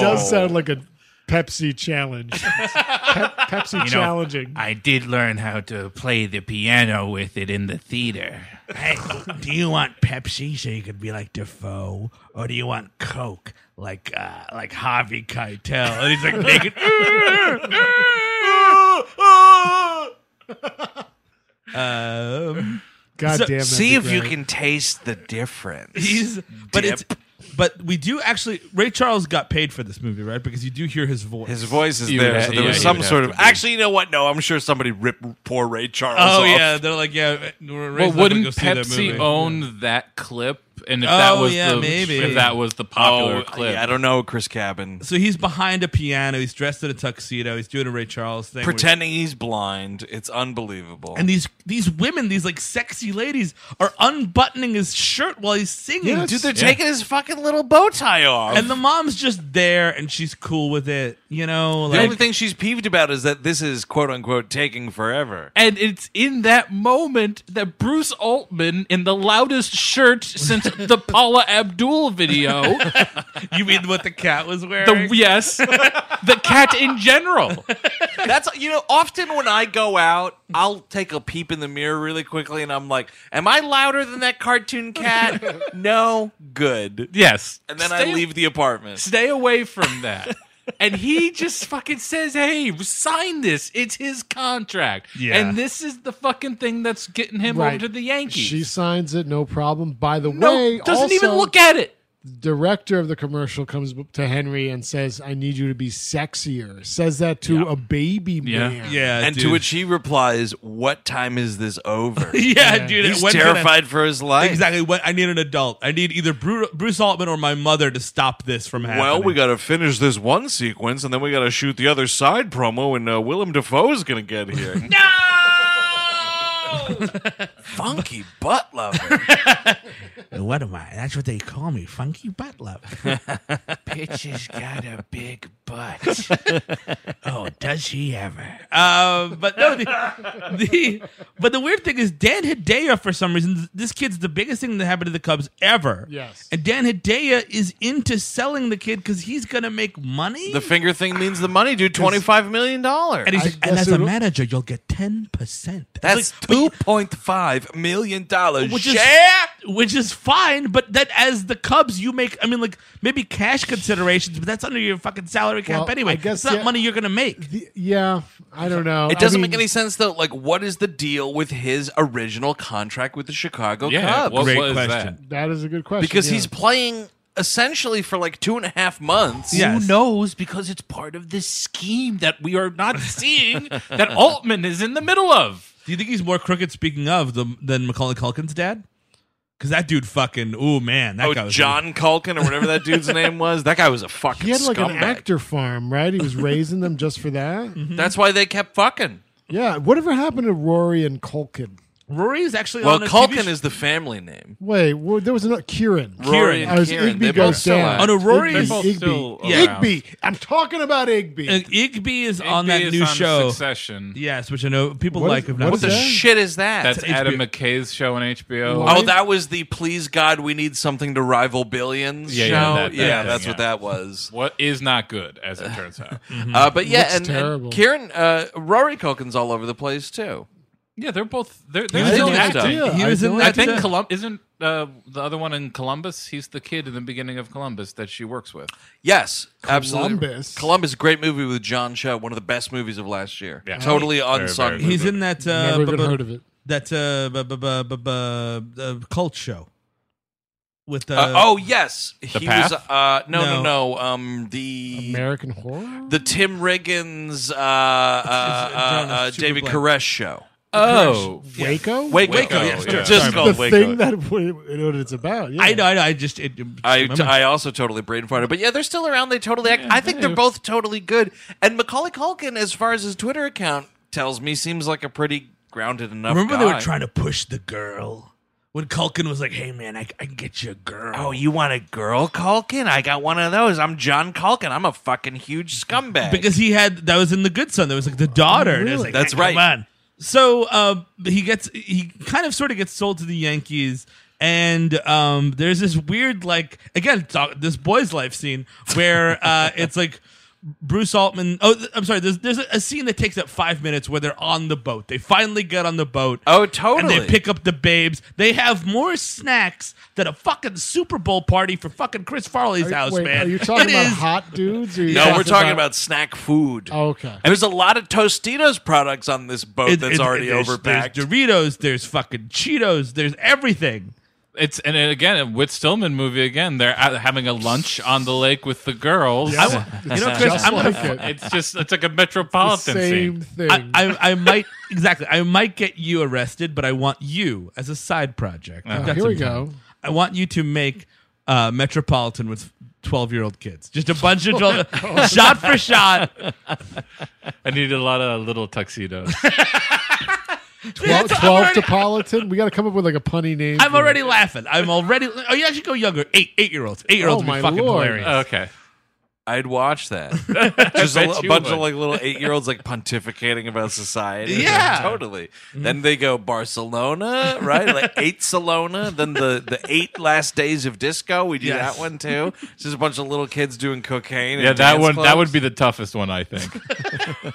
Speaker 3: That does sound like a Pepsi challenge. Pep- Pepsi
Speaker 12: You know,
Speaker 3: challenging.
Speaker 12: I did learn how to play the piano with it in the theater.
Speaker 13: Hey, do you want Pepsi so you could be like Defoe, or do you want Coke like uh, like Harvey Keitel? And he's like naked.
Speaker 7: Um,
Speaker 3: God
Speaker 7: so-
Speaker 3: damn, that'd
Speaker 5: See if you can taste the difference.
Speaker 7: He's, but it's but we do actually. Ray Charles got paid for this movie, right? Because you do hear his voice.
Speaker 5: His voice is there, so there was some sort of. Actually, you know what? No, I'm sure somebody ripped poor Ray Charles.
Speaker 7: Oh
Speaker 5: off.
Speaker 7: yeah, they're like yeah. We're
Speaker 6: Well,
Speaker 7: raised up to
Speaker 6: wouldn't
Speaker 7: go see that
Speaker 6: Pepsi
Speaker 7: movie.
Speaker 6: own that clip? And if that
Speaker 7: Oh,
Speaker 6: was
Speaker 7: yeah,
Speaker 6: the
Speaker 7: maybe.
Speaker 6: if that was the popular
Speaker 5: Oh,
Speaker 6: clip,
Speaker 5: yeah, I don't know, Chris Cabin.
Speaker 7: So he's behind a piano. He's dressed in a tuxedo. He's doing a Ray Charles thing. where he's-
Speaker 5: Pretending he's blind, it's unbelievable.
Speaker 7: And these these women, these like sexy ladies, are unbuttoning his shirt while he's singing.
Speaker 5: Yes. Dude, they're taking his fucking little bow tie off.
Speaker 7: And the mom's just there, and she's cool with it. You know,
Speaker 5: the
Speaker 7: like
Speaker 5: only thing she's peeved about is that this is quote unquote taking forever.
Speaker 6: And it's in that moment that Bruce Altman, in the loudest shirt since the Paula Abdul video,
Speaker 7: you mean what the cat was
Speaker 6: the, yes, the cat in general.
Speaker 5: That's you know, often when I go out, I'll take a peep in the mirror really quickly and I'm like, Am I louder than that cartoon cat? no, good.
Speaker 6: Yes.
Speaker 5: And then
Speaker 6: Stay-
Speaker 5: I leave the apartment.
Speaker 6: Stay away from that. and he just fucking says, "Hey, sign this. It's his contract."
Speaker 3: Yeah.
Speaker 6: And this is the fucking thing that's getting him over to the Yankees.
Speaker 3: She signs it, no problem. By the
Speaker 6: No,
Speaker 3: way,
Speaker 6: doesn't
Speaker 3: also,
Speaker 6: even look at it.
Speaker 3: The director of the commercial comes b- to Henry and says, "I need you to be sexier." Says that to a baby man.
Speaker 5: And to which he replies, What time is this over?
Speaker 7: yeah, dude.
Speaker 5: He's
Speaker 7: when's gonna-
Speaker 5: terrified for his life.
Speaker 7: Exactly. What I need an adult. I need either Bru- Bruce Altman or my mother to stop this from happening.
Speaker 5: Well, we got to finish this one sequence, and then we got to shoot the other side promo, and uh, Willem Dafoe is going to get here. no, funky butt lover.
Speaker 13: what am I? That's what they call me, funky butt lover.
Speaker 12: Bitch has got a big butt.
Speaker 13: oh, does he ever?
Speaker 7: Uh, but no, the, the but the weird thing is Dan Hedaya for some reason this kid's the biggest thing that happened to the Cubs ever.
Speaker 3: Yes.
Speaker 7: and Dan Hedaya is into selling the kid because he's gonna make money.
Speaker 5: the finger thing means the money, dude. Twenty-five million dollars.
Speaker 7: And he's like, and as a manager, you'll get ten percent.
Speaker 5: that's two point five million dollars.
Speaker 7: Which is,
Speaker 5: share.
Speaker 7: which is fine, but that as the Cubs, you make. I mean, like maybe cash considerations, but that's under your fucking salary cap
Speaker 3: Well,
Speaker 7: anyway.
Speaker 3: I guess,
Speaker 7: it's not
Speaker 3: yeah.
Speaker 7: money you're gonna make.
Speaker 3: Yeah, I don't know.
Speaker 5: It doesn't
Speaker 3: I
Speaker 5: make any sense though. Like, what is the deal with his original contract with the Chicago
Speaker 3: Yeah,
Speaker 5: Cubs?
Speaker 3: what Great was question. that? That is a good question.
Speaker 5: Because
Speaker 3: yeah.
Speaker 5: he's playing essentially for like two and a half months.
Speaker 6: Who knows? Because it's part of this scheme that we are not seeing that Altman is in the middle of.
Speaker 7: Do you think he's more crooked? Speaking of the, than Macaulay Culkin's dad, because that dude fucking. Oh man, that
Speaker 5: oh,
Speaker 7: guy was
Speaker 5: John Culkin or whatever that dude's name was. That guy was a fucking
Speaker 3: He had like
Speaker 5: scumbag.
Speaker 3: an actor farm, right? He was raising them just for that.
Speaker 7: Mm-hmm.
Speaker 5: That's why they kept fucking.
Speaker 3: Yeah. Whatever happened to Rory and Culkin?
Speaker 7: Rory is actually
Speaker 5: Well,
Speaker 7: on a TV
Speaker 5: Culkin
Speaker 7: sh-
Speaker 5: is the family name.
Speaker 3: Wait, well, there was another Kieran.
Speaker 5: Rory and
Speaker 3: As
Speaker 5: Kieran,
Speaker 3: Igby
Speaker 5: they're
Speaker 3: goes
Speaker 5: both still
Speaker 3: down.
Speaker 5: alive. Oh, no,
Speaker 7: Rory
Speaker 3: Igby,
Speaker 7: is- They're both
Speaker 3: Igby.
Speaker 7: still
Speaker 3: yeah.
Speaker 7: around.
Speaker 3: Igby. I'm talking about Igby.
Speaker 7: And uh, Igby is on that
Speaker 6: is
Speaker 7: new
Speaker 6: on
Speaker 7: show,
Speaker 6: Succession.
Speaker 7: Yes, which I know people
Speaker 6: What
Speaker 7: like.
Speaker 6: is-
Speaker 7: if
Speaker 6: what
Speaker 7: not
Speaker 6: is that?
Speaker 5: Shit is that?
Speaker 6: That's
Speaker 5: It's
Speaker 6: Adam
Speaker 5: HBO.
Speaker 6: McKay's show on HBO.
Speaker 5: Oh, that was the please God, we need something to rival billions
Speaker 6: Yeah,
Speaker 5: show.
Speaker 6: yeah, that- that
Speaker 5: yeah,
Speaker 6: thing,
Speaker 5: that's what
Speaker 6: yeah.
Speaker 5: that
Speaker 6: Mm-hmm.
Speaker 5: was.
Speaker 6: What is not good, as it turns out.
Speaker 5: Uh, but yeah,
Speaker 6: Hmm. Looks
Speaker 5: and,
Speaker 6: terrible.
Speaker 5: and Kieran, uh, Rory Culkin's all over the place too.
Speaker 6: Yeah, they're both. They're,
Speaker 5: I
Speaker 6: they're
Speaker 5: had
Speaker 6: still
Speaker 5: no
Speaker 6: acting.
Speaker 5: idea. He I was in don't-
Speaker 6: I
Speaker 5: that,
Speaker 6: think
Speaker 5: uh,
Speaker 6: Colum- isn't uh, the other one in Columbus? He's the kid in the beginning of Columbus that she works with.
Speaker 5: Yes, absolutely.
Speaker 6: Columbus.
Speaker 5: Columbus, great movie with John Cho, one of the best movies of last year.
Speaker 6: Yeah.
Speaker 5: Totally
Speaker 6: Very,
Speaker 5: unsung.
Speaker 6: very good
Speaker 7: He's
Speaker 5: movie.
Speaker 7: in that. Uh,
Speaker 3: Never even
Speaker 7: bu- bu-
Speaker 3: heard of it.
Speaker 7: That uh, bu- bu- bu- bu- bu- uh, cult show with. Uh,
Speaker 5: Uh, oh yes, he was. Uh, no, no,
Speaker 7: No.
Speaker 5: no, Um, the
Speaker 3: American Horror,
Speaker 5: the Tim Riggins, uh, uh, uh,
Speaker 7: John, it's
Speaker 5: uh,
Speaker 7: super
Speaker 5: David
Speaker 7: blank.
Speaker 5: Koresh show.
Speaker 6: Oh.
Speaker 3: Waco?
Speaker 6: Yeah. Waco, Waco, oh, yeah. yeah. Just
Speaker 3: Sorry,
Speaker 5: called
Speaker 3: the
Speaker 5: Waco.
Speaker 3: thing that we, you know what it's about. Yeah.
Speaker 5: I know,
Speaker 7: I know. I just it,
Speaker 5: I, I also totally brain farted, but yeah, they're still around. They totally act. I think they're both totally good. And Macaulay Culkin, as far as his Twitter account tells me, seems like a pretty grounded enough.
Speaker 13: Remember they
Speaker 5: guy.
Speaker 13: were trying to push the girl when Culkin was like, "Hey man, I, I can get you a girl."
Speaker 5: Oh, you want a girl, Culkin? I got one of those. I'm John Culkin. I'm a fucking huge scumbag.
Speaker 7: because he had that was in the good son. There was like the daughter. and it was
Speaker 5: Really?
Speaker 7: like,
Speaker 5: That's
Speaker 7: "Ah,
Speaker 5: right.
Speaker 7: Come on. So uh, he gets he kind of sort of gets sold to the Yankees. And um, there's this weird, like, again, it's all- this boy's life scene where uh, it's like Bruce Altman. Oh, th- I'm sorry. There's there's a scene that takes up five minutes where they're on the boat. They finally get on the boat.
Speaker 5: Oh,
Speaker 7: And they
Speaker 5: totally.
Speaker 7: pick up the babes. They have more snacks than a fucking Super Bowl party for fucking Chris Farley's
Speaker 3: Are you-
Speaker 7: house,
Speaker 3: wait,
Speaker 7: man.
Speaker 3: Are you talking
Speaker 7: It
Speaker 3: about
Speaker 7: is-
Speaker 3: hot dudes? Or are you
Speaker 5: no, we're talking about, snack food.
Speaker 3: Oh, okay.
Speaker 5: And there's a lot of Tostitos products on this boat
Speaker 7: It-
Speaker 5: that's
Speaker 7: it-
Speaker 5: already
Speaker 7: there's-
Speaker 5: overpacked.
Speaker 7: There's Doritos. There's fucking Cheetos. There's everything.
Speaker 6: It's and it, again a Whit Stillman movie again. They're out having a lunch on the lake with the girls.
Speaker 7: I w- you know, Chris, I'm gonna-
Speaker 6: It's just it's like a metropolitan scene.
Speaker 7: I, I, I might exactly. I might get you arrested, but I want you as a side project. I've
Speaker 3: Oh,
Speaker 7: got
Speaker 3: here we
Speaker 7: some time.
Speaker 3: go.
Speaker 7: I want you to make uh, Metropolitan with twelve-year-old kids. Just a bunch of
Speaker 3: Oh.
Speaker 7: 12, shot for shot.
Speaker 6: I need a lot of little tuxedos.
Speaker 3: 12, 12 to Politan. We got to come up with like a punny name.
Speaker 7: I'm already laughing. I'm already. Oh, you actually go younger. Eight, eight-year-olds. Eight-year-olds
Speaker 3: Oh,
Speaker 7: would be fucking
Speaker 3: Uh,
Speaker 7: hilarious.
Speaker 6: Okay.
Speaker 5: I'd watch that. Just a,
Speaker 6: bet
Speaker 5: li- a
Speaker 6: you
Speaker 5: bunch
Speaker 6: would.
Speaker 5: of like little eight year olds like pontificating about society.
Speaker 6: Yeah. Mm-hmm.
Speaker 5: totally. Then they go Barcelona, right? Like eight Salona. Then the the eight last days of disco. We do
Speaker 6: Yes.
Speaker 5: that one too. It's just a bunch of little kids doing cocaine.
Speaker 6: Yeah,
Speaker 5: and
Speaker 6: that
Speaker 5: dance
Speaker 6: one that
Speaker 5: clubs.
Speaker 6: would be the toughest one, I think.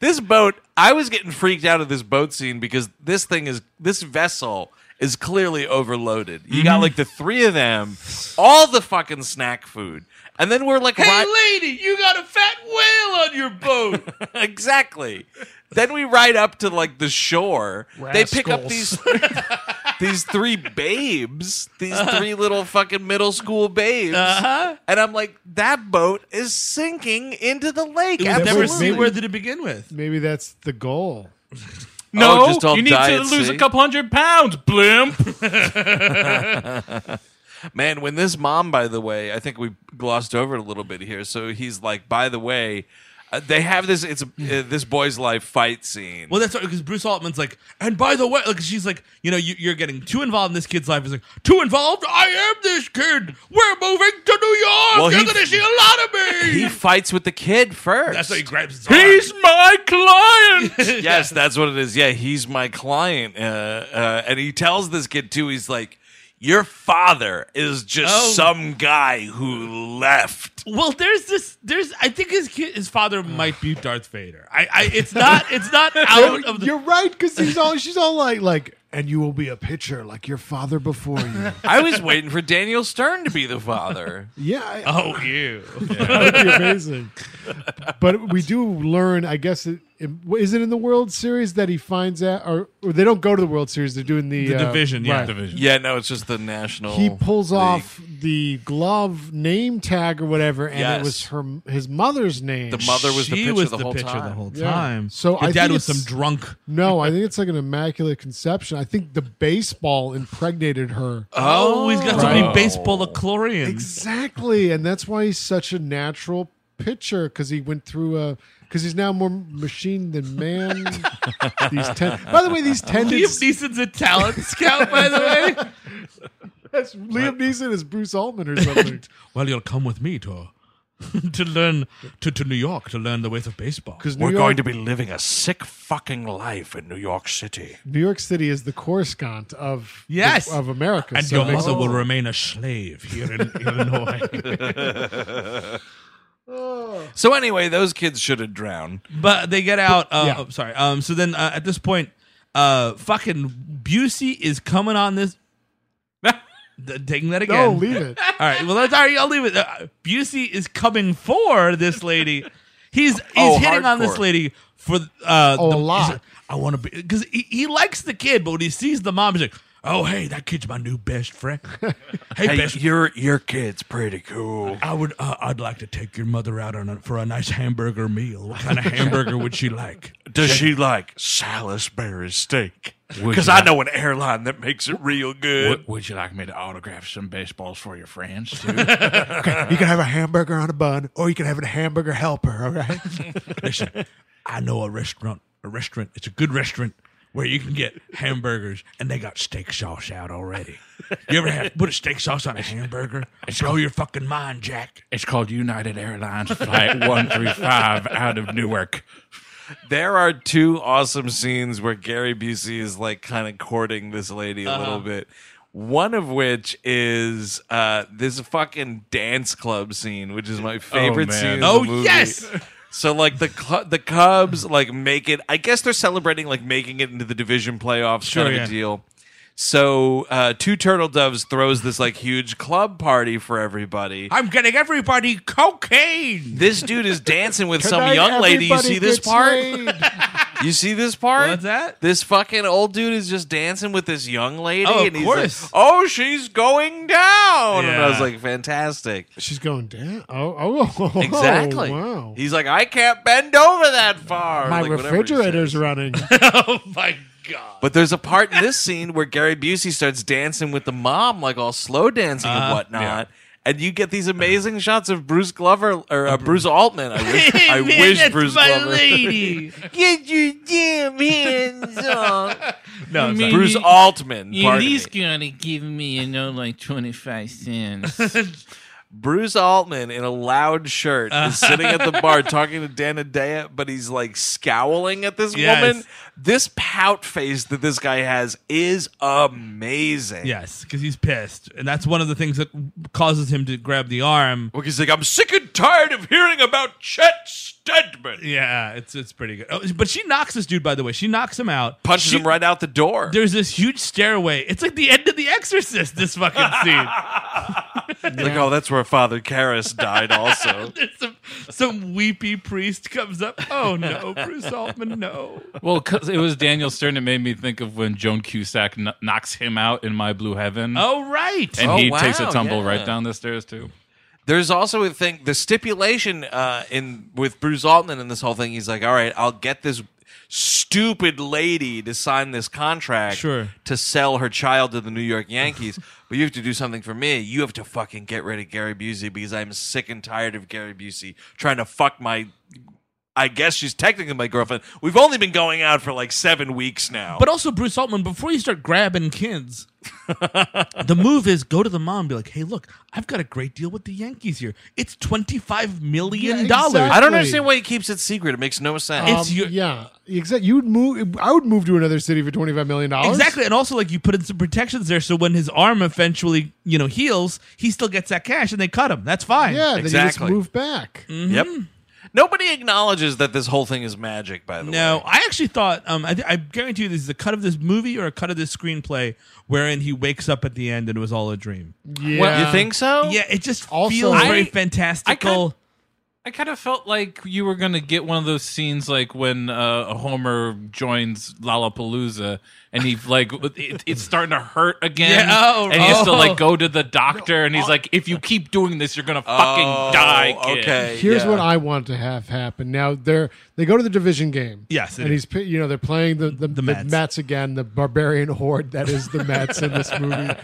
Speaker 5: This boat, I was getting freaked out of this boat scene because this thing is this vessel is clearly overloaded. You
Speaker 6: Mm-hmm.
Speaker 5: got like the three of them, all the fucking snack food, and then we're like,
Speaker 10: Hey,
Speaker 5: ri-
Speaker 7: lady, you got a fat whale on your boat.
Speaker 5: exactly. Then we ride up to like the shore. They pick up these
Speaker 10: Rascals.
Speaker 5: these three babes, these
Speaker 7: uh,
Speaker 5: three little fucking middle school babes, and I'm like, that boat is sinking into the lake.
Speaker 3: That was
Speaker 5: Absolutely.
Speaker 3: maybe-
Speaker 7: to begin with.
Speaker 3: Maybe that's the goal.
Speaker 6: No,
Speaker 5: Oh, just all
Speaker 6: you need
Speaker 5: die
Speaker 6: to
Speaker 5: at
Speaker 6: lose
Speaker 5: sea.
Speaker 6: a couple hundred pounds, blimp.
Speaker 5: Man, when this mom, by the way, I think we glossed over it a little bit here. So he's like, by the way, uh, they have this. It's a, uh, this boy's life fight scene.
Speaker 7: Well, that's right, because Bruce Altman's like, and by the way, like she's like, you know, you, you're getting too involved in this kid's life. He's like, too involved? I am this kid. We're moving to New York.
Speaker 5: Well,
Speaker 7: you're
Speaker 5: he-
Speaker 7: going to see a lot of me.
Speaker 5: He fights with the kid first.
Speaker 7: That's how he grabs his
Speaker 6: He's my client.
Speaker 5: yes, that's what it is. Yeah, he's my client, uh, uh, and he tells this kid too. He's like, "Your father is just
Speaker 7: Oh.
Speaker 5: some guy who left."
Speaker 7: Well, there's this. There's. I think his kid, his father might be Darth Vader. I. I it's not. It's not out of the.
Speaker 3: You're right, because he's all she's all like like, and you will be a pitcher like your father before you.
Speaker 5: I was waiting for Daniel Stern to be the father.
Speaker 3: Yeah, I- Oh,
Speaker 7: you.
Speaker 3: that would be amazing. But we do learn, I guess, it, it, is it in the World Series that he finds out, or, or they don't go to the World Series? They're doing the, uh, right.
Speaker 5: Yeah, Oh, no, it's just the national.
Speaker 3: He pulls off the glove name tag or whatever, and
Speaker 5: Yes.
Speaker 3: it was her his mother's name.
Speaker 5: The mother was the
Speaker 7: She
Speaker 5: pitcher
Speaker 7: was
Speaker 5: the
Speaker 7: the
Speaker 5: whole
Speaker 7: pitcher the
Speaker 5: time.
Speaker 7: whole
Speaker 3: Yeah.
Speaker 7: time.
Speaker 3: So
Speaker 7: The
Speaker 3: I
Speaker 7: dad
Speaker 3: think
Speaker 7: was
Speaker 3: it's-
Speaker 7: some drunk.
Speaker 3: No, I think it's like an immaculate conception. I think the baseball impregnated her.
Speaker 7: Oh, he's got so
Speaker 3: Right?
Speaker 7: many baseball chlorians.
Speaker 3: Exactly, and that's why he's such a natural pitcher because he went through a because he's now more machine than man. these ten, by the way, these
Speaker 7: Liam
Speaker 3: tendons.
Speaker 7: Neeson's a talent scout, by the way.
Speaker 3: That's Liam Neeson is Bruce Altman or something.
Speaker 7: Well, you'll come with me to to learn to, to New York to learn the ways of baseball.
Speaker 3: 'Cause New We're going York- to
Speaker 5: be living a sick fucking life in New York City.
Speaker 3: New York City is the Coruscant of
Speaker 7: Yes,
Speaker 3: the- of America,
Speaker 7: and
Speaker 3: so
Speaker 7: your
Speaker 3: it makes
Speaker 7: mother will
Speaker 3: sense.
Speaker 7: remain a slave here in Illinois.
Speaker 5: So anyway, those kids should have drowned.
Speaker 7: but they get out. Uh,
Speaker 5: Yeah.
Speaker 7: oh, sorry. Um, so then uh, at this point, uh, fucking Busey is coming on this. Th- Taking that again.
Speaker 3: No, leave it.
Speaker 7: All right. Well, that's all right. I'll leave it. Uh, Busey is coming for this lady. He's he's
Speaker 13: Oh,
Speaker 7: hitting on this
Speaker 13: hardcore.
Speaker 7: lady for uh,
Speaker 13: Oh, a
Speaker 7: he's
Speaker 13: lot.
Speaker 7: like, I want to be because he, he likes the kid, but when he sees the mom, he's like, Oh, hey, that kid's my new best friend. Hey,
Speaker 5: Hey,
Speaker 7: best
Speaker 5: your your kid's pretty cool.
Speaker 7: I would. Uh, I'd like to take your mother out on a, for a nice hamburger meal. What kind of hamburger would she like?
Speaker 5: Does she like Salisbury steak?
Speaker 10: Would
Speaker 5: Because
Speaker 10: you
Speaker 5: I
Speaker 10: like-
Speaker 5: know an airline that makes it real good.
Speaker 10: Would, would you like me to autograph some baseballs for your friends too?
Speaker 7: Okay,
Speaker 3: You can have a hamburger on a bun, or you can have a hamburger helper. All right.
Speaker 7: Listen, I know a restaurant. A restaurant. It's a good restaurant where you can get hamburgers, and they got steak sauce out already. You ever have put a steak sauce on a hamburger? Blow your fucking mind, Jack.
Speaker 10: It's called United Airlines Flight 135 out of Newark.
Speaker 5: There are two awesome scenes where Gary Busey is like kind of courting this lady a
Speaker 10: Uh-huh.
Speaker 5: little bit. One of which is uh, this fucking dance club scene, which is my favorite
Speaker 10: man.
Speaker 5: scene. in
Speaker 10: Oh,
Speaker 5: the movie.
Speaker 10: yes!
Speaker 5: So like the cl- the Cubs like make it. I guess they're celebrating like making it into the division playoffs
Speaker 10: Sure,
Speaker 5: kind of
Speaker 10: yeah.
Speaker 5: a deal. So uh, two turtle doves throws this like huge club party for everybody.
Speaker 7: I'm getting everybody cocaine.
Speaker 5: This dude is dancing with some young lady. You see this part? You see this part? What's
Speaker 7: that?
Speaker 5: This fucking old dude is just dancing with this young lady.
Speaker 3: Oh, of
Speaker 5: and he's
Speaker 3: course.
Speaker 5: Like, oh, she's going down. And I was
Speaker 3: Yeah.
Speaker 5: like, fantastic.
Speaker 3: She's going down. Oh, oh, oh,
Speaker 5: Exactly.
Speaker 3: Wow.
Speaker 5: He's like, I can't bend over that far.
Speaker 3: My
Speaker 5: Like, whatever he
Speaker 3: refrigerator's running.
Speaker 7: oh my
Speaker 5: But there's a part in this scene where Gary Busey starts dancing with the mom, like all slow dancing and
Speaker 3: Uh-huh.
Speaker 7: Uh,
Speaker 5: whatnot. And you get these amazing shots of Bruce Glover or uh, Bruce Altman. I wish, I wish Bruce Glover. Get your damn hands off.
Speaker 10: You mean
Speaker 5: Bruce
Speaker 10: you-
Speaker 5: Altman.
Speaker 10: You at
Speaker 5: pardon me.
Speaker 10: least gonna give me, you know, like twenty five cents.
Speaker 5: Bruce Altman in a loud shirt is sitting at the bar talking to Dana Dea, but he's like scowling at this
Speaker 7: Yes.
Speaker 5: woman. This pout face that this guy has is amazing.
Speaker 7: Yes, because he's pissed, and that's one of the things that causes him to grab the arm.
Speaker 5: Well, he's like, "I'm sick and tired of hearing about Chet Stedman."
Speaker 7: Yeah, it's it's pretty good. Oh, but she knocks this dude. By the way, she knocks him out,
Speaker 5: punches him right out the door.
Speaker 7: There's this huge stairway. It's like the end of The Exorcist. This fucking scene.
Speaker 5: Like, oh, that's where Father Karras died also.
Speaker 7: some, some weepy priest comes up. Oh no, Bruce Altman, no.
Speaker 6: Well, 'cause it was Daniel Stern that made me think of when Joan Cusack kn- knocks him out in My Blue Heaven.
Speaker 7: Oh, right.
Speaker 6: And
Speaker 5: Oh,
Speaker 6: he takes a
Speaker 5: wow,
Speaker 6: tumble
Speaker 5: yeah.
Speaker 6: right down the stairs, too.
Speaker 5: There's also a thing, the stipulation uh, in with Bruce Altman in this whole thing. He's like, "All right, I'll get this stupid lady to sign this contract
Speaker 7: Sure.
Speaker 5: to sell her child to the New York Yankees, but you have to do something for me. You have to fucking get rid of Gary Busey because I'm sick and tired of Gary Busey trying to fuck my." I guess she's technically my girlfriend. We've only been going out for like seven weeks now.
Speaker 7: But also, Bruce Altman, before you start grabbing kids, the move is go to the mom and be like, hey, look, I've got a great deal with the Yankees here. It's $25 million.
Speaker 5: I don't understand why he keeps it secret. It makes no sense.
Speaker 3: Um, yeah, exactly. You'd move. I would move to another city for twenty five million dollars.
Speaker 7: Exactly. And also, like, you put in some protections there so when his arm eventually, you know, heals, he still gets that cash and they cut him. That's fine.
Speaker 3: Yeah, then you just
Speaker 5: Exactly.
Speaker 3: move back.
Speaker 7: Hmm.
Speaker 5: Yep. Nobody acknowledges that this whole thing is magic, by the way.
Speaker 7: No, I actually thought um, I, I guarantee you this is a cut of this movie or a cut of this screenplay wherein he wakes up at the end and it was all a dream.
Speaker 3: Yeah. Well, you think
Speaker 5: so?
Speaker 7: Yeah, it just
Speaker 3: Also-
Speaker 7: feels very
Speaker 6: I-
Speaker 7: fantastical.
Speaker 6: I kind of felt like you were going to get one of those scenes like when uh, Homer joins Lollapalooza and he like it, it's starting to hurt again
Speaker 7: Yeah, oh,
Speaker 6: and he has to
Speaker 7: oh.
Speaker 6: like go to the doctor and he's like if you keep doing this you're going to fucking die kid.
Speaker 3: Here's what I want to have happen. Now they're they go to the division game.
Speaker 7: Yes, it
Speaker 3: and he's pi- you know they're playing the the, the Mets. again, the barbarian horde that is the Mets in this movie.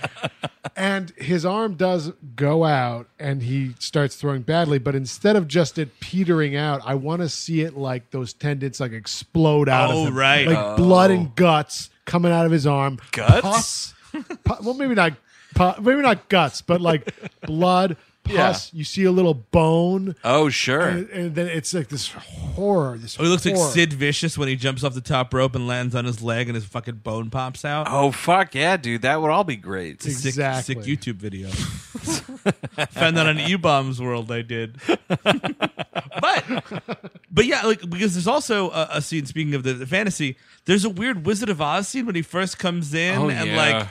Speaker 3: And his arm does go out, and he starts throwing badly. But instead of just it petering out, I want to see it like those tendons like explode out
Speaker 7: Oh,
Speaker 3: of him,
Speaker 7: right.
Speaker 3: like blood and guts coming out of his arm.
Speaker 7: Guts?
Speaker 3: Pus- pu- well, maybe not. pu- maybe not guts, but like blood.
Speaker 5: Yeah.
Speaker 3: Pus. You see a little bone.
Speaker 5: Oh, sure.
Speaker 3: And, and then it's like this horror. This
Speaker 7: Oh, he looks like
Speaker 3: horror.
Speaker 7: Sid Vicious when he jumps off the top rope and lands on his leg and his fucking bone pops out.
Speaker 5: Oh fuck yeah, dude! That would all be great.
Speaker 7: It's a sick- Exactly. sick YouTube video. Found that on E Bombs World I did. but but yeah, like because there's also a, a scene. Speaking of the, the fantasy, there's a weird Wizard of Oz scene when he first comes in
Speaker 6: Oh,
Speaker 7: and
Speaker 6: yeah.
Speaker 7: like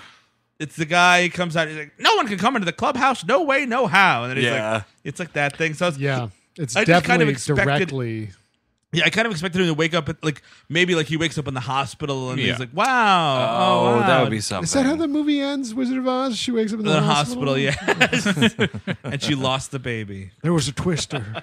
Speaker 7: it's the guy he comes out. He's like, no one can come into the clubhouse. No way, no how. And then he's
Speaker 3: Yeah.
Speaker 7: like, it's like that thing. So I was,
Speaker 3: Yeah, it's
Speaker 7: I just
Speaker 3: definitely
Speaker 7: kind of expected-
Speaker 3: directly.
Speaker 7: Yeah, I kind of expected him to wake up at like maybe like he wakes up in the hospital and
Speaker 5: Yeah.
Speaker 7: he's like, "Wow,
Speaker 5: Oh,
Speaker 7: wow.
Speaker 5: that would be something.
Speaker 3: Is that how the movie ends? Wizard of Oz. She wakes up in the,
Speaker 7: The hospital, yes. and she lost the baby.
Speaker 3: There was a twister.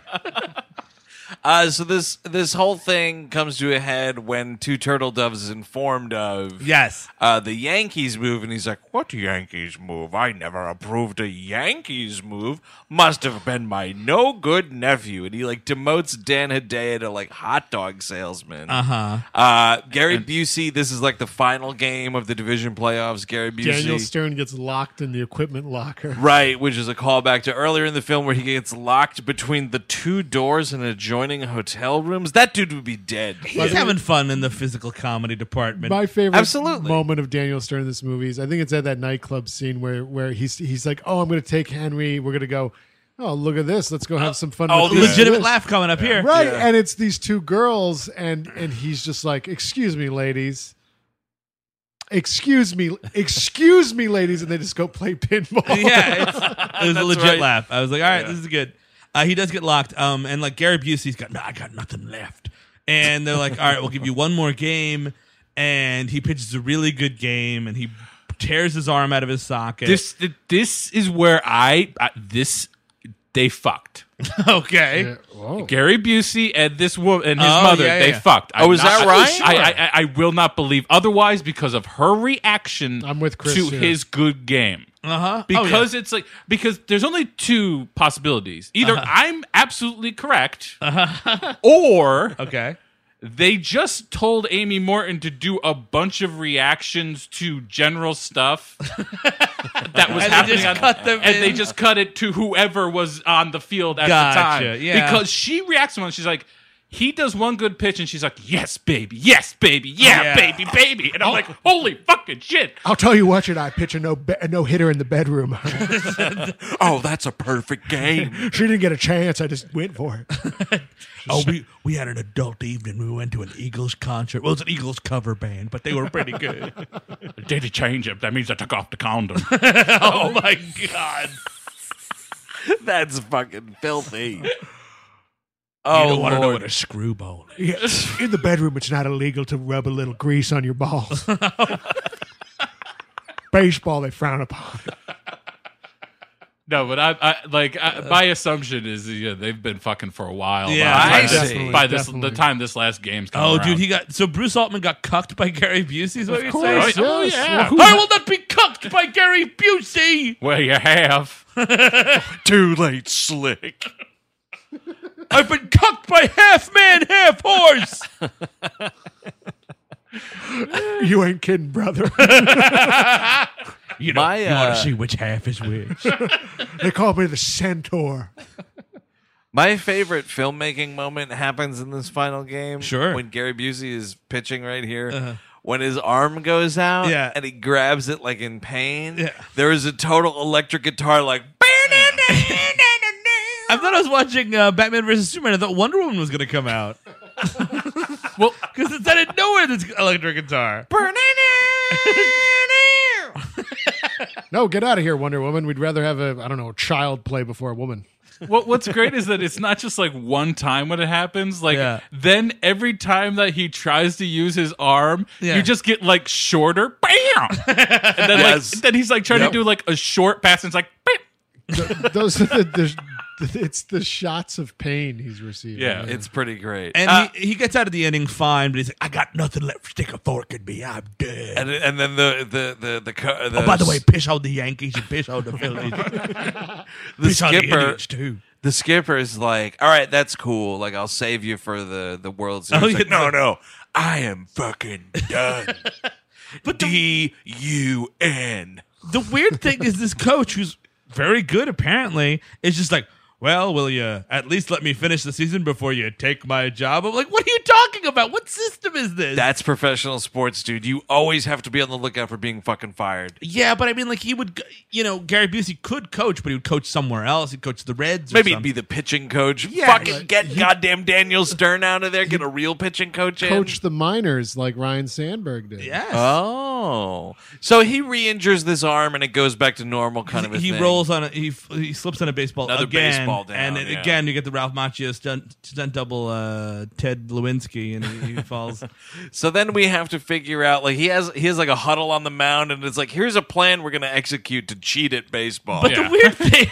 Speaker 5: Uh, so this this whole thing comes to a head when two turtle doves is informed of
Speaker 7: yes
Speaker 5: uh, the Yankees move, and he's like, "What Yankees move? I never approved a Yankees move. Must have been my no good nephew." And he like demotes Dan Hedaya to like hot dog salesman.
Speaker 7: Uh-huh.
Speaker 5: Uh, Gary Busey. This is like the final game of the division playoffs. Gary Busey.
Speaker 3: Daniel Stern gets locked in the equipment locker.
Speaker 5: Right, which is a callback to earlier in the film where he gets locked between the two doors in adjoining hotel rooms. That dude would be dead.
Speaker 7: He's having fun in the physical comedy department.
Speaker 3: My favorite
Speaker 5: Absolutely.
Speaker 3: moment of Daniel Stern in this movie is I think it's at that nightclub scene where where he's he's like, "Oh, I'm going to take Henry. We're going to go. Oh, look at this. Let's go have some fun."
Speaker 7: oh,
Speaker 3: with this and
Speaker 7: legitimate
Speaker 3: this."
Speaker 7: laugh coming up here.
Speaker 3: right?
Speaker 7: Yeah.
Speaker 3: And it's these two girls, and and he's just like, "Excuse me, ladies." Excuse me, excuse me, ladies, and they just go play pinball.
Speaker 7: yeah, it's, it was a
Speaker 3: That's
Speaker 7: legit
Speaker 3: right.
Speaker 7: laugh. I was like, all right, this is good. Uh, he does get locked. Um, and like Gary Busey's got, no, I got nothing left. And they're like, all right, we'll give you one more game. And he pitches a really good game, and he tears his arm out of his socket.
Speaker 6: This th- this is where I, I this they fucked.
Speaker 7: okay.
Speaker 6: Gary Busey and this woman and his
Speaker 7: Oh,
Speaker 6: mother,
Speaker 7: yeah, yeah,
Speaker 6: they
Speaker 7: yeah.
Speaker 6: fucked.
Speaker 7: Oh, is that right?
Speaker 6: I, I, I, I will not believe otherwise because of her reaction. I'm with
Speaker 3: Chris
Speaker 6: to
Speaker 3: here.
Speaker 6: his good game.
Speaker 7: Uh huh.
Speaker 6: Because it's like because there's only two possibilities. Either
Speaker 7: Uh-huh.
Speaker 6: I'm absolutely correct, or
Speaker 7: okay,
Speaker 6: they just told Amy Morton to do a bunch of reactions to general stuff that was
Speaker 7: And they
Speaker 6: happening,
Speaker 7: just
Speaker 6: on-
Speaker 7: cut them
Speaker 6: and
Speaker 7: in.
Speaker 6: they just cut it to whoever was on the field at
Speaker 7: Gotcha,
Speaker 6: the time.
Speaker 7: yeah.
Speaker 6: because she reacts to one. She's like. He does one good pitch and she's like, "Yes, baby, yes, baby,
Speaker 3: Yeah.
Speaker 6: yeah, baby, baby,"
Speaker 7: Oh.
Speaker 6: and I'm like, "Holy fucking shit!"
Speaker 3: I'll tell you what, should I pitch a no be- a no hitter in the bedroom?
Speaker 5: oh, that's a perfect game.
Speaker 3: she didn't get a chance. I just went for it.
Speaker 13: Oh, we, we had an adult evening. We went to an Eagles concert. Well, it was an Eagles cover band, but they were pretty good.
Speaker 6: Did he change it? That means I took off the condom.
Speaker 7: oh my god,
Speaker 5: that's fucking filthy.
Speaker 13: you
Speaker 5: Oh,
Speaker 13: don't want to know
Speaker 5: Lord.
Speaker 13: what a screwball is.
Speaker 3: Yeah, in the bedroom, it's not illegal to rub a little grease on your balls. Baseball, they frown upon.
Speaker 6: No, but I, I like I, my assumption is yeah, they've been fucking for a while.
Speaker 7: Yeah,
Speaker 6: by the
Speaker 7: I
Speaker 6: time this-
Speaker 7: see.
Speaker 6: By this,
Speaker 7: Definitely.
Speaker 6: the time this last game's coming
Speaker 7: Oh,
Speaker 6: around.
Speaker 7: dude, he got so Bruce Altman got cucked by Gary Busey. Is what you're
Speaker 6: course,
Speaker 7: saying?
Speaker 6: Oh, yes. yeah. Well, who-
Speaker 7: I will not be cucked by Gary Busey.
Speaker 6: Well, you have.
Speaker 5: Too late, slick.
Speaker 7: I've been cucked by half man, half horse.
Speaker 3: You ain't kidding, brother.
Speaker 13: You know,
Speaker 3: My,
Speaker 13: you want
Speaker 3: uh,
Speaker 13: to see which half is which.
Speaker 3: they call me the centaur.
Speaker 5: My favorite filmmaking moment happens in this final game.
Speaker 7: Sure.
Speaker 5: When Gary Busey is pitching right here.
Speaker 7: Uh-huh.
Speaker 5: When his arm goes out
Speaker 7: Yeah.
Speaker 5: and he grabs it like in pain,
Speaker 7: Yeah.
Speaker 5: there is a total electric guitar like
Speaker 7: I thought I was watching uh, Batman versus Superman. I thought Wonder Woman was going to come out.
Speaker 6: well,
Speaker 7: because it's out of nowhere. This electric guitar.
Speaker 3: No, get out of here, Wonder Woman. We'd rather have a I don't know a child play before a woman.
Speaker 6: what, what's great is that it's not just like one time when it happens. Like
Speaker 3: Yeah.
Speaker 6: then every time that he tries to use his arm,
Speaker 7: Yeah.
Speaker 6: you just get like shorter. Bam. and then
Speaker 3: Yes.
Speaker 6: like then he's like trying
Speaker 3: Yep.
Speaker 6: to do like a short pass, and it's like. bam.
Speaker 3: Those are the, the it's the shots of pain he's receiving.
Speaker 5: it's pretty great.
Speaker 7: And
Speaker 5: Uh,
Speaker 7: he, he gets out of the ending fine, but he's like, I got nothing left. Stick a fork in me. I'm dead.
Speaker 5: and, and then the the the the, co- the
Speaker 7: oh, by the way, piss out the Yankees and piss out the Phillies.
Speaker 5: the
Speaker 7: piss out the
Speaker 5: skipper
Speaker 7: idiots, too.
Speaker 5: The skipper is like, "All right, that's cool. Like, I'll save you for the the World Series."
Speaker 10: Oh,
Speaker 5: He's
Speaker 10: yeah,
Speaker 5: like, no,
Speaker 10: like-
Speaker 5: no, I am fucking done.
Speaker 7: but
Speaker 5: D U N.
Speaker 7: the weird thing is this coach who's very good apparently is just like well will you at least let me finish the season before you take my job i'm like what are you talking about what system is this
Speaker 5: That's professional sports, dude. You always have to be on the lookout for being fucking fired.
Speaker 7: yeah but i mean like he would g- you know gary busey could coach but he would coach somewhere else he'd coach the reds or
Speaker 5: Maybe it'd
Speaker 7: something.
Speaker 5: be the pitching coach.
Speaker 7: Yeah,
Speaker 5: fucking
Speaker 7: but
Speaker 5: get goddamn Daniel Stern out of there. Get a real pitching coach in.
Speaker 3: Coach the minors like Ryan Sandberg did.
Speaker 7: Yes.
Speaker 5: Oh, Oh, so he re-injures this arm and it goes back to normal kind of. A
Speaker 7: he
Speaker 5: thing.
Speaker 7: rolls on a he, f- he slips on a baseball
Speaker 5: Another
Speaker 7: again,
Speaker 5: baseball down,
Speaker 7: and then
Speaker 5: yeah.
Speaker 7: again you get the Ralph Macchio stunt, stunt double uh, Ted Lewinsky, and he, he falls.
Speaker 5: So then we have to figure out like he has he has like a huddle on the mound and it's like here's a plan we're gonna execute to cheat at baseball.
Speaker 7: But the weird thing,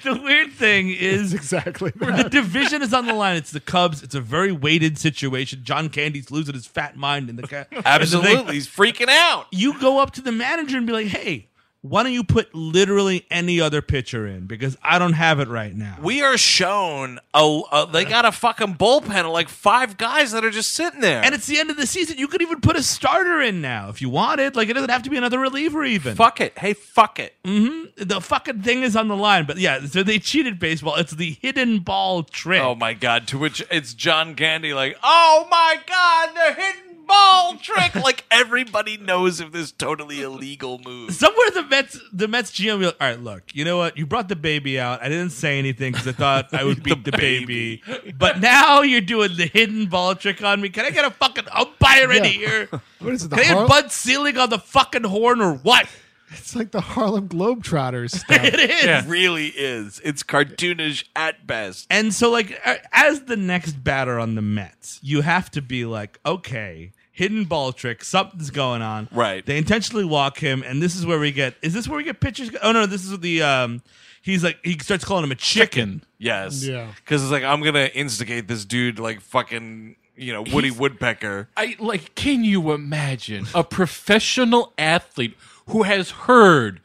Speaker 7: the weird thing is
Speaker 3: exactly
Speaker 7: the division is on the line. It's the Cubs. It's a very weighted situation. John Candy's losing his fat mind in the ca- in the thing.
Speaker 5: Absolutely, he's freaking out.
Speaker 7: You go up to the manager and be like, "Hey, why don't you put literally any other pitcher in? Because I don't have it right now."
Speaker 5: we are shown a, a they got a fucking bullpen of like five guys that are just sitting there.
Speaker 7: And it's the end of the season. You could even put a starter in now if you wanted. Like it doesn't have to be another reliever even.
Speaker 5: Fuck it. Hey, fuck it.
Speaker 7: Mm-hmm. The fucking thing is on the line. But yeah, so they cheated baseball. It's the hidden ball trick.
Speaker 5: oh my god! To which it's John Candy like, oh my god, the hidden ball trick. like everybody knows of this totally illegal move.
Speaker 7: Somewhere the Mets, the Mets GM, will- all right, look, you know what? You brought the baby out. I didn't say anything because I thought I would beat the baby. But now you're doing the hidden ball trick on me. Can I get a fucking umpire in
Speaker 3: Yeah.
Speaker 7: here?
Speaker 3: What is it, the
Speaker 7: Can I get
Speaker 3: Har-
Speaker 7: Bud Selig on the fucking horn or what?
Speaker 3: It's like the Harlem Globetrotters stuff.
Speaker 7: it is.
Speaker 5: It really is. It's cartoonish at best.
Speaker 7: And so, like, a- as the next batter on the Mets, you have to be like, okay, hidden ball trick, something's going on. Right. They intentionally walk him, and this is where we get. Is this where we get pitchers? Oh no, this is the. um He's like, he starts calling him a chicken.
Speaker 5: Yes.
Speaker 7: Yeah.
Speaker 5: Because it's like I'm gonna instigate this dude like fucking you know Woody Woodpecker.
Speaker 6: I like. Can you imagine a professional athlete who has heard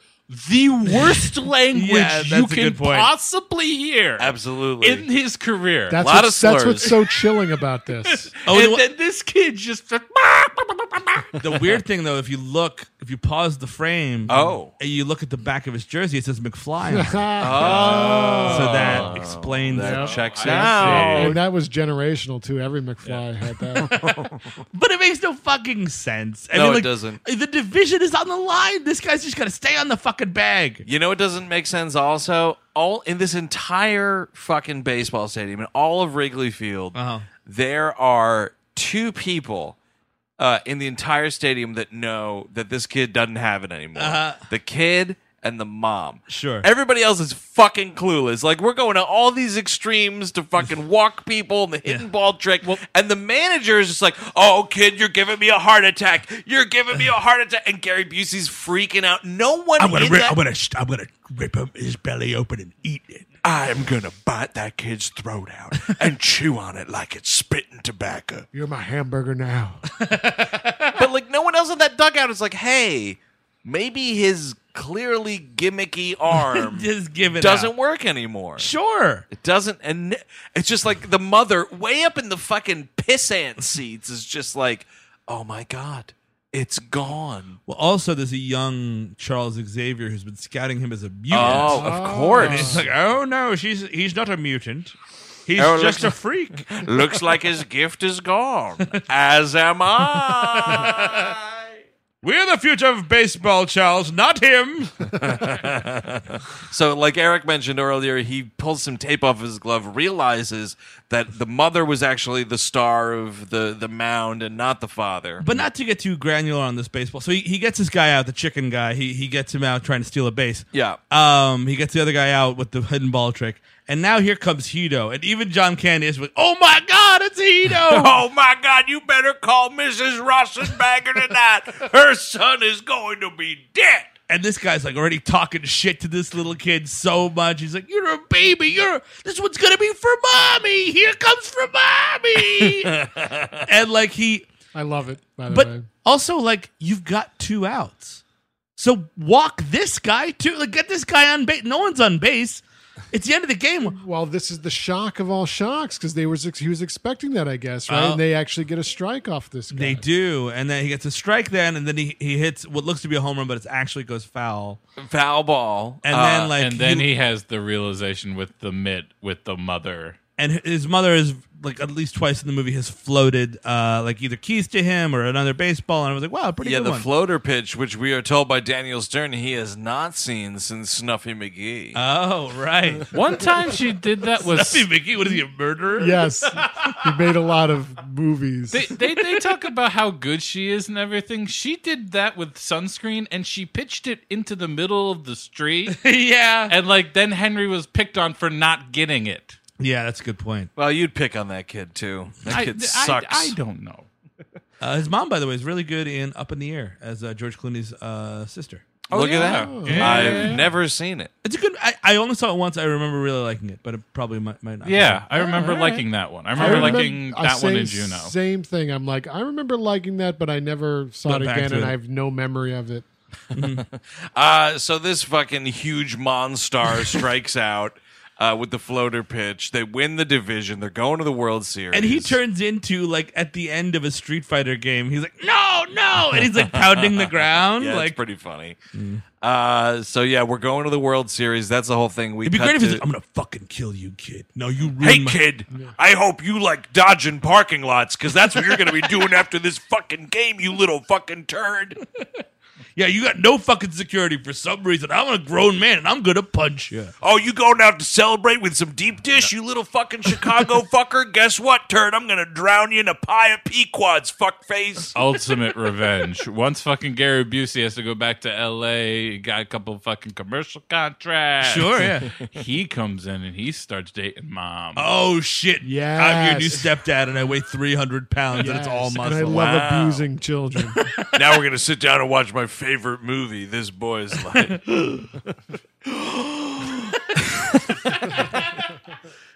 Speaker 6: the worst language you
Speaker 5: that's a
Speaker 6: can
Speaker 5: good point.
Speaker 6: possibly hear?
Speaker 5: Absolutely.
Speaker 6: in his career.
Speaker 3: That's, what's, that's what's so chilling about this.
Speaker 7: Oh,
Speaker 6: and
Speaker 7: the-
Speaker 6: then this kid just
Speaker 7: The weird thing, though, if you look, if you pause the frame,
Speaker 5: Oh.
Speaker 7: and you look at the back of his jersey, it says McFly. on it.
Speaker 3: Oh.
Speaker 7: so that explains
Speaker 3: That
Speaker 5: checks
Speaker 7: it.
Speaker 3: And that was generational too. Every McFly had that.
Speaker 7: But it makes no fucking sense.
Speaker 5: No, it doesn't.
Speaker 7: The division is on the line. This guy's just gonna stay on the fucking bag.
Speaker 5: You know it doesn't make sense also? All in this entire fucking baseball stadium and all of Wrigley Field,
Speaker 13: Uh-huh.
Speaker 5: there are two people uh, in the entire stadium that know that this kid doesn't have it anymore.
Speaker 7: Uh-huh.
Speaker 5: The kid and the mom.
Speaker 7: Sure.
Speaker 5: Everybody else is fucking clueless. Like we're going to all these extremes to fucking walk people and the hidden ball trick. and the manager is just like, "Oh, kid, you're giving me a heart attack. You're giving me a heart attack." And Gary Busey's freaking out. No one.
Speaker 13: I'm gonna,
Speaker 5: in
Speaker 13: rip,
Speaker 5: that-
Speaker 13: I'm gonna, st- I'm gonna rip him, his belly open and eat it.
Speaker 10: I'm gonna bite that kid's throat out and chew on it like it's spitting tobacco.
Speaker 3: You're my hamburger now.
Speaker 5: but like no one else in that dugout is like, hey, maybe his clearly gimmicky arm
Speaker 7: Just give it
Speaker 5: doesn't
Speaker 7: out.
Speaker 5: work anymore.
Speaker 7: Sure.
Speaker 5: It doesn't and it's just like the mother way up in the fucking pissant seats is just like, oh my god, it's gone.
Speaker 7: Well, also there's a young Charles Xavier who's been scouting him as a mutant.
Speaker 5: Oh, of course.
Speaker 7: And it's like, oh no, she's he's not a mutant. He's
Speaker 5: Oh, looks-
Speaker 7: just a freak.
Speaker 5: Looks like his gift is gone. As am I.
Speaker 7: We're the future of baseball, Charles, not him.
Speaker 5: so, like Eric mentioned earlier, he pulls some tape off his glove, realizes that the mother was actually the star of the, the mound and not the father.
Speaker 7: But not to get too granular on this baseball. So he, he gets this guy out, the chicken guy. He he gets him out trying to steal a base.
Speaker 5: Yeah.
Speaker 7: Um, he gets the other guy out with the hidden ball trick. And now here comes Hito. And even John Candy is like, oh my God, it's Hito.
Speaker 10: Oh my God! You better call Mrs. Rossenbagger tonight. Her son is going to be dead.
Speaker 7: And this guy's like already talking shit to this little kid so much. He's like, "You're a baby. You're this one's gonna be for mommy. Here comes for mommy." and like he,
Speaker 3: I love it. By the
Speaker 7: but
Speaker 3: way,
Speaker 7: also like you've got two outs, so walk this guy too. Like get this guy on base. No one's on base. It's the end of the game.
Speaker 3: well, this is the shock of all shocks because they was he was expecting that, I guess, right?
Speaker 7: Oh.
Speaker 3: and they actually get a strike off this guy.
Speaker 7: They do, and then he gets a strike then, and then he, he hits what looks to be a home run, but it actually goes foul.
Speaker 5: Foul ball.
Speaker 7: And then
Speaker 6: Uh,
Speaker 7: like
Speaker 6: and then
Speaker 7: you-
Speaker 6: he has the realization with the mitt with the mother
Speaker 7: and his mother is like at least twice in the movie has floated uh, like either keys to him or another baseball, and I was like, wow, pretty
Speaker 5: yeah,
Speaker 7: good
Speaker 5: the
Speaker 7: one.
Speaker 5: floater pitch, which we are told by Daniel Stern he has not seen since Snuffy McGee.
Speaker 7: Oh, right.
Speaker 6: One time she did that was
Speaker 7: Snuffy McGee. What is he, a murderer?
Speaker 3: Yes, he made a lot of movies.
Speaker 6: They, they they talk about how good she is and everything. She did that with sunscreen and she pitched it into the middle of the street.
Speaker 7: yeah.
Speaker 6: And like then Henry was picked on for not getting it.
Speaker 7: yeah, that's a good point.
Speaker 5: Well, you'd pick on that kid too. That
Speaker 6: I-
Speaker 5: kid
Speaker 6: I-
Speaker 5: sucks.
Speaker 6: I don't know.
Speaker 7: Uh, his mom, by the way, is really good in Up in the Air as uh, George Clooney's uh, sister.
Speaker 5: Look at that. I've never seen it.
Speaker 7: It's a good. I, I only saw it once. I remember really liking it, but it probably might, might not.
Speaker 6: Yeah, I remember liking that one. I remember liking
Speaker 3: I
Speaker 6: that one
Speaker 3: say
Speaker 6: in Juno.
Speaker 3: Same thing. I'm like, I remember liking that, but I never saw
Speaker 5: Went
Speaker 3: it
Speaker 5: back
Speaker 3: again,
Speaker 5: to
Speaker 3: and
Speaker 5: it.
Speaker 3: I have no memory of it.
Speaker 5: Uh, so this fucking huge Monstar strikes out uh, with the floater pitch. They win the division. They're going to the World Series.
Speaker 7: And he turns into like at the end of a Street Fighter game. He's like, no, no, and he's like pounding the ground.
Speaker 5: Yeah,
Speaker 7: like
Speaker 5: it's pretty funny. Uh, so yeah, we're going to the World Series. That's the whole thing. We
Speaker 13: It'd be
Speaker 5: cut
Speaker 13: great if
Speaker 5: to,
Speaker 13: he's like, I'm gonna fucking kill you, kid. No, you ruined
Speaker 5: Hey
Speaker 13: my-
Speaker 5: kid, I hope you like dodging parking lots because that's what you're going to be doing after this fucking game, you little fucking turd.
Speaker 13: Yeah, you got no fucking security for some reason. I'm a grown man and I'm gonna punch you.
Speaker 5: Oh, you going out to celebrate with some deep dish, you little fucking Chicago fucker? Guess what, turd? I'm going to drown you in a pie of Pequods, fuckface.
Speaker 6: Ultimate revenge. Once fucking Gary Busey has to go back to L.A., he got a couple fucking commercial contracts.
Speaker 13: Sure, yeah.
Speaker 6: he comes in and he starts dating mom.
Speaker 13: Oh shit!
Speaker 3: Yeah,
Speaker 13: I'm your new
Speaker 3: Yes.
Speaker 13: stepdad, and I weigh 300 pounds, and it's all
Speaker 3: Yes,
Speaker 13: muscle.
Speaker 3: And I love abusing children.
Speaker 5: now we're going to sit down and watch my favorite movie, This Boy's Life.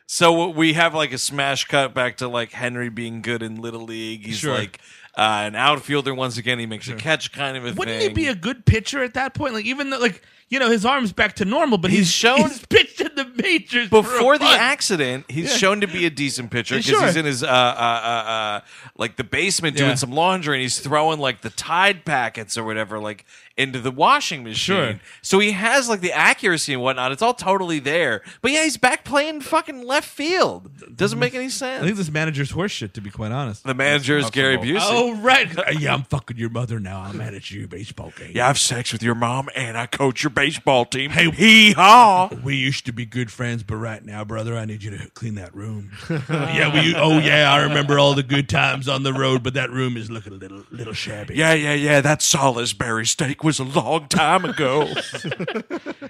Speaker 5: so what- we have like a smash cut back to like Henry being good in Little League. He's
Speaker 7: Sure.
Speaker 5: like uh, an outfielder once again. He makes a catch kind of a
Speaker 7: Wouldn't
Speaker 5: thing.
Speaker 7: he be a good pitcher at that point? Like even though, like you know, his arm's back to normal, but he's,
Speaker 5: shown-
Speaker 7: he's pitched in the majors for a
Speaker 5: before the
Speaker 7: month.
Speaker 5: accident, he's
Speaker 7: Yeah.
Speaker 5: shown to be a decent pitcher because
Speaker 7: Sure.
Speaker 5: he's in his uh, uh, uh, uh, like the basement doing
Speaker 7: Yeah.
Speaker 5: some laundry and he's throwing like the Tide packets or whatever like into the washing machine.
Speaker 7: Sure.
Speaker 5: So he has like the accuracy and whatnot. It's all totally there. But yeah, he's back playing fucking left field. Doesn't make any
Speaker 7: I think
Speaker 5: sense.
Speaker 7: this manager's horseshit, to be quite honest.
Speaker 5: The manager is Gary Busey.
Speaker 13: Oh right. yeah, I'm fucking your mother now. I'm mad at you, baseball game.
Speaker 5: Yeah, I have sex with your mom and I coach your baseball team. Hey, hee haw.
Speaker 13: We used to be good friends, but right now, brother, I need you to clean that room. yeah, we. Oh yeah, I remember all the good times on the road, but that room is looking a little, little shabby.
Speaker 5: Yeah, yeah, yeah. That Salisbury steak was a long time ago.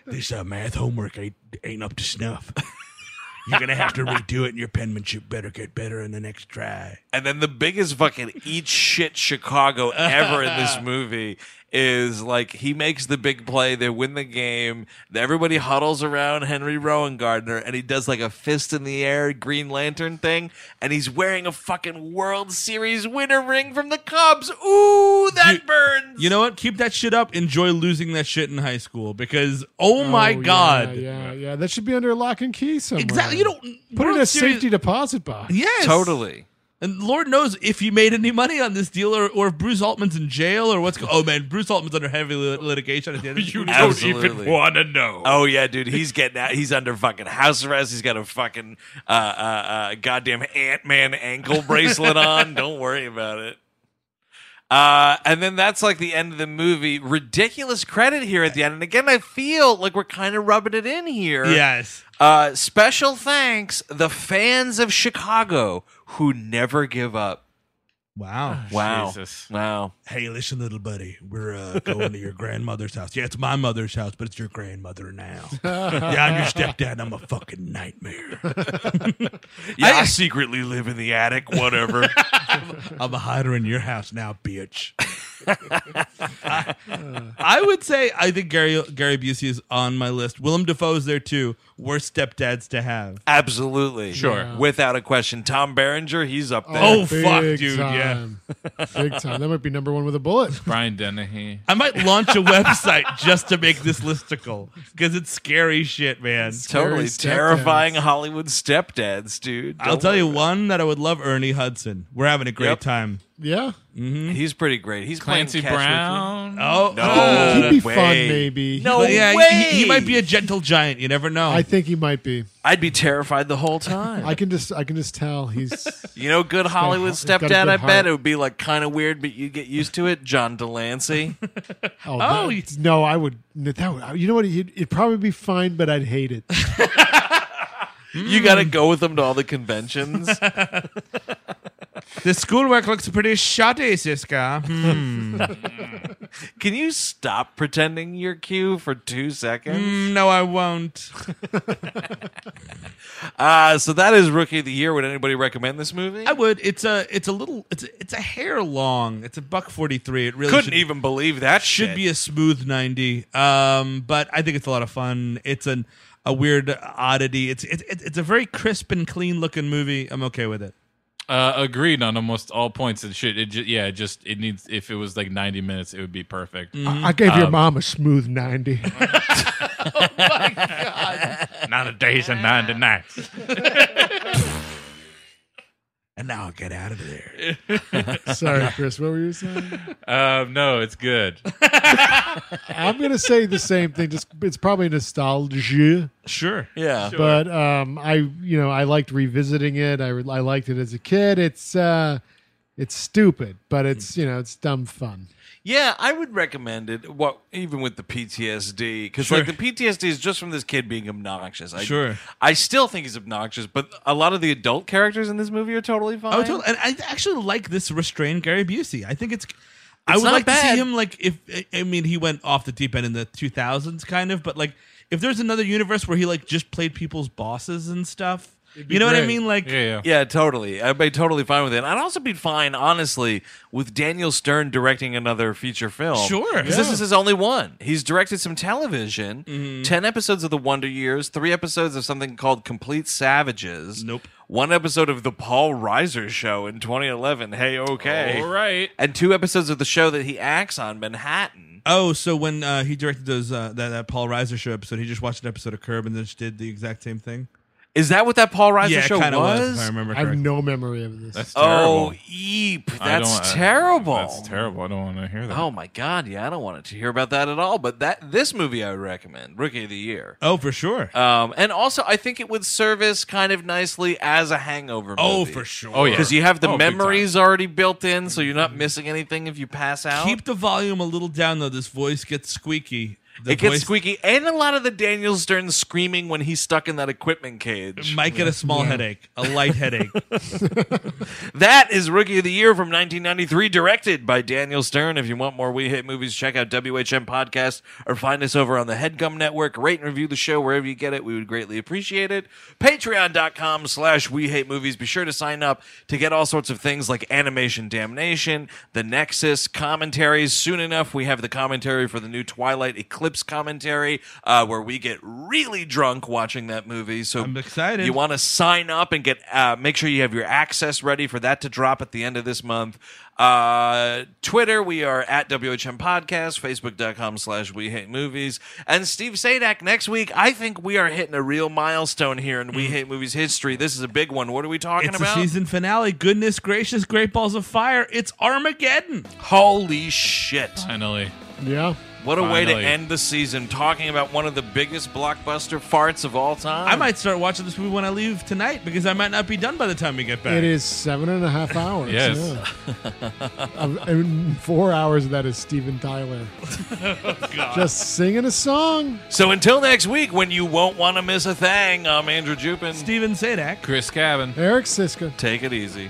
Speaker 13: This uh, math homework ain't ain't up to snuff. You're gonna have to redo it, and your penmanship better get better in the next try.
Speaker 5: And then the biggest fucking eat shit Chicago ever in this movie is like he makes the big play, they win the game, everybody huddles around Henry Rowan Gardner, and he does like a fist in the air Green Lantern thing, and he's wearing a fucking World Series winner ring from the Cubs. Ooh, that burns.
Speaker 7: You know what? Keep that shit up. Enjoy losing that shit in high school because oh my
Speaker 3: yeah,
Speaker 7: god.
Speaker 3: Yeah, yeah, That should be under lock and key somewhere.
Speaker 7: Exactly. You don't
Speaker 3: put it in
Speaker 7: World
Speaker 3: a
Speaker 7: Series-
Speaker 3: safety deposit box.
Speaker 7: Yes.
Speaker 5: Totally.
Speaker 7: And Lord knows if he made any money on this deal or, or if Bruce Altman's in jail or what's go- Oh man, Bruce Altman's under heavy lit- litigation at the end of the Uh,
Speaker 6: You
Speaker 7: movie.
Speaker 6: don't
Speaker 5: Absolutely.
Speaker 6: even want to know.
Speaker 5: Oh yeah, dude, he's getting out. He's under fucking house arrest. He's got a fucking uh, uh, uh, goddamn Ant Man ankle bracelet on. Don't worry about it. Uh, and then that's like the end of the movie. Ridiculous credit here at the end. And again, I feel like we're kind of rubbing it in here.
Speaker 7: Yes.
Speaker 5: Uh, special thanks the fans of Chicago who never give up.
Speaker 7: Wow.
Speaker 5: Wow.
Speaker 6: Jesus.
Speaker 5: Wow.
Speaker 13: Hey, listen, little buddy, we're uh, going to your grandmother's house. Yeah, it's my mother's house, but it's your grandmother now. yeah, I'm your stepdad. and I'm a fucking nightmare.
Speaker 5: Yeah, I, secretly live in the attic. Whatever.
Speaker 13: I'm a hider in your house now, bitch.
Speaker 7: I would say I think Gary Gary Busey is on my list. Willem Dafoe's there too. Worst stepdads to have.
Speaker 5: Absolutely.
Speaker 6: Sure. Yeah.
Speaker 5: Without a question. Tom Berenger, he's up there.
Speaker 13: Oh, fuck,
Speaker 3: Big
Speaker 13: dude. Yeah.
Speaker 3: time. Big time. That might be number one with a bullet.
Speaker 6: Brian Dennehy.
Speaker 7: I might launch a website just to make this listicle because it's scary shit, man.
Speaker 5: totally
Speaker 3: Scary
Speaker 5: terrifying Hollywood stepdads, dude.
Speaker 7: I'll
Speaker 5: Don't
Speaker 7: tell you
Speaker 5: worry.
Speaker 7: one that I would love Ernie Hudson. We're having a great
Speaker 5: Yep.
Speaker 7: time.
Speaker 3: Yeah.
Speaker 5: He's pretty great. He's
Speaker 6: Clancy
Speaker 5: playing catch
Speaker 6: Brown.
Speaker 5: With you.
Speaker 6: Oh,
Speaker 5: no,
Speaker 3: He'd be fun,
Speaker 5: way.
Speaker 3: maybe.
Speaker 5: Uh, No
Speaker 7: But oh, yeah, he-
Speaker 5: way.
Speaker 7: He, he might be a gentle giant. You never know.
Speaker 3: I think he might be.
Speaker 5: I'd be terrified the whole time.
Speaker 3: I can just I can just tell he's
Speaker 5: You know,
Speaker 3: got
Speaker 5: good
Speaker 3: a-
Speaker 5: Hollywood
Speaker 3: he's got a
Speaker 5: stepdad.
Speaker 3: good
Speaker 5: I
Speaker 3: heart.
Speaker 5: bet it would be like kind of weird, but you get used to it. John Delancey.
Speaker 3: oh, that- no, I would that would, you know what it'd, it'd probably be fine, but I'd hate it.
Speaker 5: you got to go with him to all the conventions.
Speaker 7: The schoolwork looks pretty shoddy, Siska. Hmm.
Speaker 5: Can you stop pretending you're Q for two seconds?
Speaker 7: Mm, no, I won't.
Speaker 5: Uh, so that is Rookie of the Year. Would anybody recommend this movie?
Speaker 7: I would. It's a. It's a little. It's. A, it's a hair long. It's a buck forty three. It really
Speaker 5: Couldn't
Speaker 7: should-
Speaker 5: even believe that
Speaker 7: should
Speaker 5: shit.
Speaker 7: be a smooth 90 um but i think it's a lot of fun it's an a weird oddity it's it's it's it's a very crisp and clean looking movie i'm okay with it
Speaker 6: Uh, agreed on almost all points and shit. It ju- yeah, it just it needs. If it was like ninety minutes, it would be perfect.
Speaker 3: I, I gave your
Speaker 6: Um,
Speaker 3: mom a smooth ninety.
Speaker 6: Nine days and nine to nights.
Speaker 13: and now I'll get out of there.
Speaker 3: Sorry, Chris, what were you saying?
Speaker 6: Um, no, it's good.
Speaker 3: I'm gonna say the same thing. Just it's probably nostalgia.
Speaker 7: Sure.
Speaker 5: Yeah. Sure.
Speaker 3: But um, I you know I liked revisiting it. I re- I liked it as a kid. It's uh, it's stupid, but it's you know it's dumb fun.
Speaker 5: Yeah, I would recommend it. What even with the PTSD, because
Speaker 3: Sure.
Speaker 5: like the PTSD is just from this kid being obnoxious. I,
Speaker 7: Sure.
Speaker 5: I still think he's obnoxious, but a lot of the adult characters in this movie are totally fine.
Speaker 7: oh totally. and i actually like this restrained gary busey i think it's I
Speaker 5: It's
Speaker 7: would
Speaker 5: not
Speaker 7: like to
Speaker 5: bad.
Speaker 7: see him like if I- I mean he went off the deep end in the 2000s kind of but like if there's another universe where he like just played people's bosses and stuff you know what I mean like
Speaker 5: totally. I'd be totally fine with it. And I'd also be fine, honestly, with Daniel Stern directing another feature film.
Speaker 7: Sure.
Speaker 5: 'Cause this
Speaker 7: Yeah.
Speaker 5: is his only one. He's directed some television,
Speaker 7: Mhm.
Speaker 5: ten episodes of The Wonder Years, three episodes of something called Complete Savages. Nope. One episode of the Paul Reiser show in 2011. Hey, okay,
Speaker 6: All right.
Speaker 5: and two episodes of the show that he acts on, Manhattan.
Speaker 7: Oh, so when uh, he directed those uh, that, that Paul Reiser show episode, he just watched an episode of Curb and then just did the exact same thing.
Speaker 5: Is that what that Paul Reiser
Speaker 7: yeah, it
Speaker 5: show
Speaker 7: kinda
Speaker 5: was?
Speaker 7: if I remember
Speaker 3: I have
Speaker 7: correctly.
Speaker 3: no memory of this.
Speaker 6: That's
Speaker 5: Oh,
Speaker 6: terrible.
Speaker 5: eep!
Speaker 6: I
Speaker 5: That's
Speaker 6: don't- I-
Speaker 5: terrible.
Speaker 6: That's terrible. I don't want to hear that.
Speaker 5: Oh my god, yeah, I don't want to hear about that at all. But that this movie I would recommend, Rookie of the Year.
Speaker 7: Oh, for sure.
Speaker 5: Um, and also I think it would service kind of nicely as a hangover movie.
Speaker 7: Oh, for sure.
Speaker 6: Oh, yeah.
Speaker 5: Because you have the
Speaker 6: Oh, big time.
Speaker 5: memories already built in, so you're not missing anything if you pass out.
Speaker 7: Keep the volume a little down though. This voice gets squeaky. The
Speaker 5: it gets
Speaker 7: voice
Speaker 5: squeaky, and a lot of the Daniel Stern screaming when he's stuck in that equipment cage.
Speaker 7: Might get a small headache, a light headache.
Speaker 5: That is Rookie of the Year from 1993, directed by Daniel Stern. If you want more We Hit Movies, check out WHM Podcast or find us over on the HeadGum Network. Rate and review the show wherever you get it. We would greatly appreciate it. Patreon.com slash We Hate Movies. Be sure to sign up to get all sorts of things like Animation Damnation, The Nexus, commentaries. Soon enough, we have the commentary for the new Twilight Eclipse commentary, uh, where we get really drunk watching that movie. So
Speaker 7: I'm excited.
Speaker 5: You want want to sign up and get uh, make sure you have your access ready for that to drop at the end of this month uh, twitter we are at whm podcast facebook.com slash we hate movies and steve sadak next week i think we are hitting a real milestone here in we hate movies history this is a big one what are we talking
Speaker 7: Mm. it's
Speaker 5: about
Speaker 7: a season finale. Goodness gracious, Great Balls of Fire! It's Armageddon.
Speaker 5: holy shit
Speaker 6: finally
Speaker 3: Yeah.
Speaker 5: what a way to
Speaker 7: Finally.
Speaker 5: end the season talking about one of the biggest blockbuster farts of all time
Speaker 7: I might start watching this movie when I leave tonight because I might not be done by the time we get back.
Speaker 3: It is seven and a half hours.
Speaker 7: Yes.
Speaker 3: yeah. Um, and four hours of that is Steven Tyler. Just singing a song.
Speaker 5: so until next week when you won't want to miss a thing i'm andrew jupin
Speaker 7: steven sadak
Speaker 6: Chris Cabin.
Speaker 3: Eric Siska.
Speaker 5: Take it easy.